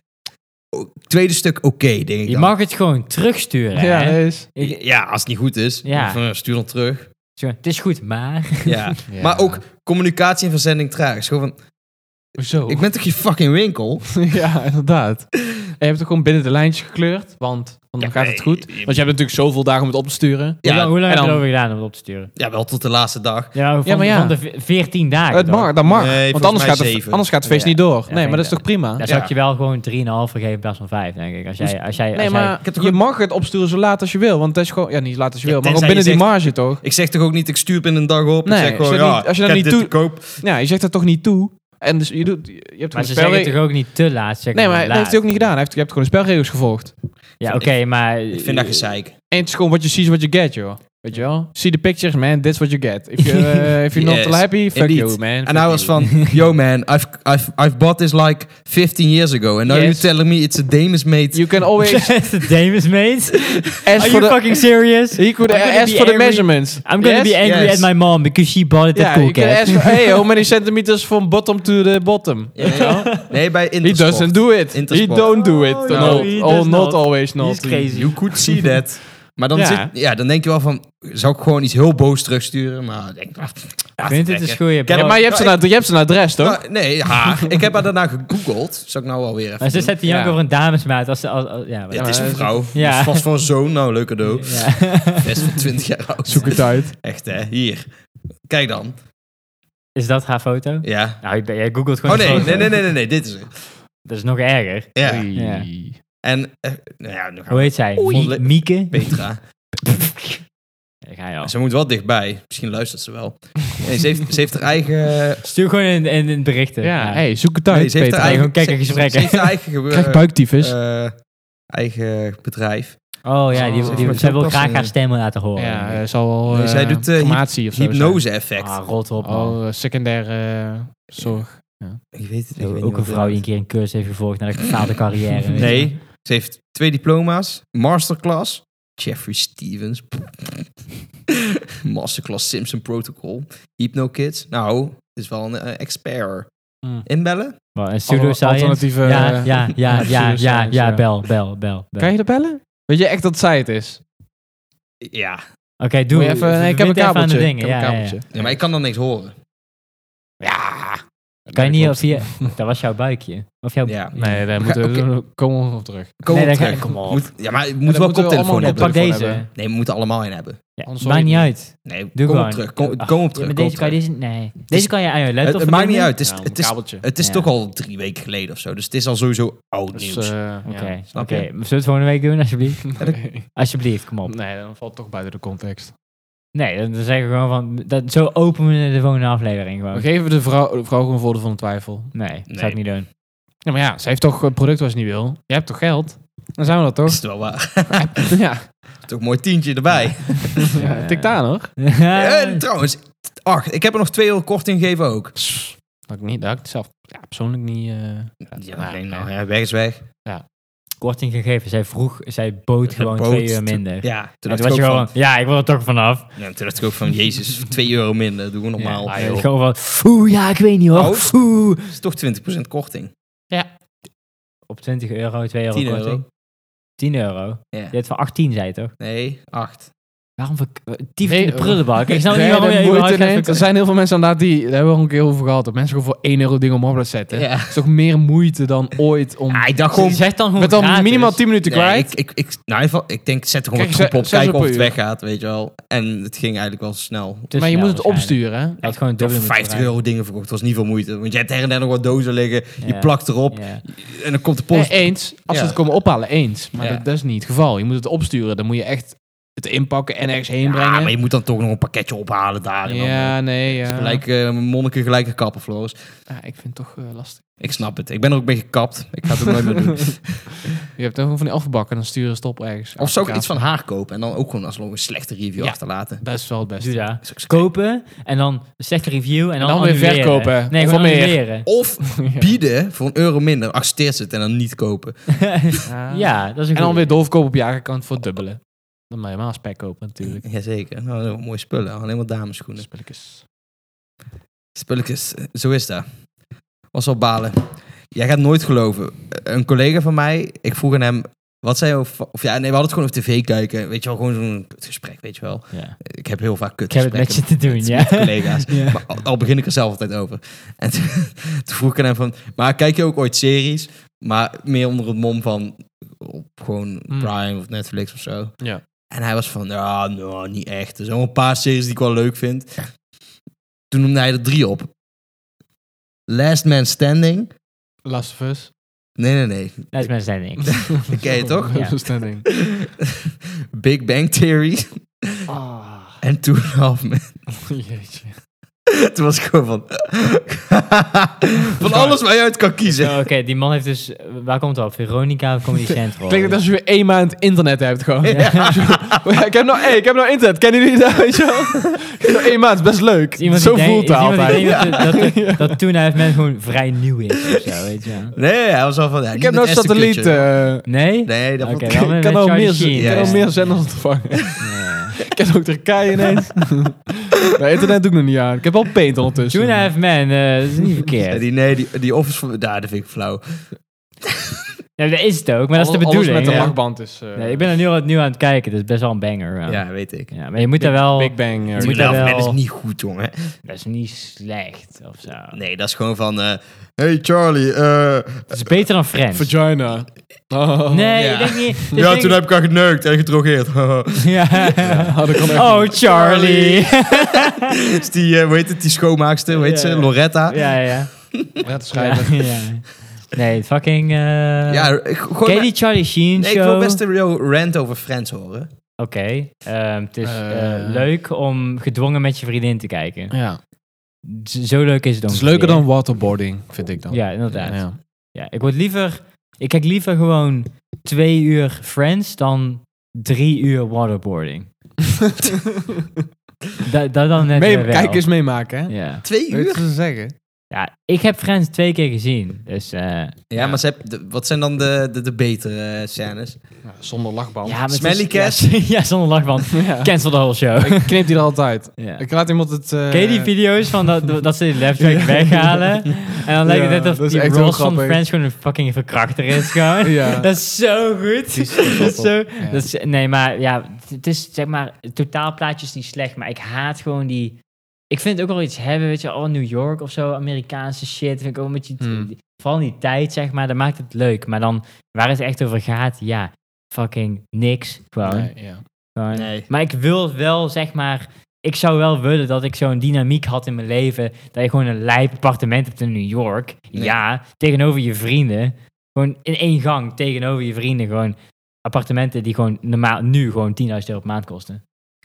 Speaker 1: O- tweede stuk, oké, denk ik
Speaker 4: Je
Speaker 1: dan.
Speaker 4: mag het gewoon terugsturen.
Speaker 2: Ja,
Speaker 4: hè?
Speaker 2: is.
Speaker 4: Ik-
Speaker 1: Ja, als het niet goed is,
Speaker 4: Ja.
Speaker 1: van, eh, stuur dan terug.
Speaker 4: Zo, Het is goed, maar...
Speaker 1: Ja.
Speaker 2: Ja.
Speaker 1: Maar ook communicatie en verzending traag. Het is gewoon van,
Speaker 2: Hoezo?
Speaker 1: ik ben toch je fucking winkel?
Speaker 2: ja, inderdaad. En je hebt het gewoon binnen de lijntjes gekleurd, want, want dan
Speaker 1: Ja,
Speaker 2: gaat het
Speaker 1: eh,
Speaker 2: goed. Want je hebt natuurlijk zoveel dagen om het op te sturen.
Speaker 1: Ja,
Speaker 4: hoe lang, hoe lang
Speaker 2: en
Speaker 4: heb je
Speaker 2: dan-
Speaker 4: erover gedaan om het op te sturen?
Speaker 1: Ja, wel tot de laatste dag.
Speaker 4: Ja, van,
Speaker 2: maar ja.
Speaker 4: van de ve- 14 dagen.
Speaker 2: het
Speaker 4: toch?
Speaker 2: mag, dat mag.
Speaker 1: Nee,
Speaker 2: want
Speaker 1: volgens
Speaker 2: anders
Speaker 1: mij
Speaker 2: gaat, het,
Speaker 1: zeven.
Speaker 2: anders gaat het feest
Speaker 1: Ja.
Speaker 2: niet door.
Speaker 4: Ja,
Speaker 2: nee, maar dat is toch
Speaker 4: inderdaad.
Speaker 2: prima?
Speaker 4: Daar
Speaker 1: Ja.
Speaker 4: zou ik je wel gewoon 3,5 geven in plaats van 5, denk ik. Als jij, als jij, als
Speaker 2: Dus- Nee,
Speaker 4: jij-
Speaker 2: maar
Speaker 1: heb toch
Speaker 2: je
Speaker 1: ook-
Speaker 2: mag het opsturen zo laat als je wil. Want dat is gewoon... Ja, niet zo laat als je
Speaker 1: Ja,
Speaker 2: wil, maar ook
Speaker 1: tenzij
Speaker 2: binnen
Speaker 1: je
Speaker 2: die marge toch?
Speaker 1: Ik zeg toch ook niet, ik stuur binnen een dag op.
Speaker 2: Nee,
Speaker 1: ik zeg
Speaker 2: als
Speaker 1: gewoon,
Speaker 2: je dat
Speaker 1: ja,
Speaker 2: niet- als je
Speaker 1: ik
Speaker 2: dat
Speaker 1: heb
Speaker 2: niet
Speaker 1: dit
Speaker 2: doet-
Speaker 1: te koop.
Speaker 2: Ja, je zegt dat toch niet toe? En dus je doet... Je hebt
Speaker 4: maar
Speaker 2: gewoon
Speaker 4: ze zeggen
Speaker 2: spelregels...
Speaker 4: toch ook niet te laat? ze
Speaker 2: Nee,
Speaker 4: zeggen gewoon
Speaker 2: maar dat heeft
Speaker 4: laat.
Speaker 2: hij ook niet gedaan. Hij heeft, je hebt gewoon de spelregels gevolgd.
Speaker 4: Ja, oké, maar...
Speaker 1: Ik vind dat gezeik.
Speaker 2: En het is gewoon what you see is what you get, joh. Weet je wel? See the pictures, man. That's what you get. If you're, eh, if you're
Speaker 1: Yes.
Speaker 2: not happy, fuck
Speaker 1: Indeed.
Speaker 2: you, man.
Speaker 1: En hij was van, yo man, I've, I've, I've bought this like 15 years ago. And now
Speaker 2: Yes.
Speaker 1: you're telling me it's a Damus mate.
Speaker 2: You can always
Speaker 4: The Damus mate?
Speaker 2: ask
Speaker 4: Are
Speaker 2: for
Speaker 4: you
Speaker 2: the...
Speaker 4: fucking serious?
Speaker 2: He could
Speaker 4: I'm gonna
Speaker 2: ask
Speaker 4: be
Speaker 2: for the
Speaker 4: angry.
Speaker 2: measurements.
Speaker 4: I'm gonna
Speaker 2: Yes?
Speaker 4: be angry
Speaker 1: Yes.
Speaker 4: at my mom because she bought it at
Speaker 2: Yeah,
Speaker 4: Cool
Speaker 2: you can
Speaker 4: Cat.
Speaker 2: ask for, hey, how many centimeters from bottom to the bottom?
Speaker 1: Nee, bij
Speaker 2: He
Speaker 1: Intersport.
Speaker 2: doesn't do it. He
Speaker 1: Intersport.
Speaker 2: don't do it.
Speaker 4: Oh,
Speaker 2: Not-
Speaker 1: no,
Speaker 4: he
Speaker 2: oh, not
Speaker 4: does not.
Speaker 2: always not.
Speaker 4: He's crazy.
Speaker 1: You could see that. Maar dan,
Speaker 2: Ja.
Speaker 1: Zit, ja, dan denk je wel van, zou ik gewoon iets heel boos terugsturen? Maar ik denk, ah,
Speaker 4: Ik vind het is
Speaker 1: trekken.
Speaker 4: goeie,
Speaker 1: Ken
Speaker 2: Ja,
Speaker 4: bro.
Speaker 2: maar je hebt, zijn ad- je hebt zijn adres, toch?
Speaker 1: nou, nee, haar. ik heb haar daarna gegoogeld. Zal ik nou alweer even
Speaker 4: Maar ze
Speaker 1: doen?
Speaker 4: zet die jank
Speaker 2: Ja.
Speaker 4: over een damesmaat. Als, ze- als, als- ja, maar- eh,
Speaker 1: Het is
Speaker 2: maar-
Speaker 1: een vrouw.
Speaker 4: Ja.
Speaker 1: Het is vast voor een zoon. Nou, leuk cadeau.
Speaker 4: Ja.
Speaker 1: Best van 20 jaar oud.
Speaker 2: Zoek het uit.
Speaker 1: Echt, hè. Hier. Kijk dan.
Speaker 4: Is dat haar foto?
Speaker 1: Ja.
Speaker 4: Nou, ik ben- jij googelt
Speaker 1: Oh
Speaker 4: gewoon
Speaker 1: nee,
Speaker 4: een foto.
Speaker 1: nee, nee, nee, nee, nee, dit is het.
Speaker 4: Dat is nog erger.
Speaker 1: Ja.
Speaker 2: Oei.
Speaker 4: Ja.
Speaker 1: En, eh, nou ja, dan gaan
Speaker 4: Hoe
Speaker 1: we
Speaker 4: heet zij?
Speaker 1: Oei.
Speaker 4: Mie- Mieke?
Speaker 1: Petra.
Speaker 4: Daar ga je al.
Speaker 1: Ze moet wel dichtbij. Misschien luistert ze wel. Nee, ze, heeft, ze heeft haar
Speaker 4: Oh,
Speaker 1: eigen...
Speaker 4: Stuur gewoon in, in, in berichten.
Speaker 2: Ja, hey, zoek het uit,
Speaker 1: Nee, ze heeft
Speaker 2: Peter.
Speaker 1: haar eigen...
Speaker 4: gewoon
Speaker 1: ze-
Speaker 4: kijken gesprekken.
Speaker 1: Ze heeft haar eigen... ge-
Speaker 2: Krijg buiktyfus.
Speaker 1: eh, eigen bedrijf.
Speaker 4: Oh ja,
Speaker 2: Oh.
Speaker 4: die, die,
Speaker 1: Met
Speaker 4: zij wil
Speaker 1: zo'n
Speaker 4: graag haar
Speaker 1: passing.
Speaker 4: stemmen laten horen.
Speaker 2: ja, eh, zal wel
Speaker 1: Nee,
Speaker 2: eh,
Speaker 1: zij doet, eh, hyp-
Speaker 2: informatie of zo
Speaker 1: Hypnose-effect.
Speaker 4: ah, rot op,
Speaker 2: zijn.
Speaker 4: man.
Speaker 2: Oh, eh, secundaire eh, zorg.
Speaker 1: Ik weet het ik
Speaker 4: Zo,
Speaker 1: weet niet
Speaker 4: ook
Speaker 1: wat
Speaker 4: een
Speaker 1: het
Speaker 4: vrouw die
Speaker 1: is.
Speaker 4: een keer een cursus heeft gevolgd naar een gefaalde carrière. weet je.
Speaker 1: Nee, ze heeft twee diploma's. Masterclass. Jeffrey Stevens. Masterclass Simpson Protocol. Hypno Kids. Nou, het is wel een eh, expert.
Speaker 2: Hmm.
Speaker 1: Inbellen?
Speaker 4: Wat, een pseudoscience?
Speaker 2: Alternatieve...
Speaker 4: Ja,
Speaker 2: eh,
Speaker 4: ja, ja, ja, ja,
Speaker 2: pseudoscience,
Speaker 4: ja,
Speaker 2: ja.
Speaker 4: bel, bel, bel. bel.
Speaker 2: Kan je dat bellen? Weet je echt dat zij het is?
Speaker 1: Ja.
Speaker 4: Oké, doe
Speaker 2: Moet je even, nee, ik heb een
Speaker 4: verbind even aan de
Speaker 2: kabeltje.
Speaker 4: dingen.
Speaker 2: Ik heb een
Speaker 4: ja, ja, ja.
Speaker 2: kabeltje.
Speaker 1: ja, maar ik kan dan niks horen.
Speaker 4: Kan je
Speaker 2: Nee,
Speaker 4: niet
Speaker 2: klopt.
Speaker 4: of je... Dat was jouw buikje. Of jouw...
Speaker 1: Ja.
Speaker 2: Nee, daar moeten we... Komen we op terug.
Speaker 1: Kom
Speaker 4: Nee,
Speaker 1: op
Speaker 4: daar ga-
Speaker 1: terug.
Speaker 4: kom op.
Speaker 1: Moet, ja, maar je
Speaker 2: dan
Speaker 1: moet wel
Speaker 2: moeten we
Speaker 1: koptelefoon
Speaker 2: allemaal
Speaker 1: hebben.
Speaker 4: Pak
Speaker 2: telefoon
Speaker 4: deze.
Speaker 2: hebben.
Speaker 1: Nee, we moeten allemaal in hebben.
Speaker 4: Ja,
Speaker 2: Anders
Speaker 4: maakt
Speaker 2: hoor je
Speaker 4: niet
Speaker 2: het
Speaker 4: uit.
Speaker 1: Nee, kom
Speaker 4: Doe
Speaker 1: op
Speaker 4: gewoon.
Speaker 1: terug. Kom,
Speaker 4: Ach,
Speaker 1: kom op
Speaker 4: ja,
Speaker 1: terug.
Speaker 4: maar
Speaker 1: kom
Speaker 4: deze
Speaker 1: op
Speaker 4: kan je
Speaker 1: terug.
Speaker 4: deze... Nee. Deze kan je aan je laptop
Speaker 1: Het, het maakt niet
Speaker 4: verbinden?
Speaker 1: uit. Het is,
Speaker 2: Ja,
Speaker 1: het,
Speaker 2: een
Speaker 1: is,
Speaker 2: kabeltje.
Speaker 1: het is
Speaker 4: Ja.
Speaker 1: toch al drie weken geleden of zo. Dus het is al sowieso oud
Speaker 2: Dus,
Speaker 1: nieuws.
Speaker 2: eh, ja.
Speaker 4: Oké, oké.
Speaker 1: Snap je?
Speaker 4: Zullen we het volgende week doen, alsjeblieft?
Speaker 2: Nee.
Speaker 4: Alsjeblieft, kom op.
Speaker 2: Nee, dan valt het toch buiten de context.
Speaker 4: Nee, dan dan zeggen we gewoon van... Dat, zo openen we de volgende aflevering
Speaker 2: We
Speaker 4: gewoon.
Speaker 2: geven de vrouw, de vrouw gewoon voordeel van de twijfel.
Speaker 4: Nee,
Speaker 1: Nee.
Speaker 4: zou ik niet doen.
Speaker 2: Ja, maar ja, ze heeft toch een product wat ze niet wil. Je hebt toch geld? Dan zijn we dat
Speaker 1: is het
Speaker 2: toch?
Speaker 1: wel waar.
Speaker 2: ja.
Speaker 1: Toch een mooi tientje erbij.
Speaker 2: ja. Tik daar nog.
Speaker 1: En Eh, trouwens, ach, ik heb er nog twee euro korting gegeven ook.
Speaker 2: Dat ik niet, dat ik het zelf ja, persoonlijk niet... eh,
Speaker 1: Ja,
Speaker 2: maar-
Speaker 1: ik denk nou, ja, weg is weg.
Speaker 4: korting gegeven. Zij vroeg, zij bood gewoon
Speaker 1: Bood
Speaker 4: twee uur
Speaker 1: te-
Speaker 4: minder. En
Speaker 1: Ja, toen
Speaker 4: toen
Speaker 1: dacht,
Speaker 4: was
Speaker 1: ik
Speaker 4: je
Speaker 1: ook
Speaker 4: gewoon,
Speaker 1: van,
Speaker 4: ja, ik wil er toch vanaf.
Speaker 1: ja, toen dacht ik ook van, jezus, 2 euro minder, doen we normaal.
Speaker 4: Ja,
Speaker 1: Ja,
Speaker 4: ah, joh. Oh. gewoon van, oeh, ja, ik weet niet hoor.
Speaker 1: Oud?
Speaker 4: Oeh.
Speaker 1: is toch 20% korting.
Speaker 4: Op 20 euro, 2 euro
Speaker 1: 10
Speaker 4: korting.
Speaker 1: euro.
Speaker 4: 10 euro?
Speaker 1: Ja.
Speaker 4: Je hebt van 18, zei je toch?
Speaker 1: Nee, 8.
Speaker 4: Waarom verk- Tief
Speaker 2: Nee,
Speaker 4: in de prullenbak. Ik snap
Speaker 1: Nou,
Speaker 2: Jij
Speaker 4: niet waarom
Speaker 2: de
Speaker 4: je
Speaker 1: oh,
Speaker 2: moeite
Speaker 4: überhaupt gaat
Speaker 2: neemt. Er
Speaker 4: verkopen.
Speaker 2: zijn heel veel mensen inderdaad die... Daar hebben we al een keer over gehad. Dat mensen gewoon voor 1 euro dingen omhoog laten zetten.
Speaker 1: Ja.
Speaker 2: Het is toch meer moeite dan ooit om...
Speaker 1: Ah, ik dacht gewoon...
Speaker 4: Zeg dan gewoon
Speaker 2: met dan
Speaker 4: gratis.
Speaker 2: minimaal 10 minuten
Speaker 1: Nee,
Speaker 2: kwijt.
Speaker 1: ik, ik, ik, nou, in ieder geval, ik denk, zet er gewoon
Speaker 2: Kijk,
Speaker 1: een troep op,
Speaker 2: zes- zes
Speaker 1: kijken
Speaker 2: op
Speaker 1: of
Speaker 2: een
Speaker 1: het
Speaker 2: uur.
Speaker 1: weggaat, weet je wel. En het ging eigenlijk wel snel.
Speaker 4: Te
Speaker 2: maar je
Speaker 4: snel
Speaker 2: moet het
Speaker 4: waarschijnlijk.
Speaker 2: opsturen, hè?
Speaker 4: Hij had gewoon
Speaker 1: Door
Speaker 4: dubbele moeten
Speaker 1: 50 euro dingen verkocht, dat was niet veel moeite. Want je hebt her en der nog wat dozen liggen, je
Speaker 4: Ja.
Speaker 1: plakt erop
Speaker 4: rijden. Ja.
Speaker 1: en dan komt de
Speaker 2: Nee,
Speaker 1: post.
Speaker 2: eens. Als ze
Speaker 1: Ja.
Speaker 2: het komen ophalen, eens. Maar
Speaker 1: Ja.
Speaker 2: dat, dat is niet het geval. Je moet het opsturen. Dan moet je echt het inpakken en ergens heen
Speaker 1: Ja,
Speaker 2: brengen.
Speaker 1: maar je moet dan toch nog een pakketje ophalen daar. En dan, eh,
Speaker 2: ja, nee, ja.
Speaker 1: dus gelijk eh, monniken, gelijke kappen, Floris.
Speaker 2: Ja, ik vind het toch eh, lastig.
Speaker 1: Ik snap het. Ik ben er ook mee gekapt. Ik ga het ook nooit meer doen.
Speaker 2: Je hebt dan gewoon van die afbakken en dan sturen ze het op
Speaker 1: Of
Speaker 2: ergens.
Speaker 1: zou ik iets
Speaker 2: Applicatie.
Speaker 1: van haar kopen en dan ook gewoon alsnog een slechte review
Speaker 2: Ja.
Speaker 1: achterlaten?
Speaker 2: Dat is wel het
Speaker 4: Doe
Speaker 2: beste.
Speaker 4: dat.
Speaker 1: Is ook zo-
Speaker 4: Kopen en dan een slechte review en dan,
Speaker 2: dan weer
Speaker 4: annuleren.
Speaker 2: verkopen.
Speaker 4: Nee,
Speaker 2: Of
Speaker 4: gewoon
Speaker 2: wat meer.
Speaker 4: annuleren.
Speaker 1: Of
Speaker 2: Ja.
Speaker 1: bieden voor een euro minder, accepteert ze het en dan niet kopen.
Speaker 4: ja, dat is
Speaker 2: En dan
Speaker 4: een goeie.
Speaker 2: weer doorverkopen op je eigen kant voor het dubbele. Dan maar helemaal spek kopen natuurlijk.
Speaker 1: Jazeker. Nou, dat zijn mooie spullen. Alleen maar dameschoenen.
Speaker 2: Spulletjes.
Speaker 1: Spulletjes, eh, zo is dat. Was wel balen. Jij gaat nooit geloven. Eh, Een collega van mij, ik vroeg aan hem, wat zei je over... Of ja, nee, we hadden het gewoon over tv kijken. Weet je wel, gewoon zo'n gesprek, weet je wel.
Speaker 4: Ja.
Speaker 1: Ik heb heel vaak
Speaker 4: Ik heb het
Speaker 1: kutgesprekken.
Speaker 4: met je te doen, ja.
Speaker 1: met collega's.
Speaker 4: Ja.
Speaker 1: Maar al, al begin ik er zelf altijd over. En toen, toen vroeg ik aan hem van... Maar kijk je ook ooit series? Maar meer onder het mom van... Op gewoon
Speaker 2: Hmm.
Speaker 1: Prime of Netflix of zo.
Speaker 2: Ja.
Speaker 1: En hij was van... Ja, nou, niet echt. Er zijn wel een paar series die ik wel leuk vind. Toen noemde hij er drie op. Last Man Standing.
Speaker 2: Last of Us.
Speaker 1: Nee, nee, nee.
Speaker 4: Dat is mijn zending.
Speaker 1: ken je toch?
Speaker 4: Ja.
Speaker 2: Last of Us.
Speaker 1: Big Bang Theory.
Speaker 2: Ah,
Speaker 1: En toen half
Speaker 2: jeetje.
Speaker 1: Toen was ik gewoon van... van alles waar je uit kan kiezen.
Speaker 4: Oké, die man heeft dus... Waar komt het op? Veronica of Comedy Central?
Speaker 2: Klinkt het alsof je weer één maand internet hebt gewoon.
Speaker 4: Ja.
Speaker 2: Ja, ik, heb nou, hey, ik heb nou internet, kennen jullie dat? Weet je wel? Ik heb nou één maand, best leuk.
Speaker 4: Is iemand
Speaker 2: Zo
Speaker 4: die denkt-
Speaker 2: voelt het
Speaker 4: is iemand die
Speaker 2: altijd.
Speaker 4: denkt dat- dat- dat- Dat toen hij men gewoon vrij nieuw is of zo, weet je wel.
Speaker 1: Nee, hij was al van... Ja,
Speaker 2: Ik
Speaker 1: niet
Speaker 2: heb
Speaker 1: met
Speaker 2: nou
Speaker 1: Esther Kutcher.
Speaker 2: satelliet. eh,
Speaker 4: Nee?
Speaker 1: Nee, dat
Speaker 4: Oké,
Speaker 1: vond ik-
Speaker 4: dan met-
Speaker 2: ik kan
Speaker 4: met
Speaker 2: al
Speaker 4: Charlie
Speaker 2: meer,
Speaker 4: Sheen.
Speaker 2: ik kan al
Speaker 1: ja.
Speaker 2: meer zenders ontvangen.
Speaker 4: Ja.
Speaker 2: ik ken ook Turkije ineens. nee, internet doe ik nog niet aan. Ik heb al paint ondertussen.
Speaker 4: Toen hij heeft men, eh, dat is niet
Speaker 1: Ja,
Speaker 4: verkeerd.
Speaker 1: die, nee, die, die Office... Van, daar, dat vind ik flauw.
Speaker 4: Ja, dat is het ook, maar dat is de
Speaker 2: Alles- alles
Speaker 4: bedoeling.
Speaker 2: met de
Speaker 4: ja.
Speaker 2: lachband is... eh,
Speaker 4: Nee, ik ben er nu, al- nu aan het kijken, dat is best wel een banger.
Speaker 1: Ja,
Speaker 4: Ja,
Speaker 1: weet ik.
Speaker 4: Ja, maar je moet
Speaker 2: Big-
Speaker 4: er wel...
Speaker 2: Big Bang. eh,
Speaker 4: Je
Speaker 1: Die
Speaker 4: moet
Speaker 1: Love
Speaker 4: daar
Speaker 1: Man
Speaker 4: wel-
Speaker 1: is niet goed, jongen.
Speaker 4: Dat is niet slecht of zo.
Speaker 1: Nee, dat is gewoon van... eh, hey Charlie, eh,
Speaker 4: Het is beter dan Friends.
Speaker 2: Vagina. Oh.
Speaker 4: nee,
Speaker 1: Ja.
Speaker 4: ik denk niet. ik
Speaker 1: ja,
Speaker 4: denk-
Speaker 1: toen heb ik haar geneukt en gedrogeerd.
Speaker 4: Ja.
Speaker 2: Ja, dat kan echt
Speaker 4: Oh,
Speaker 2: niet.
Speaker 4: Charlie.
Speaker 1: is die, eh, hoe heet het, die schoonmaakster, weet
Speaker 4: Ja.
Speaker 1: ze, Loretta. Ja,
Speaker 4: ja, ja.
Speaker 2: Ja, te schrijven.
Speaker 4: ja, ja. Nee, fucking... eh
Speaker 1: ik, gewoon...
Speaker 4: ken je die Charlie Sheen
Speaker 1: nee, ik
Speaker 4: show?
Speaker 1: wil best een real rant over Friends horen.
Speaker 4: Oké. ehm, het is eh,
Speaker 2: Eh.
Speaker 4: leuk om gedwongen met je vriendin te kijken.
Speaker 2: Ja.
Speaker 4: Z- Zo leuk is het dan.
Speaker 2: Het is leuker dan waterboarding, vind ik dan.
Speaker 4: Ja, inderdaad. Ja,
Speaker 2: Ja.
Speaker 4: ik word liever... Ik kijk liever gewoon twee uur Friends dan drie uur waterboarding. Dat, dat dan net
Speaker 2: Mee,
Speaker 4: weer eh, wel.
Speaker 2: kijk eens meemaken, hè?
Speaker 4: Ja.
Speaker 1: Twee
Speaker 2: Weet je
Speaker 1: uur?
Speaker 2: wat ze zeggen?
Speaker 4: ja, ik heb Friends twee keer gezien. Dus eh
Speaker 1: Ja, maar ze heb, de- wat zijn dan de, de, de betere eh, scènes?
Speaker 2: Ja, zonder lachband.
Speaker 4: Ja, maar het is-
Speaker 1: Smelly Cat.
Speaker 4: Ja, ja, zonder lachband.
Speaker 2: Ja.
Speaker 4: Cancel de whole show.
Speaker 2: Ik knip die er altijd.
Speaker 4: Ja.
Speaker 2: Ik laat iemand het... eh,
Speaker 4: Ken je die video's van dat, dat ze die laptop
Speaker 2: Ja.
Speaker 4: weghalen? En dan lijkt
Speaker 2: Ja,
Speaker 4: het net
Speaker 2: dat
Speaker 4: of
Speaker 2: is
Speaker 4: die
Speaker 2: echt heel
Speaker 4: Ross van
Speaker 2: grappig.
Speaker 4: Friends gewoon een fucking verkrachter is gewoon.
Speaker 2: Ja.
Speaker 4: Dat is zo goed.
Speaker 2: Die is zo
Speaker 4: Dat is
Speaker 2: grappig.
Speaker 4: zo,
Speaker 2: Ja.
Speaker 4: dat is, nee, maar ja, het is zeg maar, het totaalplaatje is niet slecht, maar ik haat gewoon die... Ik vind het ook wel iets hebben, weet je, al New York of zo, Amerikaanse shit. Vind ik ook een beetje,
Speaker 2: Hmm.
Speaker 4: vooral die tijd, zeg maar, dat maakt het leuk. Maar dan, waar het echt over gaat, ja, fucking niks. Gewoon.
Speaker 2: Nee, ja.
Speaker 4: Gewoon.
Speaker 1: Nee.
Speaker 4: Maar ik wil wel, zeg maar... Ik zou wel willen dat ik zo'n dynamiek had in mijn leven... dat je gewoon een lijp appartement hebt in New York.
Speaker 1: Nee.
Speaker 4: Ja, tegenover je vrienden. Gewoon in één gang tegenover je vrienden. Gewoon appartementen die gewoon normaal nu gewoon 10.000 euro per maand kosten.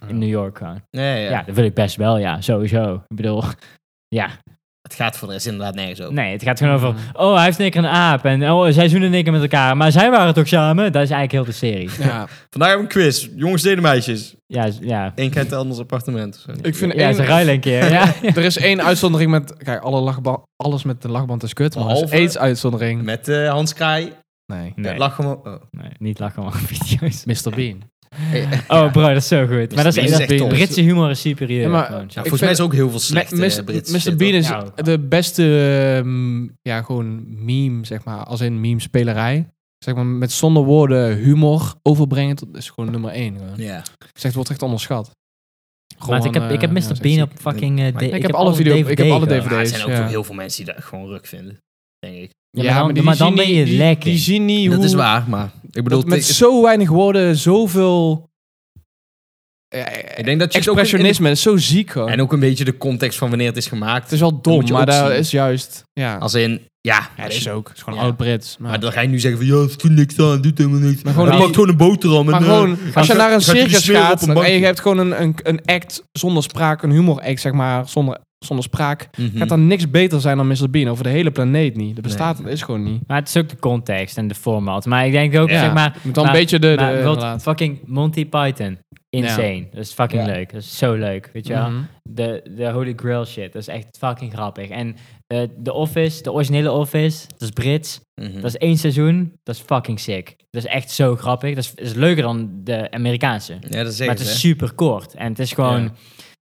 Speaker 4: In New York gewoon.
Speaker 1: Nee,
Speaker 4: Ja.
Speaker 1: ja.
Speaker 4: dat wil ik best wel, ja. Sowieso. Ik bedoel, ja.
Speaker 1: Het gaat voor de rest inderdaad nergens over.
Speaker 4: Nee, het gaat gewoon over... Oh, hij heeft in één keer een aap. En oh, zij zoenen in één keer met elkaar. Maar zij waren toch samen? Dat is eigenlijk heel de serie.
Speaker 2: Ja.
Speaker 1: Vandaag hebben we een quiz. Jongens, deden meisjes.
Speaker 4: Ja, z- ja.
Speaker 1: Eén kent de anders appartement. of zo.
Speaker 2: Ik vind
Speaker 4: Ja,
Speaker 2: één-
Speaker 4: ze ruilen een keer. Ja.
Speaker 2: Er is één uitzondering met... Kijk, alle lachba- alles met de lachband is kut, maar er is
Speaker 1: Behalve-
Speaker 2: één uitzondering.
Speaker 1: Met eh, Hans Kraai.
Speaker 2: Nee.
Speaker 4: Nee.
Speaker 1: Lach gewoon... oh.
Speaker 4: Nee, niet lachen om video's.
Speaker 2: Mr. Bean.
Speaker 4: Oh, bro, dat is zo goed. Maar dat
Speaker 1: Bean
Speaker 4: is,
Speaker 1: is
Speaker 4: dat
Speaker 1: echt top.
Speaker 4: Britse humor is superieur.
Speaker 2: Ja, maar-
Speaker 4: gewoon.
Speaker 1: Ja,
Speaker 2: Ik
Speaker 1: volgens mij
Speaker 2: vind-
Speaker 1: is er ook heel veel slechte
Speaker 2: Nee,
Speaker 1: eh,
Speaker 2: Mr.
Speaker 1: Britse
Speaker 2: Mr.
Speaker 1: shit,
Speaker 2: Bean
Speaker 1: hoor.
Speaker 2: is
Speaker 4: Ja, ook.
Speaker 2: de beste ehm, ja, gewoon meme, zeg maar, als in meme-spelerij. Zeg maar, met zonder woorden humor overbrengen, dat is gewoon nummer één. gewoon.
Speaker 1: Ja.
Speaker 2: Zegt, wordt echt onderschat.
Speaker 4: maar ik heb, ik heb
Speaker 2: eh,
Speaker 4: Mr.
Speaker 2: ja, zegt
Speaker 4: Bean
Speaker 2: hij.
Speaker 4: op fucking... eh,
Speaker 1: Ik
Speaker 4: D-
Speaker 1: heb
Speaker 2: alle video- ik heb alle
Speaker 4: gewoon.
Speaker 2: DVD.
Speaker 1: Maar er zijn ook
Speaker 2: ja.
Speaker 1: heel veel mensen die dat gewoon ruk vinden, denk ik.
Speaker 4: Ja, maar dan, maar
Speaker 2: die
Speaker 4: dan
Speaker 2: zien
Speaker 4: ben je
Speaker 2: niet- die-
Speaker 4: lekker.
Speaker 2: Die zien niet hoe...
Speaker 1: dat is waar, maar ik bedoel...
Speaker 2: dat met
Speaker 1: ik-
Speaker 2: zo weinig woorden zoveel... Ja,
Speaker 1: ik denk dat je het ook in-
Speaker 2: expressionisme, dat is zo ziek gewoon.
Speaker 1: en ook een beetje de context van wanneer het is gemaakt.
Speaker 2: het is wel dom,
Speaker 1: moet je
Speaker 2: maar
Speaker 1: ook
Speaker 2: dat
Speaker 1: zien.
Speaker 2: is juist... Ja.
Speaker 1: Als in, Ja,
Speaker 2: Ja, dat
Speaker 1: als je-
Speaker 2: is ook. Het is gewoon
Speaker 1: Ja.
Speaker 2: oud-Brits. Maar,
Speaker 1: maar dan ga je nu zeggen van, ja, het doet niks aan, het doet helemaal niks. Maar
Speaker 2: gewoon
Speaker 1: gewoon,
Speaker 2: die-
Speaker 1: gewoon een boterham.
Speaker 2: maar
Speaker 1: en,
Speaker 2: gewoon,
Speaker 1: eh,
Speaker 2: als je
Speaker 1: gaat-
Speaker 2: naar een
Speaker 1: gaat jullie
Speaker 2: circus
Speaker 1: smeren op
Speaker 2: gaat
Speaker 1: een
Speaker 2: en je
Speaker 1: bankje.
Speaker 2: hebt gewoon een, een, een act zonder spraak, een humor-act, zeg maar, zonder, zonder spraak,
Speaker 1: Mhm.
Speaker 2: gaat dan niks beter zijn dan Mr. Bean. Over de hele planeet niet. Dat bestaat,
Speaker 1: Nee.
Speaker 2: dat is gewoon niet.
Speaker 4: Maar het is ook de context en de format. Maar ik denk ook,
Speaker 2: Ja.
Speaker 4: zeg maar...
Speaker 2: Je moet dan
Speaker 4: maar-
Speaker 2: een beetje de... de
Speaker 4: maar bijvoorbeeld
Speaker 2: inderdaad.
Speaker 4: fucking Monty Python. Insane. Dat is fucking
Speaker 2: Ja.
Speaker 4: leuk. Dat is zo leuk, weet je wel.
Speaker 2: Mhm.
Speaker 4: De, de Holy Grail shit. Dat is echt fucking grappig. En eh The Office, de originele Office, dat is Brits.
Speaker 1: Mhm.
Speaker 4: Dat is één seizoen. Dat is fucking sick. Dat is echt zo grappig. Dat is, dat is leuker dan de Amerikaanse.
Speaker 1: Ja, dat
Speaker 4: Maar
Speaker 1: zeggen
Speaker 4: het is
Speaker 1: ze.
Speaker 4: super kort. En het is gewoon...
Speaker 2: Ja.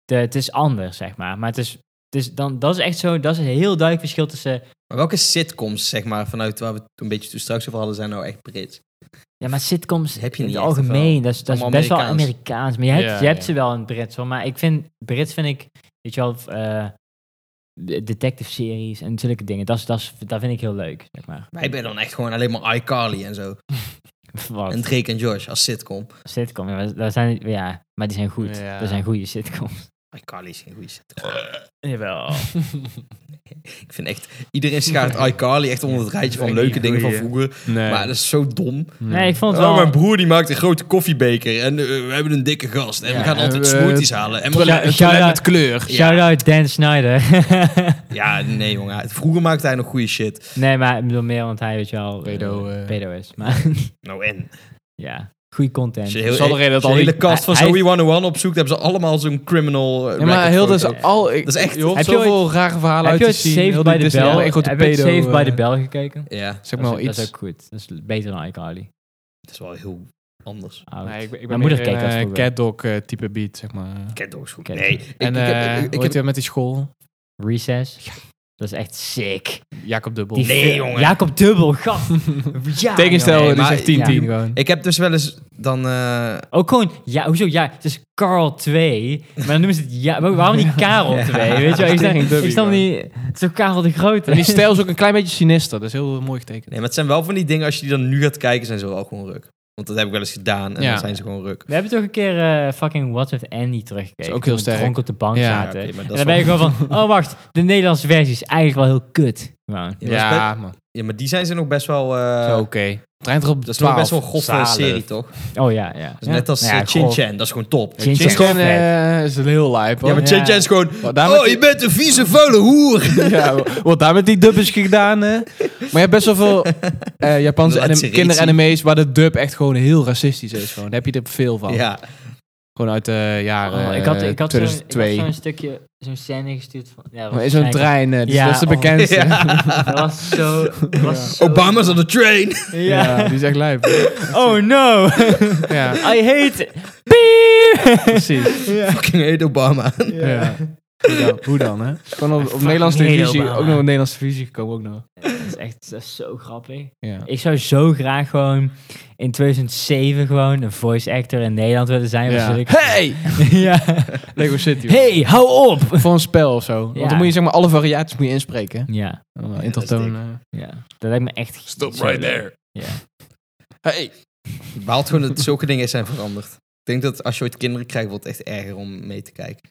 Speaker 4: De, het is anders, zeg maar. Maar het is, het is dan, dat is echt zo... Dat is een heel duidelijk verschil tussen...
Speaker 1: Maar welke sitcoms, zeg maar, vanuit waar we het een beetje toen straks over hadden, zijn nou echt Brits?
Speaker 4: Ja, maar sitcoms
Speaker 1: Heb je
Speaker 4: in
Speaker 1: niet
Speaker 4: het
Speaker 1: echt, of
Speaker 4: algemeen. Dat is, dat is
Speaker 1: Allemaal
Speaker 4: best wel
Speaker 1: Amerikaans.
Speaker 4: Amerikaans. Maar je hebt,
Speaker 2: Ja,
Speaker 4: je hebt
Speaker 2: ja.
Speaker 4: ze wel in het Brits, hoor. Maar ik vind... Brits vind ik... Weet je wel... eh, de- detective series en zulke dingen. Dat, is, dat, is, dat vind ik heel leuk, zeg maar.
Speaker 1: Wij ben dan echt gewoon alleen maar iCarly en zo.
Speaker 4: Wat?
Speaker 1: En Drake en Josh als sitcom.
Speaker 4: sitcom. Ja, maar, dat zijn, ja, maar die zijn goed.
Speaker 2: Ja.
Speaker 4: Dat zijn goede sitcoms.
Speaker 1: iCarly is geen goede sitcom.
Speaker 4: Jawel.
Speaker 1: Ik vind echt, iedereen schaart iCarly echt onder het rijtje van
Speaker 2: Echt
Speaker 1: leuke
Speaker 2: niet
Speaker 1: dingen van
Speaker 2: goeie.
Speaker 1: vroeger.
Speaker 2: Nee.
Speaker 1: Maar dat is zo dom.
Speaker 4: Nee, ik vond het
Speaker 1: Oh,
Speaker 4: wel...
Speaker 1: mijn broer die maakt een grote koffiebeker en eh, we hebben een dikke gast. En
Speaker 4: Ja,
Speaker 1: we gaan altijd
Speaker 2: eh,
Speaker 1: smoothies halen. En we-
Speaker 2: Toilet-
Speaker 4: Ja,
Speaker 2: een
Speaker 4: shout-out.
Speaker 2: toilet met kleur.
Speaker 4: Shout-out Dan Snyder.
Speaker 1: ja, nee jongen. Vroeger maakte hij nog goede shit.
Speaker 4: nee, maar ik bedoel meer, want hij weet je al...
Speaker 2: Pedo, eh.
Speaker 4: pedo is. Maar
Speaker 1: Nou en?
Speaker 4: ja, goede content.
Speaker 1: Als je heel,
Speaker 2: zal de reden dat
Speaker 1: als je
Speaker 2: al
Speaker 1: hele
Speaker 2: die-
Speaker 1: kast van
Speaker 4: hij-
Speaker 1: Zoe 101 opzoekt, hebben ze allemaal zo'n criminal eh,
Speaker 2: Ja, maar
Speaker 1: record
Speaker 2: heel
Speaker 1: photo.
Speaker 2: dus al... Ik,
Speaker 1: Dat is echt-
Speaker 2: Je hoort
Speaker 4: Heb je ooit-
Speaker 2: zoveel rare verhalen
Speaker 4: Heb
Speaker 2: uit
Speaker 4: je
Speaker 2: te
Speaker 4: ooit
Speaker 2: zien.
Speaker 4: Saved
Speaker 2: Heel
Speaker 4: by
Speaker 2: die
Speaker 4: the
Speaker 2: Disney-
Speaker 4: Bell?
Speaker 2: heel erg grote
Speaker 4: Heb je ooit
Speaker 2: pedo,
Speaker 4: Saved by
Speaker 2: eh,
Speaker 4: the Bell gekeken?
Speaker 1: Ja,
Speaker 2: Zeg maar
Speaker 4: Dat
Speaker 2: wel
Speaker 4: is, dat is
Speaker 2: iets.
Speaker 4: ook goed. Dat is beter dan iCarly.
Speaker 1: dat is wel heel anders.
Speaker 4: Oud.
Speaker 2: Nee, ik, ik ben
Speaker 4: Mijn moeder
Speaker 2: meer
Speaker 4: keek dat
Speaker 2: een eh,
Speaker 4: vroeger.
Speaker 2: catdog eh, type beat, zeg maar.
Speaker 1: Cat Dog is goed.
Speaker 4: Cat
Speaker 1: Nee,
Speaker 4: Dog.
Speaker 1: ik, ik
Speaker 2: en eh,
Speaker 1: heb...
Speaker 2: hoe
Speaker 1: Ik, ik
Speaker 2: heet
Speaker 1: heb
Speaker 2: die met die school?
Speaker 4: Recess. Dat is echt sick.
Speaker 2: Jacob Dubbel.
Speaker 4: Die
Speaker 1: Nee,
Speaker 4: film-
Speaker 1: jongen.
Speaker 4: Jacob Dubbel, gaf. ja,
Speaker 2: Tegenstel,
Speaker 1: Nee,
Speaker 2: die
Speaker 1: maar-
Speaker 2: zegt 10-10
Speaker 4: ja.
Speaker 2: gewoon.
Speaker 1: ik heb dus wel eens dan... eh,
Speaker 4: jongen. Ook gewoon, ja, hoezo? Ja, het is Carl 2. Maar dan noemen ze het, ja, maar waarom niet Karel 2? Weet je wel, ik, snap-
Speaker 2: Fucking dubby,
Speaker 4: ik snap
Speaker 2: man.
Speaker 4: niet, het is ook Karel de
Speaker 2: En die
Speaker 4: Grote.
Speaker 2: stijl is ook een klein beetje sinister. Dat is heel mooi getekend.
Speaker 1: Nee, maar het zijn wel van die dingen, als je die dan nu gaat kijken, zijn ze wel gewoon ruk. Want dat heb ik wel eens gedaan en
Speaker 2: Ja.
Speaker 1: dan zijn ze gewoon ruk.
Speaker 4: We hebben toch een keer eh, fucking What's With Andy teruggekeken.
Speaker 2: Is ook heel
Speaker 4: toen we
Speaker 2: sterk.
Speaker 4: dronken op de bank
Speaker 2: Ja,
Speaker 4: zaten.
Speaker 1: oké, maar dat
Speaker 4: en
Speaker 1: is
Speaker 4: dan ben
Speaker 1: wel-
Speaker 4: je gewoon van, oh wacht, de Nederlandse versie is eigenlijk wel heel kut. Nou,
Speaker 1: Ja,
Speaker 4: Gewoon.
Speaker 1: maar,
Speaker 2: Ja,
Speaker 1: dat is
Speaker 2: man.
Speaker 1: be- ja, maar die zijn ze nog best wel... eh,
Speaker 2: Zo, oké. Treint erop
Speaker 1: dat is nog best wel een godvolle
Speaker 2: 12.
Speaker 1: serie, toch? Dat
Speaker 4: Oh ja, ja.
Speaker 1: is net als
Speaker 4: Nou ja,
Speaker 1: eh, Chin
Speaker 4: goh.
Speaker 1: Chan, dat is gewoon top.
Speaker 4: Chin
Speaker 2: Chin
Speaker 4: Chan.
Speaker 2: Chan eh, is een heel lijp,
Speaker 1: Ja,
Speaker 2: hoor.
Speaker 1: maar Chin
Speaker 4: Ja.
Speaker 1: Chan is gewoon...
Speaker 2: Wat daar met
Speaker 1: Oh,
Speaker 2: die-
Speaker 1: je bent een vieze, vuile hoer!
Speaker 2: Ja, wat daar met die dub is gedaan, hè? Maar je hebt best wel veel eh, Japanse
Speaker 1: Dat
Speaker 2: anim-
Speaker 1: is een
Speaker 2: kinderanime's waar de dub echt gewoon heel racistisch is. Gewoon. Daar heb je er veel van.
Speaker 1: Ja,
Speaker 2: Gewoon uit de jaren
Speaker 4: Oh, ik had, ik had zo'n ik had
Speaker 2: 2002.
Speaker 4: zo'n stukje, zo'n scène gestuurd van... Ja, dat
Speaker 2: Maar
Speaker 4: was
Speaker 2: is zo'n
Speaker 4: eigenlijk-
Speaker 2: trein, eh, dus
Speaker 4: Ja,
Speaker 2: dat is de
Speaker 4: oh.
Speaker 2: bekendste.
Speaker 4: Dat was zo... dat was zo-
Speaker 1: Obama's on the train!
Speaker 4: Ja.
Speaker 2: Ja, die is echt lijp.
Speaker 4: Oh no,
Speaker 2: Ja,
Speaker 4: I hate... it. Piep!
Speaker 2: precies.
Speaker 1: Fucking hate Obama.
Speaker 2: Ja. Hoe dan- Hoe dan, hè? Gewoon op, op Nederlandse
Speaker 4: fucking hate
Speaker 2: televisie,
Speaker 4: Obama.
Speaker 2: ook nog op Nederlandse televisie gekomen, ook nog.
Speaker 4: Dat is echt dat is zo grappig.
Speaker 2: Ja.
Speaker 4: Ik zou zo graag gewoon in 2007 gewoon een voice actor in Nederland willen zijn.
Speaker 2: Ja.
Speaker 4: Ja. Ik...
Speaker 2: Hey!
Speaker 4: ja.
Speaker 2: Lego City.
Speaker 4: Hey, hou op!
Speaker 2: Voor een spel of zo.
Speaker 4: Ja.
Speaker 2: Want dan moet je zeg maar alle variaties moet je inspreken.
Speaker 4: Ja,
Speaker 2: Oh,
Speaker 1: dat is
Speaker 2: Intertoon.
Speaker 1: dik.
Speaker 2: eh.
Speaker 4: ja. Dat lijkt me echt... zo leuk. Ja.
Speaker 2: Hey!
Speaker 1: Ik baalt gewoon dat zulke dingen zijn veranderd. Ik denk dat als je ooit kinderen krijgt, wordt het echt erger om mee te kijken.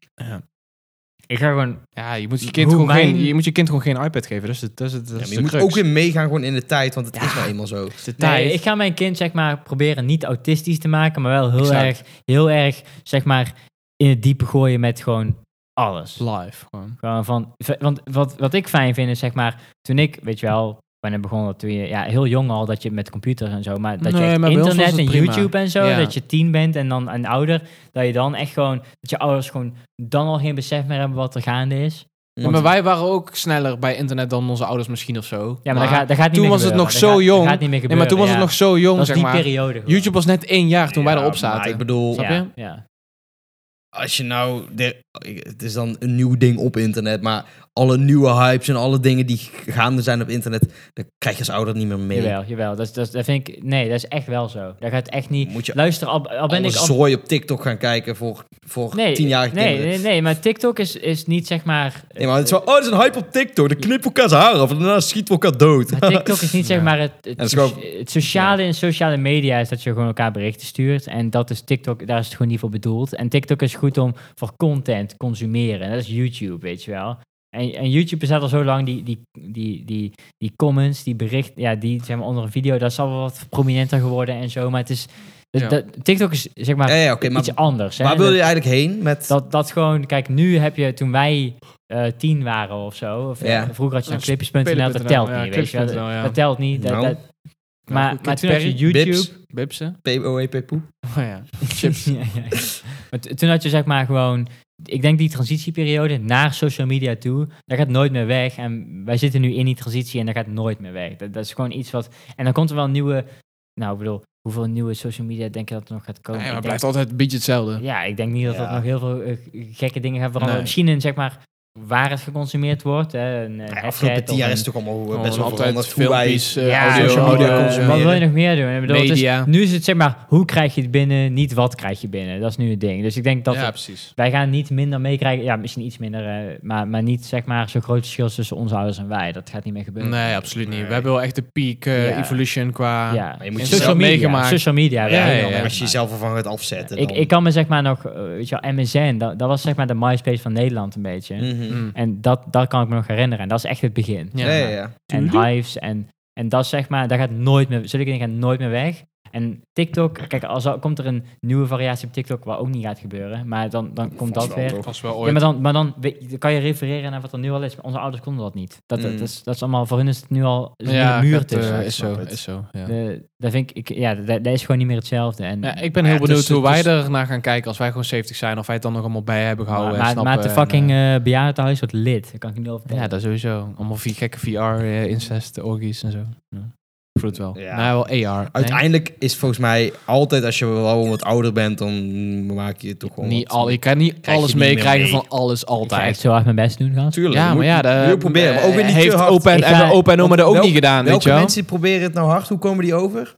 Speaker 4: Ik ga gewoon...
Speaker 2: Ja, je moet je kind,
Speaker 4: Hoe
Speaker 2: gewoon,
Speaker 4: mijn-
Speaker 2: geen, je moet je kind gewoon geen iPad geven. Dat is, het- dat is, het- dat
Speaker 1: Ja,
Speaker 2: is
Speaker 1: maar je
Speaker 2: de
Speaker 1: moet
Speaker 2: crux.
Speaker 1: ook weer meegaan gewoon in de tijd, want het is nou eenmaal zo.
Speaker 2: de tijd.
Speaker 4: Nee, ik ga mijn kind zeg maar proberen niet autistisch te maken, maar wel heel
Speaker 2: Exact.
Speaker 4: erg, heel erg zeg maar in het diepe gooien met gewoon alles.
Speaker 2: Live gewoon.
Speaker 4: Gewoon van, v- want wat, wat ik fijn vind is zeg maar, toen ik, weet je wel, wanneer begon dat, toen je, ja, heel jong al, dat je met computers en zo, maar dat
Speaker 2: Nee,
Speaker 4: je echt
Speaker 2: maar bij ons was
Speaker 4: internet en
Speaker 2: het prima.
Speaker 4: YouTube en zo,
Speaker 2: Ja.
Speaker 4: dat je tien bent en dan en ouder, dat je dan echt gewoon, dat je ouders gewoon dan al geen besef meer hebben wat er gaande is.
Speaker 2: Ja, maar wij waren ook sneller bij internet dan onze ouders misschien of zo.
Speaker 4: Ja, maar, dat, gaat, dat gaat niet
Speaker 2: toen
Speaker 4: meer
Speaker 2: was het
Speaker 4: gebeuren.
Speaker 2: nog
Speaker 4: Dat
Speaker 2: zo
Speaker 4: gaat-
Speaker 2: jong.
Speaker 4: Dat gaat niet meer gebeuren.
Speaker 2: nee, maar toen was het
Speaker 4: ja.
Speaker 2: nog zo jong,
Speaker 4: dat is
Speaker 2: zeg
Speaker 4: die
Speaker 2: maar.
Speaker 4: periode. gewoon.
Speaker 2: YouTube was net één jaar toen wij
Speaker 1: Ja,
Speaker 2: erop
Speaker 1: maar
Speaker 2: zaten.
Speaker 1: Ik bedoel,
Speaker 2: Snap
Speaker 4: ja,
Speaker 2: je?
Speaker 4: Ja.
Speaker 1: als je nou... de- het is dan een nieuw ding op internet, maar alle nieuwe hypes en alle dingen die gaande zijn op internet, dan krijg je als ouder niet meer mee.
Speaker 4: Jawel, jawel. Dat, is- dat, is- dat vind ik... Nee, dat is echt wel zo. Dat gaat echt niet...
Speaker 1: Moet je
Speaker 4: Luister, al, al ben
Speaker 1: alle
Speaker 4: ik... Al,
Speaker 1: zooi op TikTok gaan kijken voor, voor
Speaker 4: nee,
Speaker 1: tienjarige
Speaker 4: nee,
Speaker 1: kinderen.
Speaker 4: nee, nee, maar TikTok is, is niet zeg maar...
Speaker 1: Nee, maar het is wel, oh, dat is een hype op TikTok. Dan knippen we elkaars haar af en daarna schieten we elkaar dood.
Speaker 4: Maar TikTok is niet zeg maar het, het,
Speaker 1: dat is
Speaker 4: socia-
Speaker 1: gewoon-
Speaker 4: het sociale in sociale media is dat je gewoon elkaar berichten stuurt. En dat is TikTok, daar is het gewoon niet voor bedoeld. En TikTok is goed om voor content te consumeren. Dat is YouTube, weet je wel. En, en YouTube is net al zo lang die, die, die, die, die comments, die bericht, ja, die zeg maar onder een video, dat is al wel wat prominenter geworden en zo. Maar het is, dat-
Speaker 1: Ja.
Speaker 4: dat- TikTok is zeg maar
Speaker 1: Ja, ja, oké, maar
Speaker 4: iets anders. Hè?
Speaker 1: waar wil
Speaker 4: Dat-
Speaker 1: je eigenlijk heen met...
Speaker 4: dat, dat gewoon, kijk, nu heb je toen wij eh, tien waren of zo, of,
Speaker 1: Ja.
Speaker 4: eh, vroeger had je dan
Speaker 2: Ja,
Speaker 4: clipjes.nl, dat
Speaker 2: spelen.nl,
Speaker 4: telt
Speaker 2: ja,
Speaker 4: niet, weet je wel.
Speaker 2: clipjes.nl, ja.
Speaker 4: Dat telt niet. Dat,
Speaker 1: Nou.
Speaker 4: dat- maar,
Speaker 2: goed,
Speaker 4: maar
Speaker 2: Katy
Speaker 4: toen had je
Speaker 2: Perry,
Speaker 4: YouTube.
Speaker 1: Bips.
Speaker 2: Bipsen?
Speaker 1: P-O-E-P-Poe?
Speaker 2: Oh ja. Chips.
Speaker 4: Ja, ja, ja. Maar t- toen had je zeg maar gewoon, ik denk die transitieperiode naar social media toe, dat gaat nooit meer weg. En wij zitten nu in die transitie en dat gaat nooit meer weg. Dat, dat is gewoon iets wat, en dan komt er wel een nieuwe, nou ik bedoel, hoeveel nieuwe social media denk je dat er nog gaat komen?
Speaker 2: Nee, maar
Speaker 4: Ik
Speaker 2: het
Speaker 4: denk-
Speaker 2: blijft altijd een beetje hetzelfde.
Speaker 4: Ja, ik denk niet dat dat
Speaker 1: Ja.
Speaker 4: nog heel veel eh, gekke dingen gaat veranderen.
Speaker 2: Nee.
Speaker 4: Misschien in, zeg maar, waar het geconsumeerd wordt. Hè, een, eh,
Speaker 1: Ja,
Speaker 4: headset
Speaker 1: afgelopen tien
Speaker 4: of
Speaker 1: jaar
Speaker 4: een-
Speaker 1: is het toch allemaal eh,
Speaker 2: Gewoon
Speaker 1: best wel
Speaker 2: altijd
Speaker 1: veranderd. Hoe wij...
Speaker 2: filmpjes, eh,
Speaker 4: Ja,
Speaker 2: audio,
Speaker 1: social media
Speaker 2: eh,
Speaker 1: consumeren.
Speaker 4: wat wil je nog meer doen? Ik bedoel, het is-
Speaker 2: media.
Speaker 4: nu is het zeg maar, hoe krijg je het binnen, niet wat krijg je binnen. Dat is nu het ding. Dus ik denk dat
Speaker 2: ja,
Speaker 4: het-
Speaker 2: precies.
Speaker 4: wij gaan niet minder meekrijgen. Ja, misschien iets minder, eh, maar, maar niet zeg maar zo'n groot verschil tussen onze ouders en wij. Dat gaat niet meer gebeuren.
Speaker 2: Nee, absoluut niet.
Speaker 1: Nee.
Speaker 2: We hebben wel echt de peak eh,
Speaker 4: Ja.
Speaker 2: evolution qua...
Speaker 4: Ja,
Speaker 1: Maar je moet
Speaker 2: En
Speaker 1: jezelf
Speaker 4: social media.
Speaker 2: meegemaakt.
Speaker 4: Social media.
Speaker 2: Ja,
Speaker 4: wij
Speaker 2: ja,
Speaker 4: wel
Speaker 2: ja.
Speaker 1: Als je jezelf ervan gaat afzetten.
Speaker 4: Ik,
Speaker 1: dan-
Speaker 4: ik kan me zeg maar nog, eh, weet je wel, MSN, dat, dat was zeg maar de MySpace van Nederland een beetje.
Speaker 1: Mhm.
Speaker 2: Mm.
Speaker 4: En dat, dat kan ik me nog herinneren. En dat is echt het begin.
Speaker 1: Ja, ja, ja.
Speaker 4: En hives en, en dat zeg maar, daar gaat nooit meer, zulke dingen gaan nooit meer weg. En TikTok, kijk, als al komt er een nieuwe variatie op TikTok, wat ook niet gaat gebeuren, maar dan, dan komt
Speaker 1: Vast
Speaker 4: dat
Speaker 1: wel,
Speaker 4: weer.
Speaker 1: toch?
Speaker 2: Vast wel
Speaker 4: Ja,
Speaker 2: ooit.
Speaker 4: maar dan, maar dan, weet je- dan kan je refereren naar wat er nu al is. Maar onze ouders konden dat niet. Dat, dat,
Speaker 1: Mm.
Speaker 4: is, dat is allemaal, voor hun is het nu al is er een muur
Speaker 2: Hmm. dat, eh,
Speaker 4: tussen.
Speaker 2: is
Speaker 1: snap
Speaker 2: zo,
Speaker 1: het.
Speaker 2: is zo. Ja.
Speaker 4: De- dat vind ik, ik ja, dat, dat is gewoon niet meer hetzelfde. En,
Speaker 2: Ja, ik ben
Speaker 1: Ja,
Speaker 2: heel
Speaker 1: het
Speaker 2: benieuwd
Speaker 1: is-
Speaker 2: hoe
Speaker 1: het
Speaker 2: wij
Speaker 1: is-
Speaker 2: ernaar gaan kijken als wij gewoon 70 zijn. Of wij het dan nog allemaal bij hebben
Speaker 4: maar,
Speaker 2: gehouden. en
Speaker 4: maar, maar
Speaker 2: snappen
Speaker 4: het
Speaker 2: en,
Speaker 4: fucking
Speaker 2: eh,
Speaker 4: eh bejaardentehuis wordt lid. Dat kan ik je niet over
Speaker 2: ja, dat sowieso. Allemaal vier gekke VR, eh, incest, orgies en zo. Ja. Vloed wel.
Speaker 1: Ja.
Speaker 2: Nou, wel AR. nee?
Speaker 1: Uiteindelijk is volgens mij altijd als je wel wat ouder bent, dan maak je het toch gewoon.
Speaker 2: Niet
Speaker 1: wat-
Speaker 2: al, je kan niet
Speaker 1: Krijg je
Speaker 2: alles
Speaker 1: niet meer
Speaker 2: meekrijgen
Speaker 1: mee.
Speaker 2: van alles
Speaker 4: Ik ga echt
Speaker 2: altijd.
Speaker 4: zo hard mijn best doen, gast.
Speaker 1: Tuurlijk.
Speaker 2: Ja,
Speaker 1: je
Speaker 2: maar
Speaker 1: moet-
Speaker 2: ja,
Speaker 1: je
Speaker 2: de,
Speaker 1: moet proberen, maar ook weer niet
Speaker 2: heeft
Speaker 1: te hard.
Speaker 2: opa en,
Speaker 4: Ik ga-
Speaker 2: hebben opa en oma dat ook
Speaker 1: Welke-
Speaker 2: niet gedaan, weet
Speaker 1: Welke
Speaker 2: je wel?
Speaker 1: mensen proberen het nou hard? Hoe komen die over?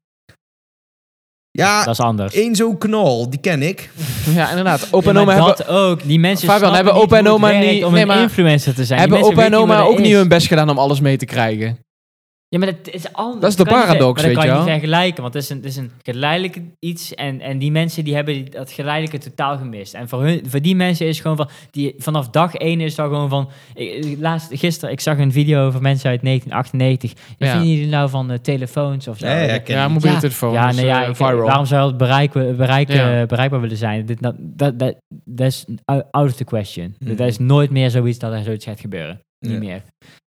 Speaker 1: Ja,
Speaker 4: dat is anders.
Speaker 1: één zo'n knal, die ken ik.
Speaker 2: Ja, inderdaad. Opa
Speaker 4: Ja,
Speaker 2: en
Speaker 4: maar
Speaker 2: oma
Speaker 4: dat
Speaker 2: hebben,
Speaker 4: ook. Die mensen
Speaker 2: Fabian,
Speaker 4: snappen
Speaker 2: hebben
Speaker 4: niet
Speaker 2: opa en
Speaker 4: hoe het
Speaker 2: oma
Speaker 4: werkt
Speaker 2: niet-
Speaker 4: om
Speaker 2: nee,
Speaker 4: een
Speaker 2: maar
Speaker 4: influencer te zijn. Die
Speaker 2: hebben
Speaker 4: mensen
Speaker 2: opa en
Speaker 4: weten
Speaker 2: oma
Speaker 4: wat
Speaker 2: ook
Speaker 4: dat
Speaker 2: niet
Speaker 4: is.
Speaker 2: hun best gedaan om alles mee te krijgen.
Speaker 4: Ja, maar dat is anders.
Speaker 2: Dat is de
Speaker 4: kan je niet-
Speaker 2: paradox,
Speaker 4: maar
Speaker 2: weet
Speaker 4: dat
Speaker 2: je
Speaker 4: kan je
Speaker 2: wel.
Speaker 4: niet vergelijken, want het is een, het is een geleidelijk iets en, en die mensen die hebben dat geleidelijke totaal gemist. En voor, hun, voor die mensen is gewoon van, die, vanaf dag één is dat gewoon van, ik- ik- laatst, gisteren, ik zag een video over mensen uit 1998. Wat
Speaker 2: Ja.
Speaker 4: vinden jullie nou van eh, telefoons of zo?
Speaker 1: Ja, ja, ik ken
Speaker 2: Ja,
Speaker 1: die.
Speaker 2: mobiele telefoon.
Speaker 4: Ja,
Speaker 2: dus,
Speaker 4: nee, ja
Speaker 2: eh,
Speaker 4: ik-
Speaker 2: viral.
Speaker 4: waarom zou het bereik, bereik,
Speaker 2: Ja.
Speaker 4: eh, bereikbaar willen zijn? Dit, dat, dat, dat, dat is out of the question.
Speaker 2: Mm.
Speaker 1: Mhm.
Speaker 4: Dat is nooit meer zoiets dat er zoiets gaat gebeuren. Niet
Speaker 1: Ja.
Speaker 4: meer.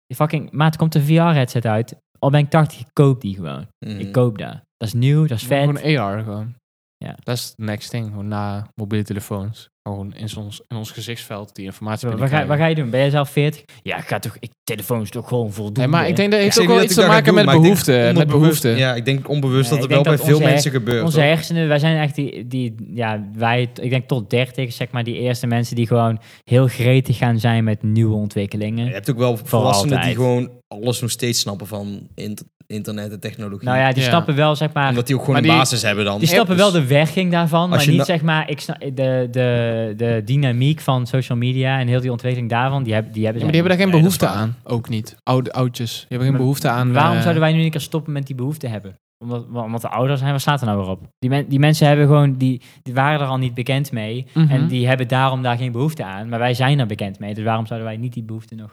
Speaker 4: Die fucking, maat, komt een VR-headset uit. Al ben ik 80, ik koop die gewoon.
Speaker 1: Mhm.
Speaker 4: Ik koop dat. Dat is nieuw, dat is vet.
Speaker 2: Mm. Gewoon AR gewoon.
Speaker 4: Ja.
Speaker 2: Dat is het next thing. Gewoon na mobiele telefoons. Gewoon in ons, in ons gezichtsveld die informatie
Speaker 4: Wat ga,
Speaker 2: binnenkrijgen.
Speaker 4: wat ga je doen? Ben jij zelf 40? Ja, ik ga toch, ik, telefoon is toch gewoon voldoende.
Speaker 2: Nee, maar ik denk dat
Speaker 1: Ik
Speaker 2: heeft
Speaker 1: zeg
Speaker 2: ook
Speaker 1: niet
Speaker 2: wel
Speaker 1: dat ik
Speaker 2: iets te
Speaker 1: dat ga
Speaker 2: maken
Speaker 1: doen,
Speaker 2: met
Speaker 1: maar ik denk
Speaker 2: behoefte. Met
Speaker 1: Onbewust-
Speaker 2: behoefte.
Speaker 1: Ja, ik denk onbewust
Speaker 4: Nee,
Speaker 1: dat er
Speaker 4: ik
Speaker 1: wel
Speaker 4: denk
Speaker 1: bij
Speaker 4: dat
Speaker 1: veel
Speaker 4: onze-
Speaker 1: mensen gebeurt.
Speaker 4: Onze
Speaker 1: hoor.
Speaker 4: hersenen, wij zijn echt die, die ja, wij, ik denk tot 30, zeg maar, die eerste mensen die gewoon heel gretig gaan zijn met nieuwe ontwikkelingen.
Speaker 1: Je hebt ook wel volwassenen die
Speaker 4: altijd.
Speaker 1: gewoon alles nog steeds snappen van int- internet en technologie.
Speaker 4: Nou ja, die
Speaker 2: Ja.
Speaker 4: snappen wel, zeg maar,
Speaker 1: Omdat die ook gewoon
Speaker 2: maar
Speaker 1: een
Speaker 2: die-
Speaker 1: basis hebben dan.
Speaker 4: Die snappen
Speaker 1: Dus-
Speaker 4: wel de werking daarvan, maar
Speaker 1: je
Speaker 4: niet
Speaker 1: na-
Speaker 4: zeg maar ik snap, de, de, de dynamiek van social media en heel die ontwikkeling daarvan, die, heb, die hebben
Speaker 2: Ja,
Speaker 4: ze.
Speaker 2: maar die hebben daar geen
Speaker 1: Nee, dat is
Speaker 2: behoefte
Speaker 1: waar.
Speaker 2: aan. Ook niet. Oude, oudjes. Die hebben geen
Speaker 4: Maar
Speaker 2: behoefte aan...
Speaker 4: Waarom
Speaker 2: eh,
Speaker 4: zouden wij nu een keer stoppen met die behoefte hebben? Omdat, wa- omdat we ouder zijn, waar staat er nou weer op? Die, men- die mensen hebben gewoon, die, die waren er al niet bekend mee
Speaker 2: Mhm.
Speaker 4: en die hebben daarom daar geen behoefte aan, maar wij zijn er bekend mee, dus waarom zouden wij niet die behoefte nog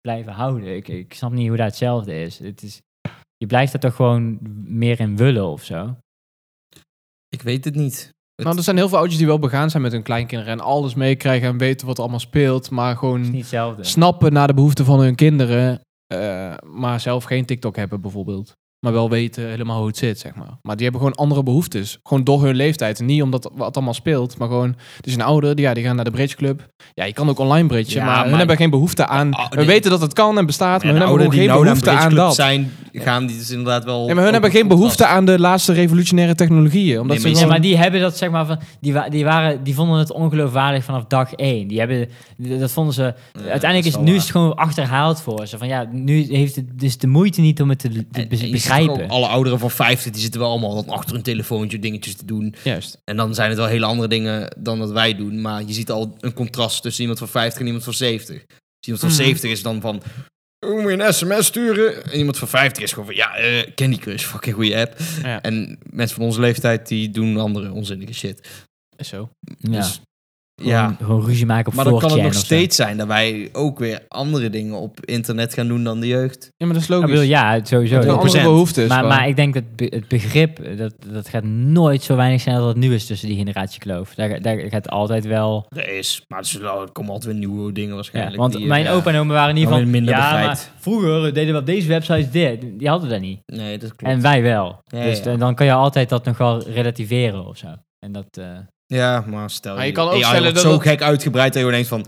Speaker 4: blijven houden? Ik, ik snap niet hoe dat hetzelfde is. Het is je blijft er toch gewoon meer in willen of zo.
Speaker 1: Ik weet het niet.
Speaker 2: Nou, er zijn heel veel oudjes die wel begaan zijn met hun kleinkinderen. En alles meekrijgen en weten wat er allemaal speelt. Maar
Speaker 4: Het is
Speaker 2: gewoon
Speaker 4: niet hetzelfde.
Speaker 2: snappen naar de behoeften van hun kinderen. eh, maar zelf geen TikTok hebben bijvoorbeeld. Maar wel weten helemaal hoe het zit, zeg maar. Maar die hebben gewoon andere behoeftes. Gewoon door hun leeftijd. En niet omdat wat allemaal speelt. Maar gewoon, dus een ouder, die, ja, die gaan naar de bridge club. Ja, je kan ook online bridgen.
Speaker 1: Ja,
Speaker 2: maar,
Speaker 1: maar-
Speaker 2: hun hebben geen behoefte aan...
Speaker 1: Oh,
Speaker 2: we
Speaker 1: nee.
Speaker 2: weten dat het kan en bestaat.
Speaker 1: Ja,
Speaker 2: maar
Speaker 1: de
Speaker 2: hun hebben
Speaker 1: ouderen
Speaker 2: gewoon
Speaker 1: die nou
Speaker 2: geen
Speaker 1: naar
Speaker 2: behoefte
Speaker 1: Bridge
Speaker 2: aan
Speaker 1: Club
Speaker 2: dat.
Speaker 1: zijn, gaan die dus inderdaad wel...
Speaker 2: Nee, maar hun hebben geen behoefte aan de laatste revolutionaire technologieën. Omdat
Speaker 1: Nee,
Speaker 2: ze
Speaker 4: Ja,
Speaker 2: gewoon...
Speaker 4: maar die hebben dat zeg maar van. Die, wa- die, waren, die vonden het ongeloofwaardig vanaf dag één. Die hebben, die- dat vonden ze. uiteindelijk is, nu is het gewoon achterhaald voor ze. Van ja, nu heeft het dus de moeite niet om het te, te be- begrijpen.
Speaker 1: Alle ouderen van 50, die zitten wel allemaal dan achter hun telefoontje dingetjes te doen.
Speaker 2: Juist.
Speaker 1: En dan zijn het wel hele andere dingen dan dat wij doen. Maar je ziet al een contrast tussen iemand van 50 en iemand van 70. Dus iemand van
Speaker 2: Mhm.
Speaker 1: 70 is dan van... Hoe moet je een sms sturen? En iemand van 50 is gewoon van... Ja, eh Candy Crush, fucking goede app.
Speaker 2: Ja.
Speaker 1: En mensen van onze leeftijd, die doen andere onzinnige shit.
Speaker 2: Is zo.
Speaker 4: Ja.
Speaker 1: Dus Ja.
Speaker 4: Gewoon, gewoon ruzie maken op
Speaker 1: Maar dan kan
Speaker 4: 4chan
Speaker 1: het nog
Speaker 4: of zo.
Speaker 1: steeds zijn dat wij ook weer andere dingen op internet gaan doen dan de jeugd.
Speaker 2: Ja, maar dat is
Speaker 4: Ik
Speaker 2: logisch.
Speaker 4: bedoel, ja, het sowieso.
Speaker 2: Er zijn
Speaker 4: Dat-
Speaker 1: procent.
Speaker 2: andere behoeftes.
Speaker 4: Maar,
Speaker 2: van-
Speaker 4: maar ik denk dat be- het begrip, dat, dat gaat nooit zo weinig zijn als dat het nu is tussen die generatiekloof. Daar, daar gaat altijd wel...
Speaker 1: Dat is, maar er zullen- er komen altijd weer nieuwe dingen
Speaker 4: Ja,
Speaker 1: waarschijnlijk.
Speaker 4: want
Speaker 1: die, eh,
Speaker 4: mijn
Speaker 1: ja.
Speaker 4: opa en oma waren in ieder
Speaker 1: Dan
Speaker 4: geval...
Speaker 1: weer minder
Speaker 4: ja,
Speaker 1: begrijpt.
Speaker 4: maar vroeger deden we op deze website dit. Die hadden we dat niet.
Speaker 1: Nee, dat klopt.
Speaker 4: En wij wel.
Speaker 1: Ja,
Speaker 4: dus
Speaker 1: ja.
Speaker 4: dan- dan kan je altijd dat nog wel relativeren of zo. En dat... eh,
Speaker 1: Ja, maar stel
Speaker 2: Maar je kan ook
Speaker 1: AI
Speaker 2: stellen
Speaker 1: wordt
Speaker 2: dat
Speaker 1: zo
Speaker 2: dat-
Speaker 1: gek uitgebreid dat je ineens van...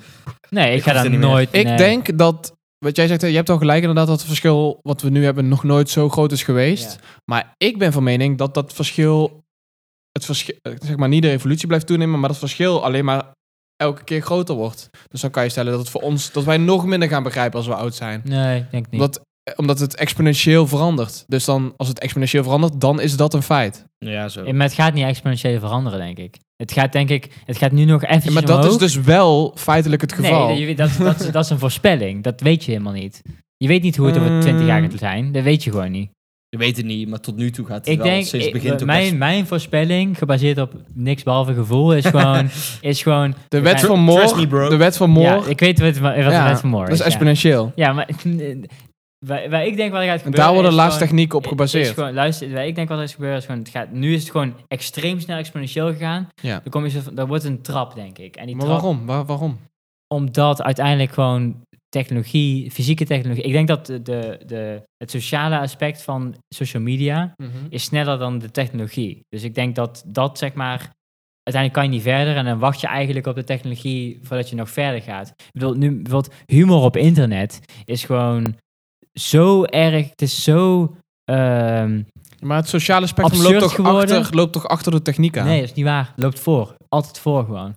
Speaker 4: nee, ik,
Speaker 1: Ik
Speaker 4: ga
Speaker 1: hoef
Speaker 4: daar
Speaker 1: er niet meer.
Speaker 4: nooit...
Speaker 2: Ik
Speaker 4: nee.
Speaker 2: denk dat, wat jij zegt, hè, je hebt al gelijk inderdaad dat het verschil wat we nu hebben nog nooit zo groot is geweest.
Speaker 4: Ja.
Speaker 2: Maar ik ben van mening dat dat verschil, het verschil, eh, zeg maar niet de revolutie blijft toenemen, maar dat verschil alleen maar elke keer groter wordt. Dus dan kan je stellen dat het voor ons, dat wij nog minder gaan begrijpen als we oud zijn.
Speaker 4: Nee, ik denk niet.
Speaker 2: Omdat, eh, omdat het exponentieel verandert. Dus dan, als het exponentieel verandert, dan is dat een feit.
Speaker 1: "Nou Ja, zo.
Speaker 4: Ja, Eh, Maar het gaat niet exponentieel veranderen, denk ik. Het gaat denk ik... Het gaat nu nog
Speaker 2: Ja,
Speaker 4: even
Speaker 2: maar dat is dus wel feitelijk het geval.
Speaker 4: Nee, je- dat, dat, dat, is een voorspelling. Dat weet je helemaal niet. Je weet niet hoe het over
Speaker 2: Mm.
Speaker 4: 20 jaar gaat zijn. Dat weet je gewoon niet.
Speaker 1: Je weet het niet, maar tot nu toe gaat het
Speaker 4: Ik
Speaker 1: wel
Speaker 4: denk,
Speaker 1: sinds het
Speaker 4: ik-
Speaker 1: begin toch
Speaker 4: mijn,
Speaker 1: best-
Speaker 4: mijn voorspelling, gebaseerd op niks behalve gevoel, is gewoon... is gewoon
Speaker 2: de, wet
Speaker 4: Tr-
Speaker 2: van
Speaker 1: trust me,
Speaker 2: Moore,
Speaker 1: bro.
Speaker 2: de wet van Moore,
Speaker 4: ja, ik weet wat, wat
Speaker 2: Ja,
Speaker 4: de wet van Moore
Speaker 2: dat is
Speaker 4: is, ja.
Speaker 2: exponentieel.
Speaker 4: Ja, maar waar, waar ik denk wat er gaat
Speaker 2: En
Speaker 4: gebeuren.
Speaker 2: daar worden
Speaker 4: is
Speaker 2: laatste
Speaker 4: gewoon-
Speaker 2: technieken op
Speaker 4: Is
Speaker 2: gebaseerd.
Speaker 4: gewoon, luister, waar ik denk wat er is gebeurd is gewoon, het gaat, nu is het gewoon extreem snel exponentieel gegaan.
Speaker 2: Ja.
Speaker 4: Dan kom je zo, van- dat wordt een trap, denk ik. En die
Speaker 2: Maar
Speaker 4: trap-
Speaker 2: waarom? Waar- waarom?
Speaker 4: Omdat uiteindelijk gewoon technologie, fysieke technologie. Ik denk dat de, de, de- het sociale aspect van social media is sneller dan de technologie. Dus ik denk dat dat zeg maar. Uiteindelijk kan je niet verder en dan wacht je eigenlijk op de technologie voordat je nog verder gaat. Ik bedoel, nu, bijvoorbeeld humor op internet is gewoon zo erg, het is zo... ehm,
Speaker 2: Maar het sociale spectrum
Speaker 4: Absurd
Speaker 2: loopt toch,
Speaker 4: geworden?
Speaker 2: achter, loopt toch achter de techniek aan?
Speaker 4: Nee, dat is niet waar. Loopt voor. Altijd voor gewoon.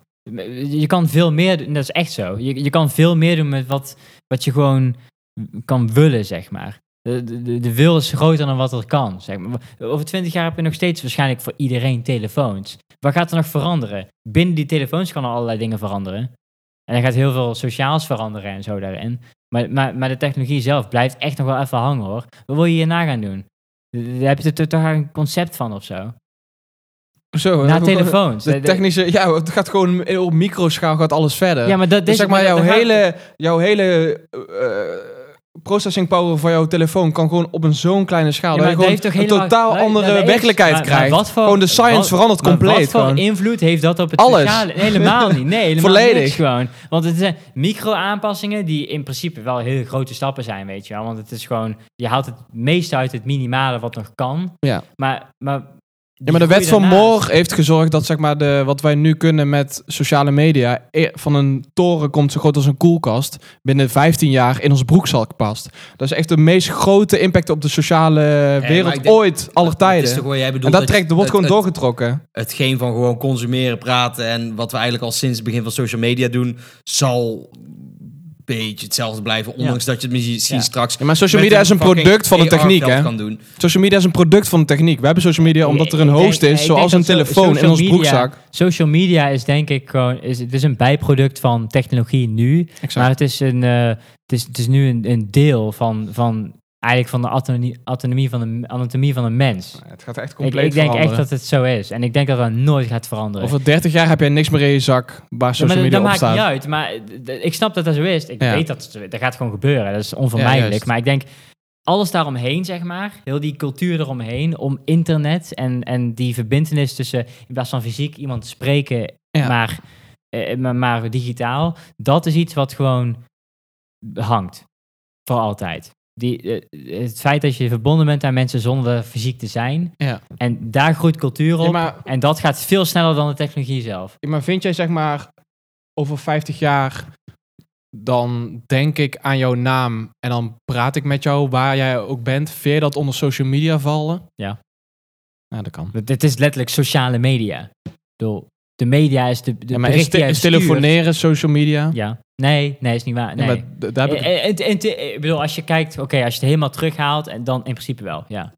Speaker 4: Je kan veel meer doen. Dat is echt zo. Je, je kan veel meer doen met wat, wat je gewoon kan willen, zeg maar. De, de, de wil is groter dan wat er kan, zeg maar. Over twintig jaar heb je nog steeds waarschijnlijk voor iedereen telefoons. Wat gaat er nog veranderen? Binnen die telefoons kan er allerlei dingen veranderen. En er gaat heel veel sociaals veranderen en zo daarin. Maar, maar, maar de technologie zelf blijft echt nog wel even hangen, hoor. Wat wil je hierna gaan doen? Daar heb je er toch een concept van of zo?
Speaker 2: Zo,
Speaker 4: Na
Speaker 2: eh,
Speaker 4: telefoons.
Speaker 2: De technische, ja, het gaat gewoon op microschaal gaat alles verder.
Speaker 4: Ja, maar dat
Speaker 2: dus
Speaker 4: dit-
Speaker 2: zeg maar, jouw
Speaker 4: dan gaat-
Speaker 2: hele, jouw hele eh, processing power van jouw telefoon kan gewoon op een zo'n kleine schaal.
Speaker 4: Ja,
Speaker 2: dat je
Speaker 4: maar
Speaker 2: gewoon
Speaker 4: dat heeft toch
Speaker 2: een
Speaker 4: helemaal-
Speaker 2: totaal
Speaker 4: Nee,
Speaker 2: andere
Speaker 4: dat is-
Speaker 2: werkelijkheid
Speaker 4: maar- maar
Speaker 2: krijt.
Speaker 4: wat voor-
Speaker 2: gewoon de science
Speaker 4: wat-
Speaker 2: verandert
Speaker 4: maar
Speaker 2: compleet.
Speaker 4: Wat voor
Speaker 2: gewoon.
Speaker 4: invloed heeft dat op het
Speaker 2: Alles.
Speaker 4: sociale? Nee, helemaal niet. Nee, helemaal
Speaker 2: Volledig.
Speaker 4: niks gewoon. Want het zijn micro-aanpassingen die in principe wel hele grote stappen zijn, weet je wel. Want het is gewoon, je haalt het meeste uit het minimale wat nog kan.
Speaker 2: Ja.
Speaker 4: Maar, maar,
Speaker 2: Ja, maar de wet van
Speaker 4: morgen.
Speaker 2: Moore heeft gezorgd dat zeg maar, de, wat wij nu kunnen met sociale media... e- van een toren komt zo groot als een koelkast... binnen 15 jaar in ons broekzak past. Dat is echt de meest grote impact op de sociale
Speaker 4: Eh,
Speaker 1: maar
Speaker 2: wereld
Speaker 1: ik denk-
Speaker 2: ooit, aller
Speaker 1: Het is toch
Speaker 2: tijden.
Speaker 1: wat jij bedoelt.
Speaker 2: En dat trekt, wordt
Speaker 1: het-
Speaker 2: gewoon
Speaker 1: het-
Speaker 2: doorgetrokken.
Speaker 1: hetgeen van gewoon consumeren, praten en wat we eigenlijk al sinds het begin van social media doen, zal een beetje hetzelfde blijven. Ondanks dat je het misschien
Speaker 4: Ja.
Speaker 1: straks.
Speaker 2: Ja, maar social
Speaker 1: met
Speaker 2: media is een
Speaker 1: fucking
Speaker 2: product van de
Speaker 1: AR
Speaker 2: techniek,
Speaker 1: geld
Speaker 2: hè?
Speaker 1: Kan doen.
Speaker 2: Social media is een product van de techniek. We hebben social media omdat er een
Speaker 4: Ik denk-
Speaker 2: host
Speaker 4: ik
Speaker 2: is...
Speaker 4: denk
Speaker 2: zoals
Speaker 4: dat
Speaker 2: een
Speaker 4: so-
Speaker 2: telefoon in
Speaker 4: social
Speaker 2: ons
Speaker 4: media-
Speaker 2: broekzak.
Speaker 4: Social media is denk ik gewoon, is, het is een bijproduct van technologie nu. Maar het is, een, eh, het is, het is nu een, een deel van, van, eigenlijk van de autonomie, autonomie van de, anatomie van een mens.
Speaker 2: Het gaat echt
Speaker 4: Ik,
Speaker 2: compleet
Speaker 4: ik denk echt
Speaker 2: veranderen.
Speaker 4: dat het zo is. En ik denk dat dat nooit gaat veranderen.
Speaker 2: Over 30 jaar heb jij niks meer in je zak waar
Speaker 4: Ja, maar
Speaker 2: social
Speaker 4: dat-
Speaker 2: media
Speaker 4: dat
Speaker 2: op
Speaker 4: maakt niet
Speaker 2: staat.
Speaker 4: uit. Maar d- d- ik snap dat dat zo is. Ik
Speaker 2: Ja.
Speaker 4: weet dat het zo is. dat gaat gewoon gebeuren. Dat is onvermijdelijk.
Speaker 2: juist.
Speaker 4: maar ik denk alles daaromheen, zeg maar, heel die cultuur eromheen, om internet en, en die verbindenis tussen in plaats van fysiek iemand spreken,
Speaker 2: Ja.
Speaker 4: maar, eh, maar, maar digitaal, dat is iets wat gewoon hangt voor altijd. Die, eh, het feit dat je verbonden bent aan mensen zonder er fysiek te zijn.
Speaker 2: Ja.
Speaker 4: En daar groeit cultuur op.
Speaker 2: Ja, maar
Speaker 4: En dat gaat veel sneller dan de technologie zelf.
Speaker 2: Ja, maar vind jij zeg maar over 50 jaar dan denk ik aan jouw naam en dan praat ik met jou waar jij ook bent. Veer dat onder social media vallen?
Speaker 4: Ja.
Speaker 2: Ja, dat kan.
Speaker 4: Want Dit is letterlijk sociale media. Ik bedoel, de media is de, de
Speaker 2: Ja, maar is,
Speaker 4: bericht
Speaker 2: te-
Speaker 4: die jij
Speaker 2: is
Speaker 4: stuurt-
Speaker 2: telefoneren social media? Ja,
Speaker 4: Ja. Nee, nee, is niet waar. Nee.
Speaker 2: maar d- daar heb ik-
Speaker 4: Eh, eh, het- het- eh, ik bedoel, als je kijkt, oké, als je het helemaal terughaalt, en dan in principe wel, ja.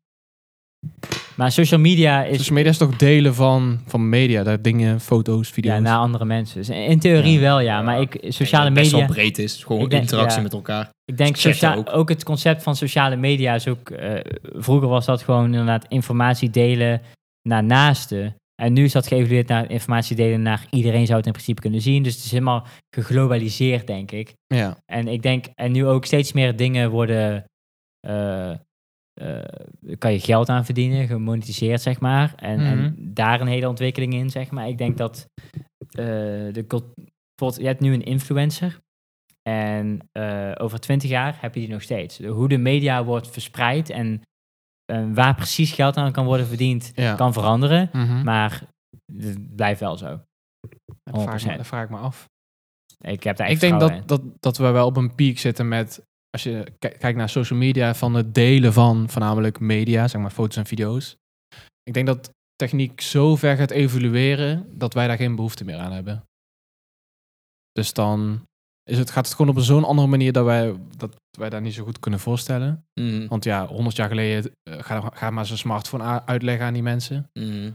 Speaker 4: Maar social media is
Speaker 2: social media is toch delen van, van media, daar dingen, foto's, video's.
Speaker 4: ja, naar andere mensen. Dus in theorie wel, ja. Maar ik, sociale
Speaker 1: Ik denk dat het Best
Speaker 4: media...
Speaker 1: wel breed is. Gewoon
Speaker 4: Ik denk-
Speaker 1: interactie
Speaker 4: ja.
Speaker 1: met elkaar.
Speaker 4: Ik denk
Speaker 1: Chatten
Speaker 4: socia-
Speaker 1: ook.
Speaker 4: ook. het concept van sociale media is ook. eh, vroeger was dat gewoon inderdaad informatie delen naar naasten. En nu is dat geëvalueerd naar informatie delen naar iedereen zou het in principe kunnen zien. Dus het is helemaal geglobaliseerd, denk ik.
Speaker 2: Ja.
Speaker 4: En ik denk, en nu ook steeds meer dingen worden, eh, eh, kan je geld aan verdienen, gemonetiseerd, zeg maar. En,
Speaker 2: Mhm.
Speaker 4: en daar een hele ontwikkeling in, zeg maar. Ik denk dat eh, de cult- bijvoorbeeld, je hebt nu een influencer. En eh, over twintig jaar heb je die nog steeds. De- hoe de media wordt verspreid en eh, waar precies geld aan kan worden verdiend,
Speaker 2: ja.
Speaker 4: kan veranderen.
Speaker 2: Mhm.
Speaker 4: Maar het blijft wel zo.
Speaker 2: dat, vraag ik me,
Speaker 4: 100%.
Speaker 2: dat vraag ik me af.
Speaker 4: Ik heb daar echt
Speaker 2: Ik denk
Speaker 4: vertrouwen
Speaker 2: dat, dat, dat we wel op een piek zitten met, als je ki- kijkt naar social media, van het delen van voornamelijk media, zeg maar foto's en video's. Ik denk dat techniek zo ver gaat evolueren dat wij daar geen behoefte meer aan hebben. Dus dan is het, gaat het gewoon op een zo'n andere manier dat wij, dat wij daar niet zo goed kunnen voorstellen.
Speaker 1: Mhm.
Speaker 2: Want ja, 100 jaar geleden, eh, ga, ga maar zo'n smartphone a- uitleggen aan die mensen.
Speaker 1: Mhm.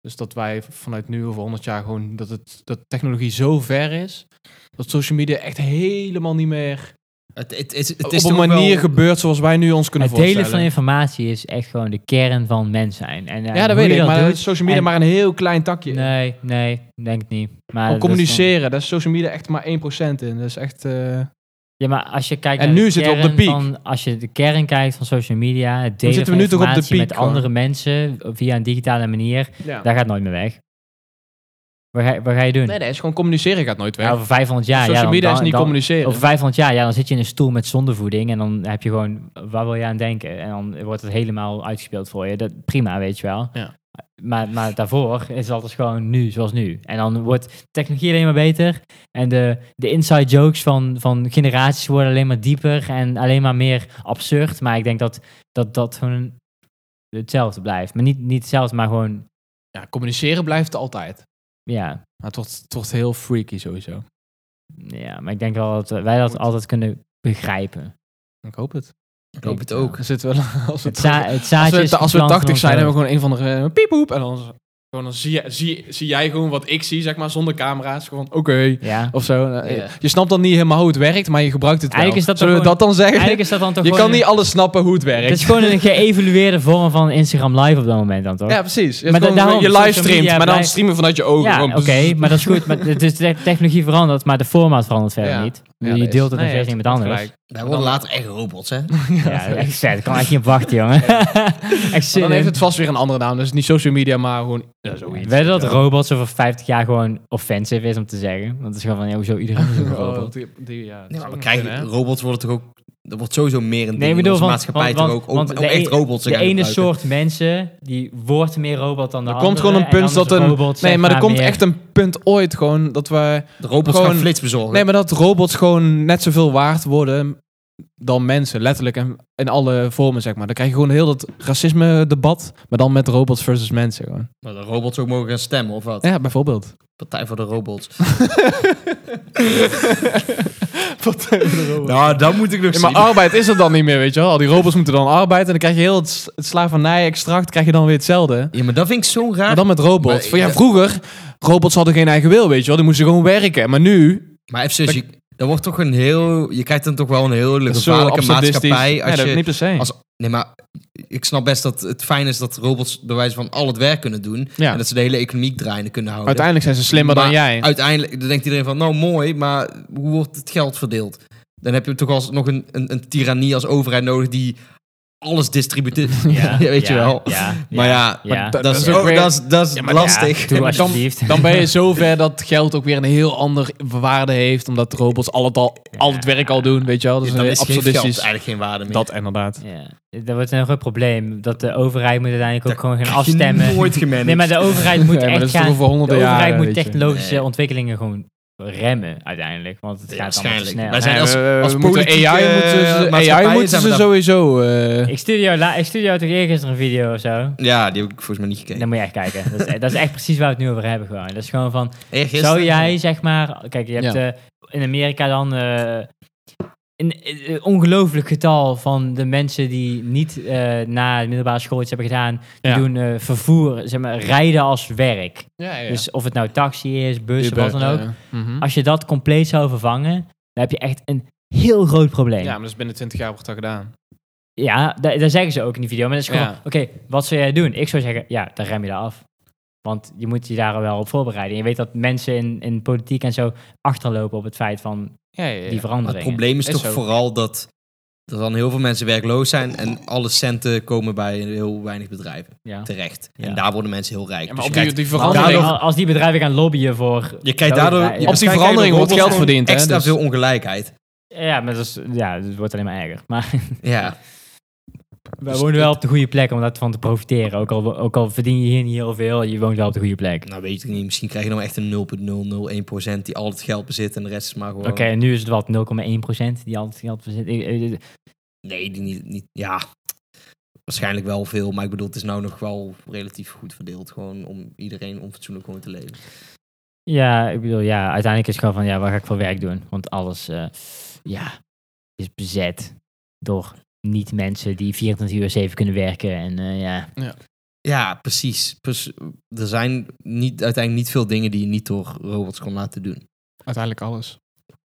Speaker 2: Dus dat wij vanuit nu of 100 jaar gewoon dat, het, dat technologie zo ver is. Dat social media echt helemaal niet meer
Speaker 1: Het, het, het, het
Speaker 2: op
Speaker 1: is
Speaker 2: een
Speaker 1: toch wel-
Speaker 2: manier gebeurt zoals wij nu ons kunnen
Speaker 4: het delen van
Speaker 2: voorstellen.
Speaker 4: informatie is echt gewoon de kern van mens zijn. En, eh,
Speaker 2: ja, dat
Speaker 4: hoe
Speaker 2: weet
Speaker 4: je
Speaker 2: ik. maar
Speaker 4: doet-
Speaker 2: dat is social media
Speaker 4: en-
Speaker 2: maar een heel klein takje.
Speaker 4: Nee, nee, denk het niet. Maar
Speaker 2: Gewoon
Speaker 4: dat is
Speaker 2: communiceren, daar is social media echt maar 1% in. Dat is echt... eh,
Speaker 4: dan- ja, maar als je kijkt
Speaker 2: En
Speaker 4: naar
Speaker 2: nu
Speaker 4: de
Speaker 2: zitten we op de
Speaker 4: kern
Speaker 2: piek.
Speaker 4: Van, als je de kern kijkt van social media, het delen
Speaker 2: zitten we nu
Speaker 4: van
Speaker 2: toch op de
Speaker 4: informatie
Speaker 2: piek
Speaker 4: met
Speaker 2: gewoon.
Speaker 4: andere mensen via een digitale manier,
Speaker 2: ja.
Speaker 4: daar gaat nooit meer weg. Wat ga, wat ga je doen?
Speaker 2: Nee, dat is gewoon communiceren gaat nooit weg.
Speaker 4: Ja, over 500 jaar.
Speaker 2: social
Speaker 4: ja, dan-
Speaker 2: media is
Speaker 4: dan-
Speaker 2: niet
Speaker 4: dan-
Speaker 2: communiceren.
Speaker 4: Over 500 jaar, ja, dan zit je in een stoel met zondevoeding en dan heb je gewoon, waar wil je aan denken? En dan wordt het helemaal uitgespeeld voor je. Dat, prima, weet je wel.
Speaker 2: Ja.
Speaker 4: Maar, maar daarvoor is het altijd gewoon nu, zoals nu. En dan wordt technologie alleen maar beter en de, de inside jokes van, van generaties worden alleen maar dieper en alleen maar meer absurd. Maar ik denk dat dat, dat gewoon hetzelfde blijft. Maar niet, niet hetzelfde, maar gewoon,
Speaker 2: Ja, communiceren blijft altijd.
Speaker 4: ja.
Speaker 2: Maar het wordt, het wordt heel freaky sowieso.
Speaker 4: ja. Maar ik denk wel dat wij dat
Speaker 2: Goed.
Speaker 4: altijd kunnen begrijpen.
Speaker 2: Ik hoop het.
Speaker 1: Ik hoop het
Speaker 4: Ja.
Speaker 1: ook.
Speaker 2: Er zit wel... Als we
Speaker 4: Het, za- het zaadje
Speaker 2: Als we,
Speaker 4: is
Speaker 2: als we
Speaker 4: geplant eh, in
Speaker 2: 80
Speaker 4: ons
Speaker 2: zijn,
Speaker 4: hoofd.
Speaker 2: hebben we gewoon een van de piep piephoep. En dan, gewoon, dan zie, jij- zie, zie jij gewoon wat ik zie, zeg maar, zonder camera's. Gewoon, oké.
Speaker 4: Ja.
Speaker 2: Of zo. Eh,
Speaker 1: Ja.
Speaker 2: Je snapt dan niet helemaal hoe het werkt, maar je gebruikt het wel.
Speaker 4: Eigenlijk is dat
Speaker 2: Zullen we
Speaker 4: gewoon-
Speaker 2: dat dan zeggen?
Speaker 4: Eigenlijk is dat dan toch
Speaker 2: je
Speaker 4: gewoon
Speaker 2: kan niet
Speaker 4: een-
Speaker 2: alles snappen hoe het
Speaker 4: Het is
Speaker 2: werkt.
Speaker 4: gewoon een geëvalueerde vorm van Instagram Live op dat moment dan toch?
Speaker 2: Ja, precies. Je,
Speaker 4: Maar
Speaker 2: hebt
Speaker 4: da-
Speaker 2: gewoon-
Speaker 4: daarom,
Speaker 2: je
Speaker 4: social
Speaker 2: livestreamt,
Speaker 4: media
Speaker 2: maar dan
Speaker 4: blijft-
Speaker 2: streamen vanuit je ogen.
Speaker 4: Ja,
Speaker 2: gewoon.
Speaker 4: oké, maar dat is goed. Maar, dus de technologie verandert, maar de format verandert verder
Speaker 2: Ja.
Speaker 4: niet.
Speaker 2: Ja,
Speaker 4: je
Speaker 2: dat
Speaker 4: deelt
Speaker 2: is-
Speaker 4: het
Speaker 2: nee,
Speaker 4: nog steeds
Speaker 2: je
Speaker 4: niet met
Speaker 2: hebt
Speaker 4: anderen.
Speaker 2: gelijk.
Speaker 1: Wij worden later echt robots, hè?
Speaker 4: Ja, echt zet. Ik kan echt niet op wachten, jongen. echt
Speaker 2: Maar
Speaker 4: zin
Speaker 2: dan
Speaker 4: in.
Speaker 2: heeft het vast weer een andere naam. Dus niet social media, maar gewoon ja,
Speaker 4: Ik
Speaker 2: zoiets.
Speaker 4: weet dat robots over 50 jaar gewoon offensive is om te zeggen. Want het is gewoon van, ja, hoezo iedereen is een
Speaker 2: Oh,
Speaker 4: robot?
Speaker 2: die- die- ja, dat
Speaker 1: Nee, maar
Speaker 2: zou
Speaker 1: we
Speaker 2: nog
Speaker 1: krijgen,
Speaker 2: kunnen, hè?
Speaker 1: robots worden toch ook... Dat wordt sowieso meer een ding
Speaker 4: Nee, ik
Speaker 1: in
Speaker 4: bedoel,
Speaker 1: onze
Speaker 4: want-
Speaker 1: maatschappij
Speaker 4: want-
Speaker 1: toch ook. Om,
Speaker 4: want
Speaker 1: om
Speaker 4: de
Speaker 1: echt
Speaker 4: e-
Speaker 1: robots te
Speaker 4: De
Speaker 1: gaan
Speaker 4: ene
Speaker 1: gebruiken.
Speaker 4: soort mensen, die wordt meer robot dan de
Speaker 2: Er
Speaker 4: andere.
Speaker 2: komt gewoon een
Speaker 4: en dan
Speaker 2: punt
Speaker 4: is
Speaker 2: dat
Speaker 4: een
Speaker 2: een...
Speaker 4: robot,
Speaker 2: nee,
Speaker 4: zeg
Speaker 2: maar er komt
Speaker 4: meer-
Speaker 2: echt een punt ooit gewoon dat we...
Speaker 1: De robots
Speaker 2: gewoon-
Speaker 1: gaan flits bezorgen.
Speaker 2: Nee, maar dat robots gewoon net zoveel waard worden dan mensen, letterlijk en in alle vormen, zeg maar. Dan krijg je gewoon heel dat racisme-debat, maar dan met robots versus mensen. Gewoon.
Speaker 1: maar... de robots ook mogen gaan stemmen, of wat?
Speaker 2: Ja, bijvoorbeeld.
Speaker 1: Partij voor de robots.
Speaker 2: Wat een robot.
Speaker 1: Nou, dat moet ik nog
Speaker 2: Ja, maar arbeid is er dan niet meer, weet je wel. Al die robots moeten dan arbeid en dan krijg je heel het, s- het slavernij-extract, krijg je dan weer hetzelfde.
Speaker 1: Ja, maar dat vind ik zo raar.
Speaker 2: Maar
Speaker 1: Maar,
Speaker 2: dan met robots.
Speaker 1: Maar-
Speaker 2: Van, ja, vroeger, robots hadden geen eigen wil, weet je wel. Die moesten gewoon werken. Maar nu,
Speaker 1: even serieus, je- dat wordt toch een heel... Je krijgt dan toch wel een heel
Speaker 2: dat is zo
Speaker 1: gevaarlijke
Speaker 2: absurdistisch.
Speaker 1: maatschappij.
Speaker 2: nee,
Speaker 1: Als
Speaker 2: dat
Speaker 1: je,
Speaker 2: niet per se.
Speaker 1: als- nee, maar ik snap best dat het fijn is dat robots bij wijze van al het werk kunnen doen.
Speaker 2: ja.
Speaker 1: En dat ze de hele economie draaiende kunnen houden.
Speaker 2: Uiteindelijk zijn ze slimmer dan
Speaker 1: Maar
Speaker 2: jij.
Speaker 1: Uiteindelijk dan denkt iedereen van, nou mooi, maar hoe wordt het geld verdeeld? Dan heb je toch als, nog een, een, een tirannie als overheid nodig die alles distributeert. Ja, weet je
Speaker 4: ja,
Speaker 1: wel.
Speaker 4: Ja,
Speaker 1: Maar ja,
Speaker 4: ja.
Speaker 2: dat-
Speaker 1: dat
Speaker 2: dat
Speaker 1: is
Speaker 2: is ook
Speaker 1: ook-
Speaker 2: weer-
Speaker 1: dat is- dat is
Speaker 2: Ja, maar
Speaker 1: lastig.
Speaker 4: Doe
Speaker 2: Ja, maar dan-
Speaker 4: alsjeblieft.
Speaker 2: Dan ben je zover dat geld ook weer een heel ander waarde heeft. Omdat robots al het, al, al het werk al doen, weet je wel. Dat is
Speaker 1: dan
Speaker 2: een
Speaker 1: is geen geld
Speaker 2: absurdistisch.
Speaker 1: eigenlijk geen waarde meer.
Speaker 2: Dat inderdaad.
Speaker 4: Ja, dat wordt een groot probleem. Dat de overheid moet uiteindelijk ook
Speaker 1: Dat
Speaker 4: gewoon gaan
Speaker 1: Heb je
Speaker 4: afstemmen.
Speaker 1: Nooit gemanaged.
Speaker 4: Nee, maar de overheid moet
Speaker 2: Nee, maar dat
Speaker 4: echt
Speaker 2: is toch
Speaker 4: gaan...
Speaker 2: over honderden
Speaker 4: De overheid
Speaker 2: jaren,
Speaker 4: moet
Speaker 2: weet je.
Speaker 4: technologische
Speaker 1: Nee.
Speaker 4: ontwikkelingen gewoon remmen uiteindelijk. Want het
Speaker 1: Ja,
Speaker 4: gaat allemaal te
Speaker 1: waarschijnlijk.
Speaker 4: snel.
Speaker 1: Wij zijn
Speaker 2: Nee,
Speaker 1: als-
Speaker 2: we- we-
Speaker 1: als
Speaker 2: we moeten
Speaker 1: politieke
Speaker 2: AI moeten ze,
Speaker 1: maatschappij
Speaker 2: AI moeten
Speaker 1: zijn we
Speaker 2: ze
Speaker 1: daar-
Speaker 2: sowieso... eh,
Speaker 4: Ik stuurde jou, la- ik stuurde jou toch eergisteren een video of zo?
Speaker 1: Ja, die heb ik volgens mij niet gekeken.
Speaker 4: Dan moet je echt kijken. Dat is, dat is echt precies waar we het nu over hebben gewoon. Dat is gewoon van...
Speaker 1: Hey, gisteren-
Speaker 4: Zou jij, zeg maar... Kijk, je hebt
Speaker 2: Ja.
Speaker 4: eh, in Amerika dan... eh, een, een ongelooflijk getal van de mensen die niet eh, na de middelbare school iets hebben gedaan, die
Speaker 2: Ja.
Speaker 4: doen eh, vervoer, zeg maar, rijden als werk.
Speaker 2: ja, ja.
Speaker 4: Dus of het nou taxi is, bus,
Speaker 2: Uber,
Speaker 4: wat dan ook.
Speaker 2: eh, mhm.
Speaker 4: Als je dat compleet zou vervangen, dan heb je echt een heel groot
Speaker 2: Ja,
Speaker 4: probleem.
Speaker 2: maar
Speaker 4: Ja,
Speaker 2: dat is binnen 20 jaar wordt dat gedaan.
Speaker 4: da- daar zeggen ze ook in die video. Maar dat is gewoon,
Speaker 2: Ja.
Speaker 4: oké, wat zou jij doen? Ik zou zeggen, ja, dan rem je daar af. Want je moet je daar wel op voorbereiden. Je weet dat mensen in, in politiek en zo achterlopen op het feit van
Speaker 2: Ja, ja, ja.
Speaker 4: die
Speaker 1: Maar
Speaker 4: verandering.
Speaker 1: het probleem is,
Speaker 2: Is
Speaker 1: toch
Speaker 2: zo.
Speaker 1: vooral dat er dan heel veel mensen werkloos zijn en alle centen komen bij heel weinig bedrijven
Speaker 4: Ja.
Speaker 1: terecht.
Speaker 4: Ja.
Speaker 1: En daar worden mensen heel rijk.
Speaker 2: Ja,
Speaker 1: Dus
Speaker 2: maar
Speaker 1: je
Speaker 2: op die,
Speaker 1: krijgt-
Speaker 2: die
Speaker 4: Als,
Speaker 2: verandering,
Speaker 1: daardoor-
Speaker 4: als- als die bedrijven gaan lobbyen voor...
Speaker 1: je krijgt daardoor
Speaker 4: Ja,
Speaker 1: je
Speaker 2: op die
Speaker 1: krijgt
Speaker 2: verandering wordt
Speaker 1: daardoor
Speaker 2: geld
Speaker 1: gewoon
Speaker 2: verdiend. hè,
Speaker 1: Extra
Speaker 2: dus-
Speaker 1: veel ongelijkheid.
Speaker 4: Ja, maar dat is, ja, het wordt alleen maar erger. Maar
Speaker 1: Ja.
Speaker 4: wij
Speaker 1: Dus
Speaker 4: wonen wel
Speaker 1: het-
Speaker 4: op de goede plek om daarvan te profiteren. Ook al, ook al verdien je hier niet heel veel, je woont wel op de goede plek.
Speaker 1: Nou weet ik niet, misschien krijg je dan echt een 0,001% die al het geld bezit en de rest is maar gewoon...
Speaker 4: Oké, en nu is het wat 0,1% die altijd geld verzet. Ik- ik- ik-
Speaker 1: Nee, die niet, niet... Ja, waarschijnlijk wel veel, maar ik bedoel, het is nou nog wel relatief goed verdeeld. Gewoon om iedereen om fatsoenlijk gewoon te leven.
Speaker 4: Ja, ik bedoel, ja, uiteindelijk is het gewoon van, ja, waar ga ik voor werk doen? Want alles, eh, ja, is bezet door niet-mensen die 24 uur 7 kunnen werken. En eh, ja,
Speaker 1: Ja, precies. Pers- er zijn niet, uiteindelijk niet veel dingen die je niet door robots kon laten doen.
Speaker 2: Uiteindelijk alles.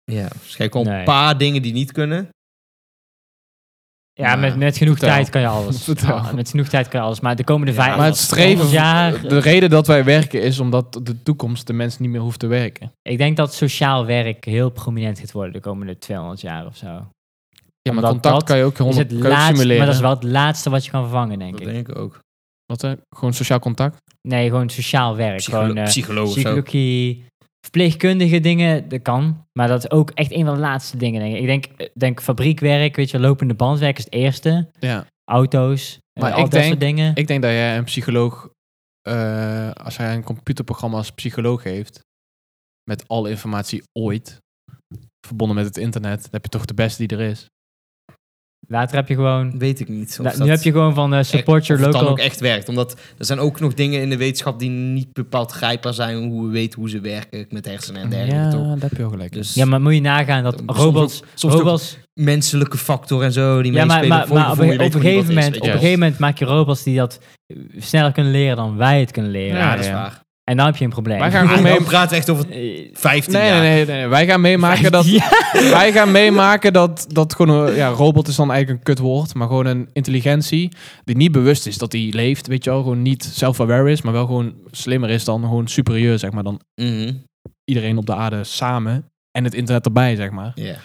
Speaker 1: Ja, waarschijnlijk wel
Speaker 4: Nee.
Speaker 1: een paar dingen die niet kunnen.
Speaker 4: ja
Speaker 2: Maar
Speaker 4: met, met genoeg
Speaker 2: vertel.
Speaker 4: tijd kan je alles.
Speaker 2: Vertel.
Speaker 4: Ja, met genoeg tijd kan je alles. Maar de komende
Speaker 1: Ja,
Speaker 4: vijf
Speaker 2: Maar het streven,
Speaker 4: 100 jaar...
Speaker 2: de reden dat wij werken is omdat de toekomst de mensen niet meer hoeft te werken.
Speaker 4: Ik denk dat sociaal werk heel prominent gaat worden de komende 200 jaar of zo.
Speaker 2: Ja, maar
Speaker 4: Omdat
Speaker 2: contact
Speaker 4: dat
Speaker 2: kan je ook
Speaker 4: Is
Speaker 2: 100
Speaker 4: het
Speaker 2: kan je ook
Speaker 4: laatste,
Speaker 2: simuleren.
Speaker 4: maar dat is wel het laatste wat je kan vervangen, denk
Speaker 1: Dat
Speaker 4: ik.
Speaker 1: denk ik ook.
Speaker 2: Wat, hè? Gewoon sociaal contact?
Speaker 4: Nee, gewoon sociaal werk.
Speaker 1: Psycholo
Speaker 4: gewoon, eh,
Speaker 1: psycholoog of Oh, zo.
Speaker 4: psychologie, verpleegkundige dingen, dat kan. Maar dat is ook echt een van de laatste dingen, denk ik. Ik denk, eh, denk fabriekwerk, weet je, lopende bandwerk is het eerste.
Speaker 2: Ja.
Speaker 4: Auto's, eh,
Speaker 2: Maar
Speaker 4: al
Speaker 2: ik
Speaker 4: dat
Speaker 2: denk-
Speaker 4: soort dingen.
Speaker 2: Ik denk dat jij een psycholoog, eh, als hij een computerprogramma als psycholoog heeft, met alle informatie ooit, verbonden met het internet, dan heb je toch de beste die er is.
Speaker 4: Later heb je gewoon...
Speaker 1: Weet ik niet. of
Speaker 4: Nou,
Speaker 1: dat
Speaker 4: nu heb je gewoon van eh,
Speaker 1: echt,
Speaker 4: support
Speaker 1: of
Speaker 4: your
Speaker 1: het
Speaker 4: local...
Speaker 1: dan ook echt werkt. Omdat er zijn ook nog dingen in de wetenschap die niet bepaald grijpbaar zijn. Hoe we weten hoe ze werken met hersenen en dergelijke. toch?
Speaker 2: daar heb je ook gelijk. in.
Speaker 1: Dus
Speaker 4: Ja, maar moet je nagaan dat
Speaker 1: Soms ook-
Speaker 4: robots...
Speaker 1: soms ook
Speaker 4: robots
Speaker 1: menselijke factor en zo. Die
Speaker 4: Ja, maar,
Speaker 1: meespelen
Speaker 4: maar,
Speaker 1: voor je
Speaker 4: maar op,
Speaker 1: gevoel, je
Speaker 4: een-
Speaker 1: weet
Speaker 4: op een
Speaker 1: gewoon niet
Speaker 4: gegeven
Speaker 1: wat
Speaker 4: moment,
Speaker 1: het is,
Speaker 4: op een
Speaker 1: weet
Speaker 4: gegeven moment maak je robots die dat eh, sneller kunnen leren dan wij het kunnen leren.
Speaker 1: je wel.
Speaker 2: Ja,
Speaker 1: Ja, dat is
Speaker 2: ja.
Speaker 1: waar.
Speaker 4: En dan heb je een probleem.
Speaker 2: Wij gaan
Speaker 1: Ja,
Speaker 2: mee-
Speaker 1: dan praten we echt over
Speaker 4: Eh,
Speaker 1: 15
Speaker 2: Nee,
Speaker 1: jaar.
Speaker 2: nee, nee, nee, nee. Wij gaan meemaken dat,
Speaker 4: Ja.
Speaker 2: wij gaan meemaken dat, dat gewoon een, ja, robot is dan eigenlijk een kutwoord, maar gewoon een intelligentie die niet bewust is dat hij leeft, weet je wel, gewoon niet self-aware is, maar wel gewoon slimmer is dan gewoon superieur, zeg maar, dan
Speaker 1: Mhm.
Speaker 2: iedereen op de aarde samen en het internet erbij, zeg maar.
Speaker 1: Ja.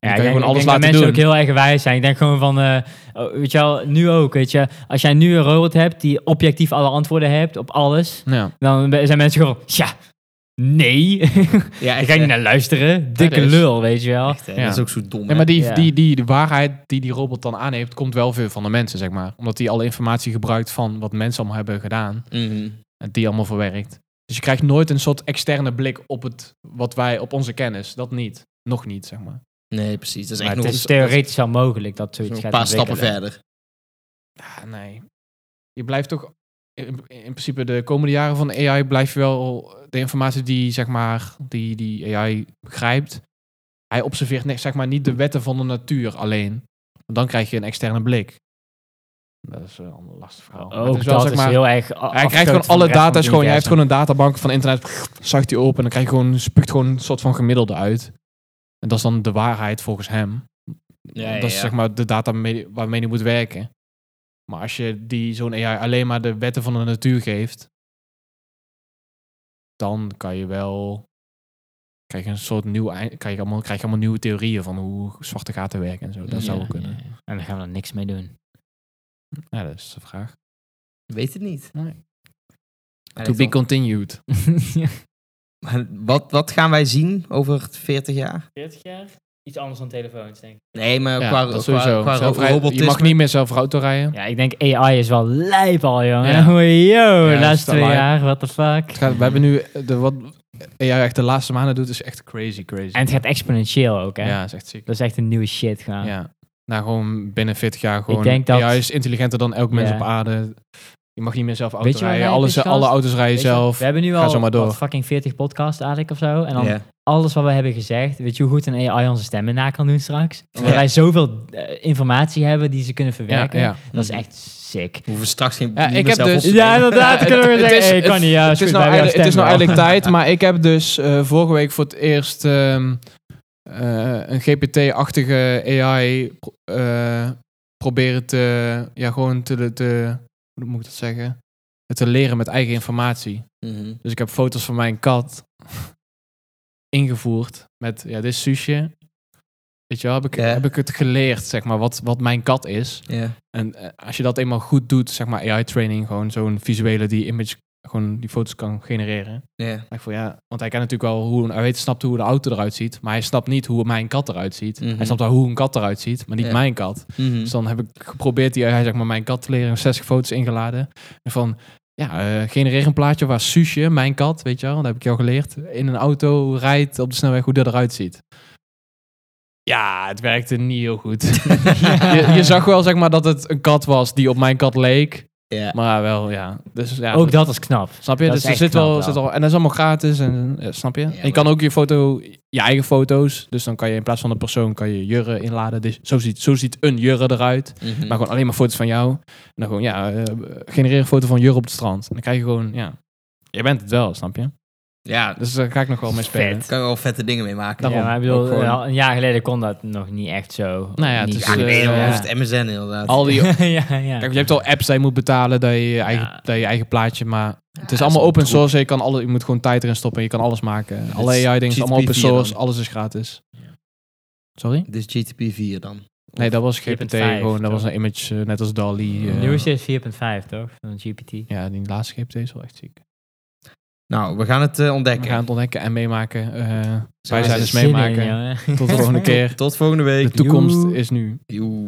Speaker 2: kan je
Speaker 4: ik denk-
Speaker 2: gewoon
Speaker 4: ik
Speaker 2: alles
Speaker 4: denk
Speaker 2: laten
Speaker 4: dat mensen
Speaker 2: doen.
Speaker 4: ook heel erg wijs zijn. Ik denk gewoon van, eh, oh, weet je wel, nu ook, weet je. Als jij nu een robot hebt die objectief alle antwoorden hebt op alles,
Speaker 2: Ja.
Speaker 4: dan be- zijn mensen gewoon, ja, nee.
Speaker 1: Ja,
Speaker 4: Daar
Speaker 1: echt,
Speaker 4: ga ik
Speaker 1: hè.
Speaker 4: niet naar luisteren. Dikke
Speaker 2: dat is-
Speaker 4: lul, weet je wel.
Speaker 1: Echt, hè.
Speaker 2: Ja.
Speaker 1: Dat is ook zo dom.
Speaker 2: Ja, maar die,
Speaker 4: Ja.
Speaker 2: die, die, die waarheid die die robot dan aanneemt, komt wel veel van de mensen, zeg maar. Omdat die alle informatie gebruikt van wat mensen allemaal hebben gedaan
Speaker 1: hè. Mhm.
Speaker 2: en die allemaal verwerkt. Dus je krijgt nooit een soort externe blik op het, wat wij, op onze kennis. Dat niet. Nog niet, zeg maar.
Speaker 1: Nee, precies. Dat is
Speaker 4: Maar
Speaker 1: echt
Speaker 4: het
Speaker 1: nog
Speaker 4: is theoretisch wel mogelijk dat
Speaker 1: dat is
Speaker 4: zoiets
Speaker 1: nog
Speaker 4: gaat
Speaker 1: een paar stappen
Speaker 4: ontwikkelen.
Speaker 1: verder.
Speaker 2: Ja, nee. Je blijft toch, in, in principe de komende jaren van AI, blijf je wel de informatie die, zeg maar, die, die AI begrijpt. Hij observeert ne- zeg maar, niet de wetten van de natuur alleen. Want dan krijg je een externe blik. Dat is een ander lastig verhaal. Maar het
Speaker 4: Ook
Speaker 2: is wel,
Speaker 4: dat
Speaker 2: zeg
Speaker 4: is
Speaker 2: maar-
Speaker 4: heel erg
Speaker 2: hij krijgt gewoon alle data. Is gewoon, hij heeft gewoon een databank van internet. Zuigt hij op en dan krijg je gewoon, spuugt gewoon een soort van gemiddelde uit. En dat is dan de waarheid volgens hem.
Speaker 1: Ja, ja,
Speaker 2: dat is
Speaker 1: ja.
Speaker 2: zeg maar de data mee- waarmee hij moet werken. Maar als je die zo'n AI alleen maar de wetten van de natuur geeft, dan kan je wel krijg je een soort nieuw ei- krijg je allemaal krijg je allemaal nieuwe theorieën van hoe zwarte gaten werken en zo. Dat
Speaker 1: Ja.
Speaker 2: zou wel kunnen.
Speaker 4: En daar gaan we dan niks mee doen.
Speaker 2: Ja, dat is de vraag.
Speaker 1: Weet het niet.
Speaker 2: Nee.
Speaker 1: Hij
Speaker 2: To
Speaker 1: lijkt
Speaker 2: be
Speaker 1: wel-
Speaker 2: continued.
Speaker 1: Maar wat, wat gaan wij zien over 40 jaar?
Speaker 4: 40 jaar? Iets anders dan telefoons, denk ik.
Speaker 1: Nee, maar
Speaker 2: Ja,
Speaker 1: qua,
Speaker 2: dat
Speaker 1: qua,
Speaker 2: sowieso.
Speaker 1: qua
Speaker 2: Zelfrij- je
Speaker 1: robotisme-
Speaker 2: mag niet meer zelf auto rijden.
Speaker 4: Ja, ik denk AI is wel lijp al, jongen.
Speaker 2: Ja.
Speaker 4: Yo,
Speaker 2: dat is
Speaker 4: laatste
Speaker 2: wel
Speaker 4: twee
Speaker 2: lijp.
Speaker 4: jaar, what the fuck.
Speaker 2: Het gaat- we hebben nu de, wat AI echt de laatste maanden doet is echt crazy crazy.
Speaker 4: En het gaat exponentieel ook, hè.
Speaker 2: ja, is echt ziek.
Speaker 4: Dat is echt een nieuwe shit gaan.
Speaker 2: Ja. Nou, gewoon binnen 40 jaar gewoon.
Speaker 4: denk dat-
Speaker 2: AI is intelligenter dan elk mens
Speaker 4: Ja.
Speaker 2: op aarde. Je mag niet meer zelf auto
Speaker 4: Weet je wat
Speaker 2: rijden.
Speaker 4: lijp
Speaker 2: Alles,
Speaker 4: is,
Speaker 2: alle
Speaker 4: gast?
Speaker 2: auto's rijden
Speaker 4: Weet je,
Speaker 2: zelf.
Speaker 4: we hebben nu
Speaker 2: Ga zo
Speaker 4: al
Speaker 2: maar door.
Speaker 4: wat fucking 40 podcasts eigenlijk of zo. En dan
Speaker 1: Ja.
Speaker 4: alles wat we hebben gezegd. Weet je hoe goed een AI onze stemmen na kan doen straks? Omdat
Speaker 1: Ja.
Speaker 4: wij zoveel eh, informatie hebben die ze kunnen
Speaker 2: Ja,
Speaker 4: verwerken.
Speaker 2: ja.
Speaker 4: Dat is echt sick.
Speaker 1: We hoeven straks geen
Speaker 2: Ja,
Speaker 1: niet
Speaker 2: ik
Speaker 1: meer
Speaker 2: heb
Speaker 1: zelf
Speaker 2: dus-
Speaker 1: op te
Speaker 4: Ja,
Speaker 1: nemen.
Speaker 4: inderdaad.
Speaker 2: Ja,
Speaker 4: kunnen we
Speaker 2: het- het
Speaker 4: zeggen,
Speaker 2: is-
Speaker 4: hey,
Speaker 2: het-
Speaker 4: kan niet. Ja,
Speaker 2: het, is
Speaker 4: shoot,
Speaker 2: nou
Speaker 4: wij hebben
Speaker 2: eigenlijk, het is
Speaker 4: jouw
Speaker 2: nou
Speaker 4: stem
Speaker 2: eigenlijk
Speaker 4: wel.
Speaker 2: tijd, maar ik heb dus eh, vorige week voor het eerst ehm, eh, een GPT-achtige AI pro- eh, proberen te, ja, gewoon te, te, hoe moet ik dat zeggen? het te leren met eigen informatie.
Speaker 1: Mhm.
Speaker 2: Dus ik heb foto's van mijn kat ingevoerd met, ja, dit is Suusje. Weet je wel, heb ik,
Speaker 1: Ja.
Speaker 2: heb ik het geleerd, zeg maar, wat, wat mijn kat is.
Speaker 1: Ja.
Speaker 2: En eh, als je dat eenmaal goed doet, zeg maar AI-training, gewoon zo'n visuele die image, gewoon die foto's kan genereren.
Speaker 1: Ja.
Speaker 2: Maar ik voel, ja, want hij kent natuurlijk wel hoe, een- hij weet, snapt hoe de auto eruit ziet, maar hij snapt niet hoe mijn kat eruit ziet.
Speaker 1: Mhm.
Speaker 2: Hij snapt wel hoe een kat eruit ziet, maar niet
Speaker 1: Ja.
Speaker 2: mijn kat.
Speaker 4: Hm.
Speaker 1: Mhm.
Speaker 2: Dus dan heb ik geprobeerd die AI, zeg maar, mijn kat te leren, 60 foto's ingeladen. En van, ja, eh, genereer een plaatje waar Suusje, mijn kat, weet je wel, dat heb ik jou geleerd, in een auto rijdt op de snelweg, hoe dat eruit ziet. Ja, het werkte niet heel goed. je, je zag wel, zeg maar, dat het een kat was die op mijn kat leek.
Speaker 1: Ja.
Speaker 2: Maar wel, ja. Dus, ja
Speaker 4: Ook dat is knap.
Speaker 2: Snap je?
Speaker 4: dat
Speaker 2: Dus
Speaker 4: is
Speaker 2: er
Speaker 4: echt
Speaker 2: zit
Speaker 4: knap
Speaker 2: wel,
Speaker 4: wel.
Speaker 2: zit al, en dat is allemaal gratis. En, ja, snap je? En je
Speaker 1: maar-
Speaker 2: kan ook je foto, je eigen foto's. Dus dan kan je in plaats van een persoon, kan je jurren inladen. Dus zo ziet, zo ziet een jurre eruit.
Speaker 1: Mhm.
Speaker 2: Maar gewoon alleen maar foto's van jou. En dan gewoon, ja, eh, genereer een foto van Jur op het strand. En dan krijg je gewoon, ja, je bent het wel, snap je?
Speaker 1: Ja,
Speaker 2: Dus daar ga ik nog wel mee spelen.
Speaker 4: Vet.
Speaker 1: kan je wel vette dingen mee maken.
Speaker 2: Daarom.
Speaker 4: ja, dus, maar ik bedoel,
Speaker 2: Ook gewoon-
Speaker 4: al een jaar geleden kon dat nog niet echt zo.
Speaker 2: Nou ja, het
Speaker 4: Niet
Speaker 2: is,
Speaker 1: Ja, nee,
Speaker 2: eh,
Speaker 1: dan
Speaker 2: ja.
Speaker 1: is het MSN inderdaad.
Speaker 2: Al die,
Speaker 4: ja, ja, ja.
Speaker 2: kijk, je hebt al apps die je moet betalen, dat je je eigen, dat je je eigen plaatje, maar het is
Speaker 1: Ja,
Speaker 2: allemaal
Speaker 1: dat
Speaker 2: open
Speaker 1: is een
Speaker 2: source. Je, kan alle, je moet gewoon tijd erin stoppen, je kan alles maken. Alle
Speaker 1: is
Speaker 2: AI-dingen zijn allemaal open
Speaker 1: GPT dan.
Speaker 2: source, alles is gratis. Sorry?
Speaker 1: Dit is GTP 4 dan.
Speaker 2: Nee, dat was GPT,
Speaker 4: 4.5
Speaker 2: gewoon, dat
Speaker 4: toch?
Speaker 2: was een image, eh, net als DALI.
Speaker 4: De
Speaker 2: eh.
Speaker 4: nieuwste is 4.5, toch? Van GPT.
Speaker 2: ja, die laatste GPT is wel echt ziek.
Speaker 1: Nou, we gaan het eh,
Speaker 2: We
Speaker 1: ontdekken.
Speaker 2: gaan het ontdekken en meemaken. eh,
Speaker 1: Zo
Speaker 2: wij
Speaker 1: is
Speaker 2: zijn
Speaker 1: het.
Speaker 2: dus meemaken. Tot de volgende keer.
Speaker 1: Tot volgende
Speaker 2: De
Speaker 1: week.
Speaker 2: toekomst
Speaker 4: Joe.
Speaker 2: is nu.
Speaker 1: Joe.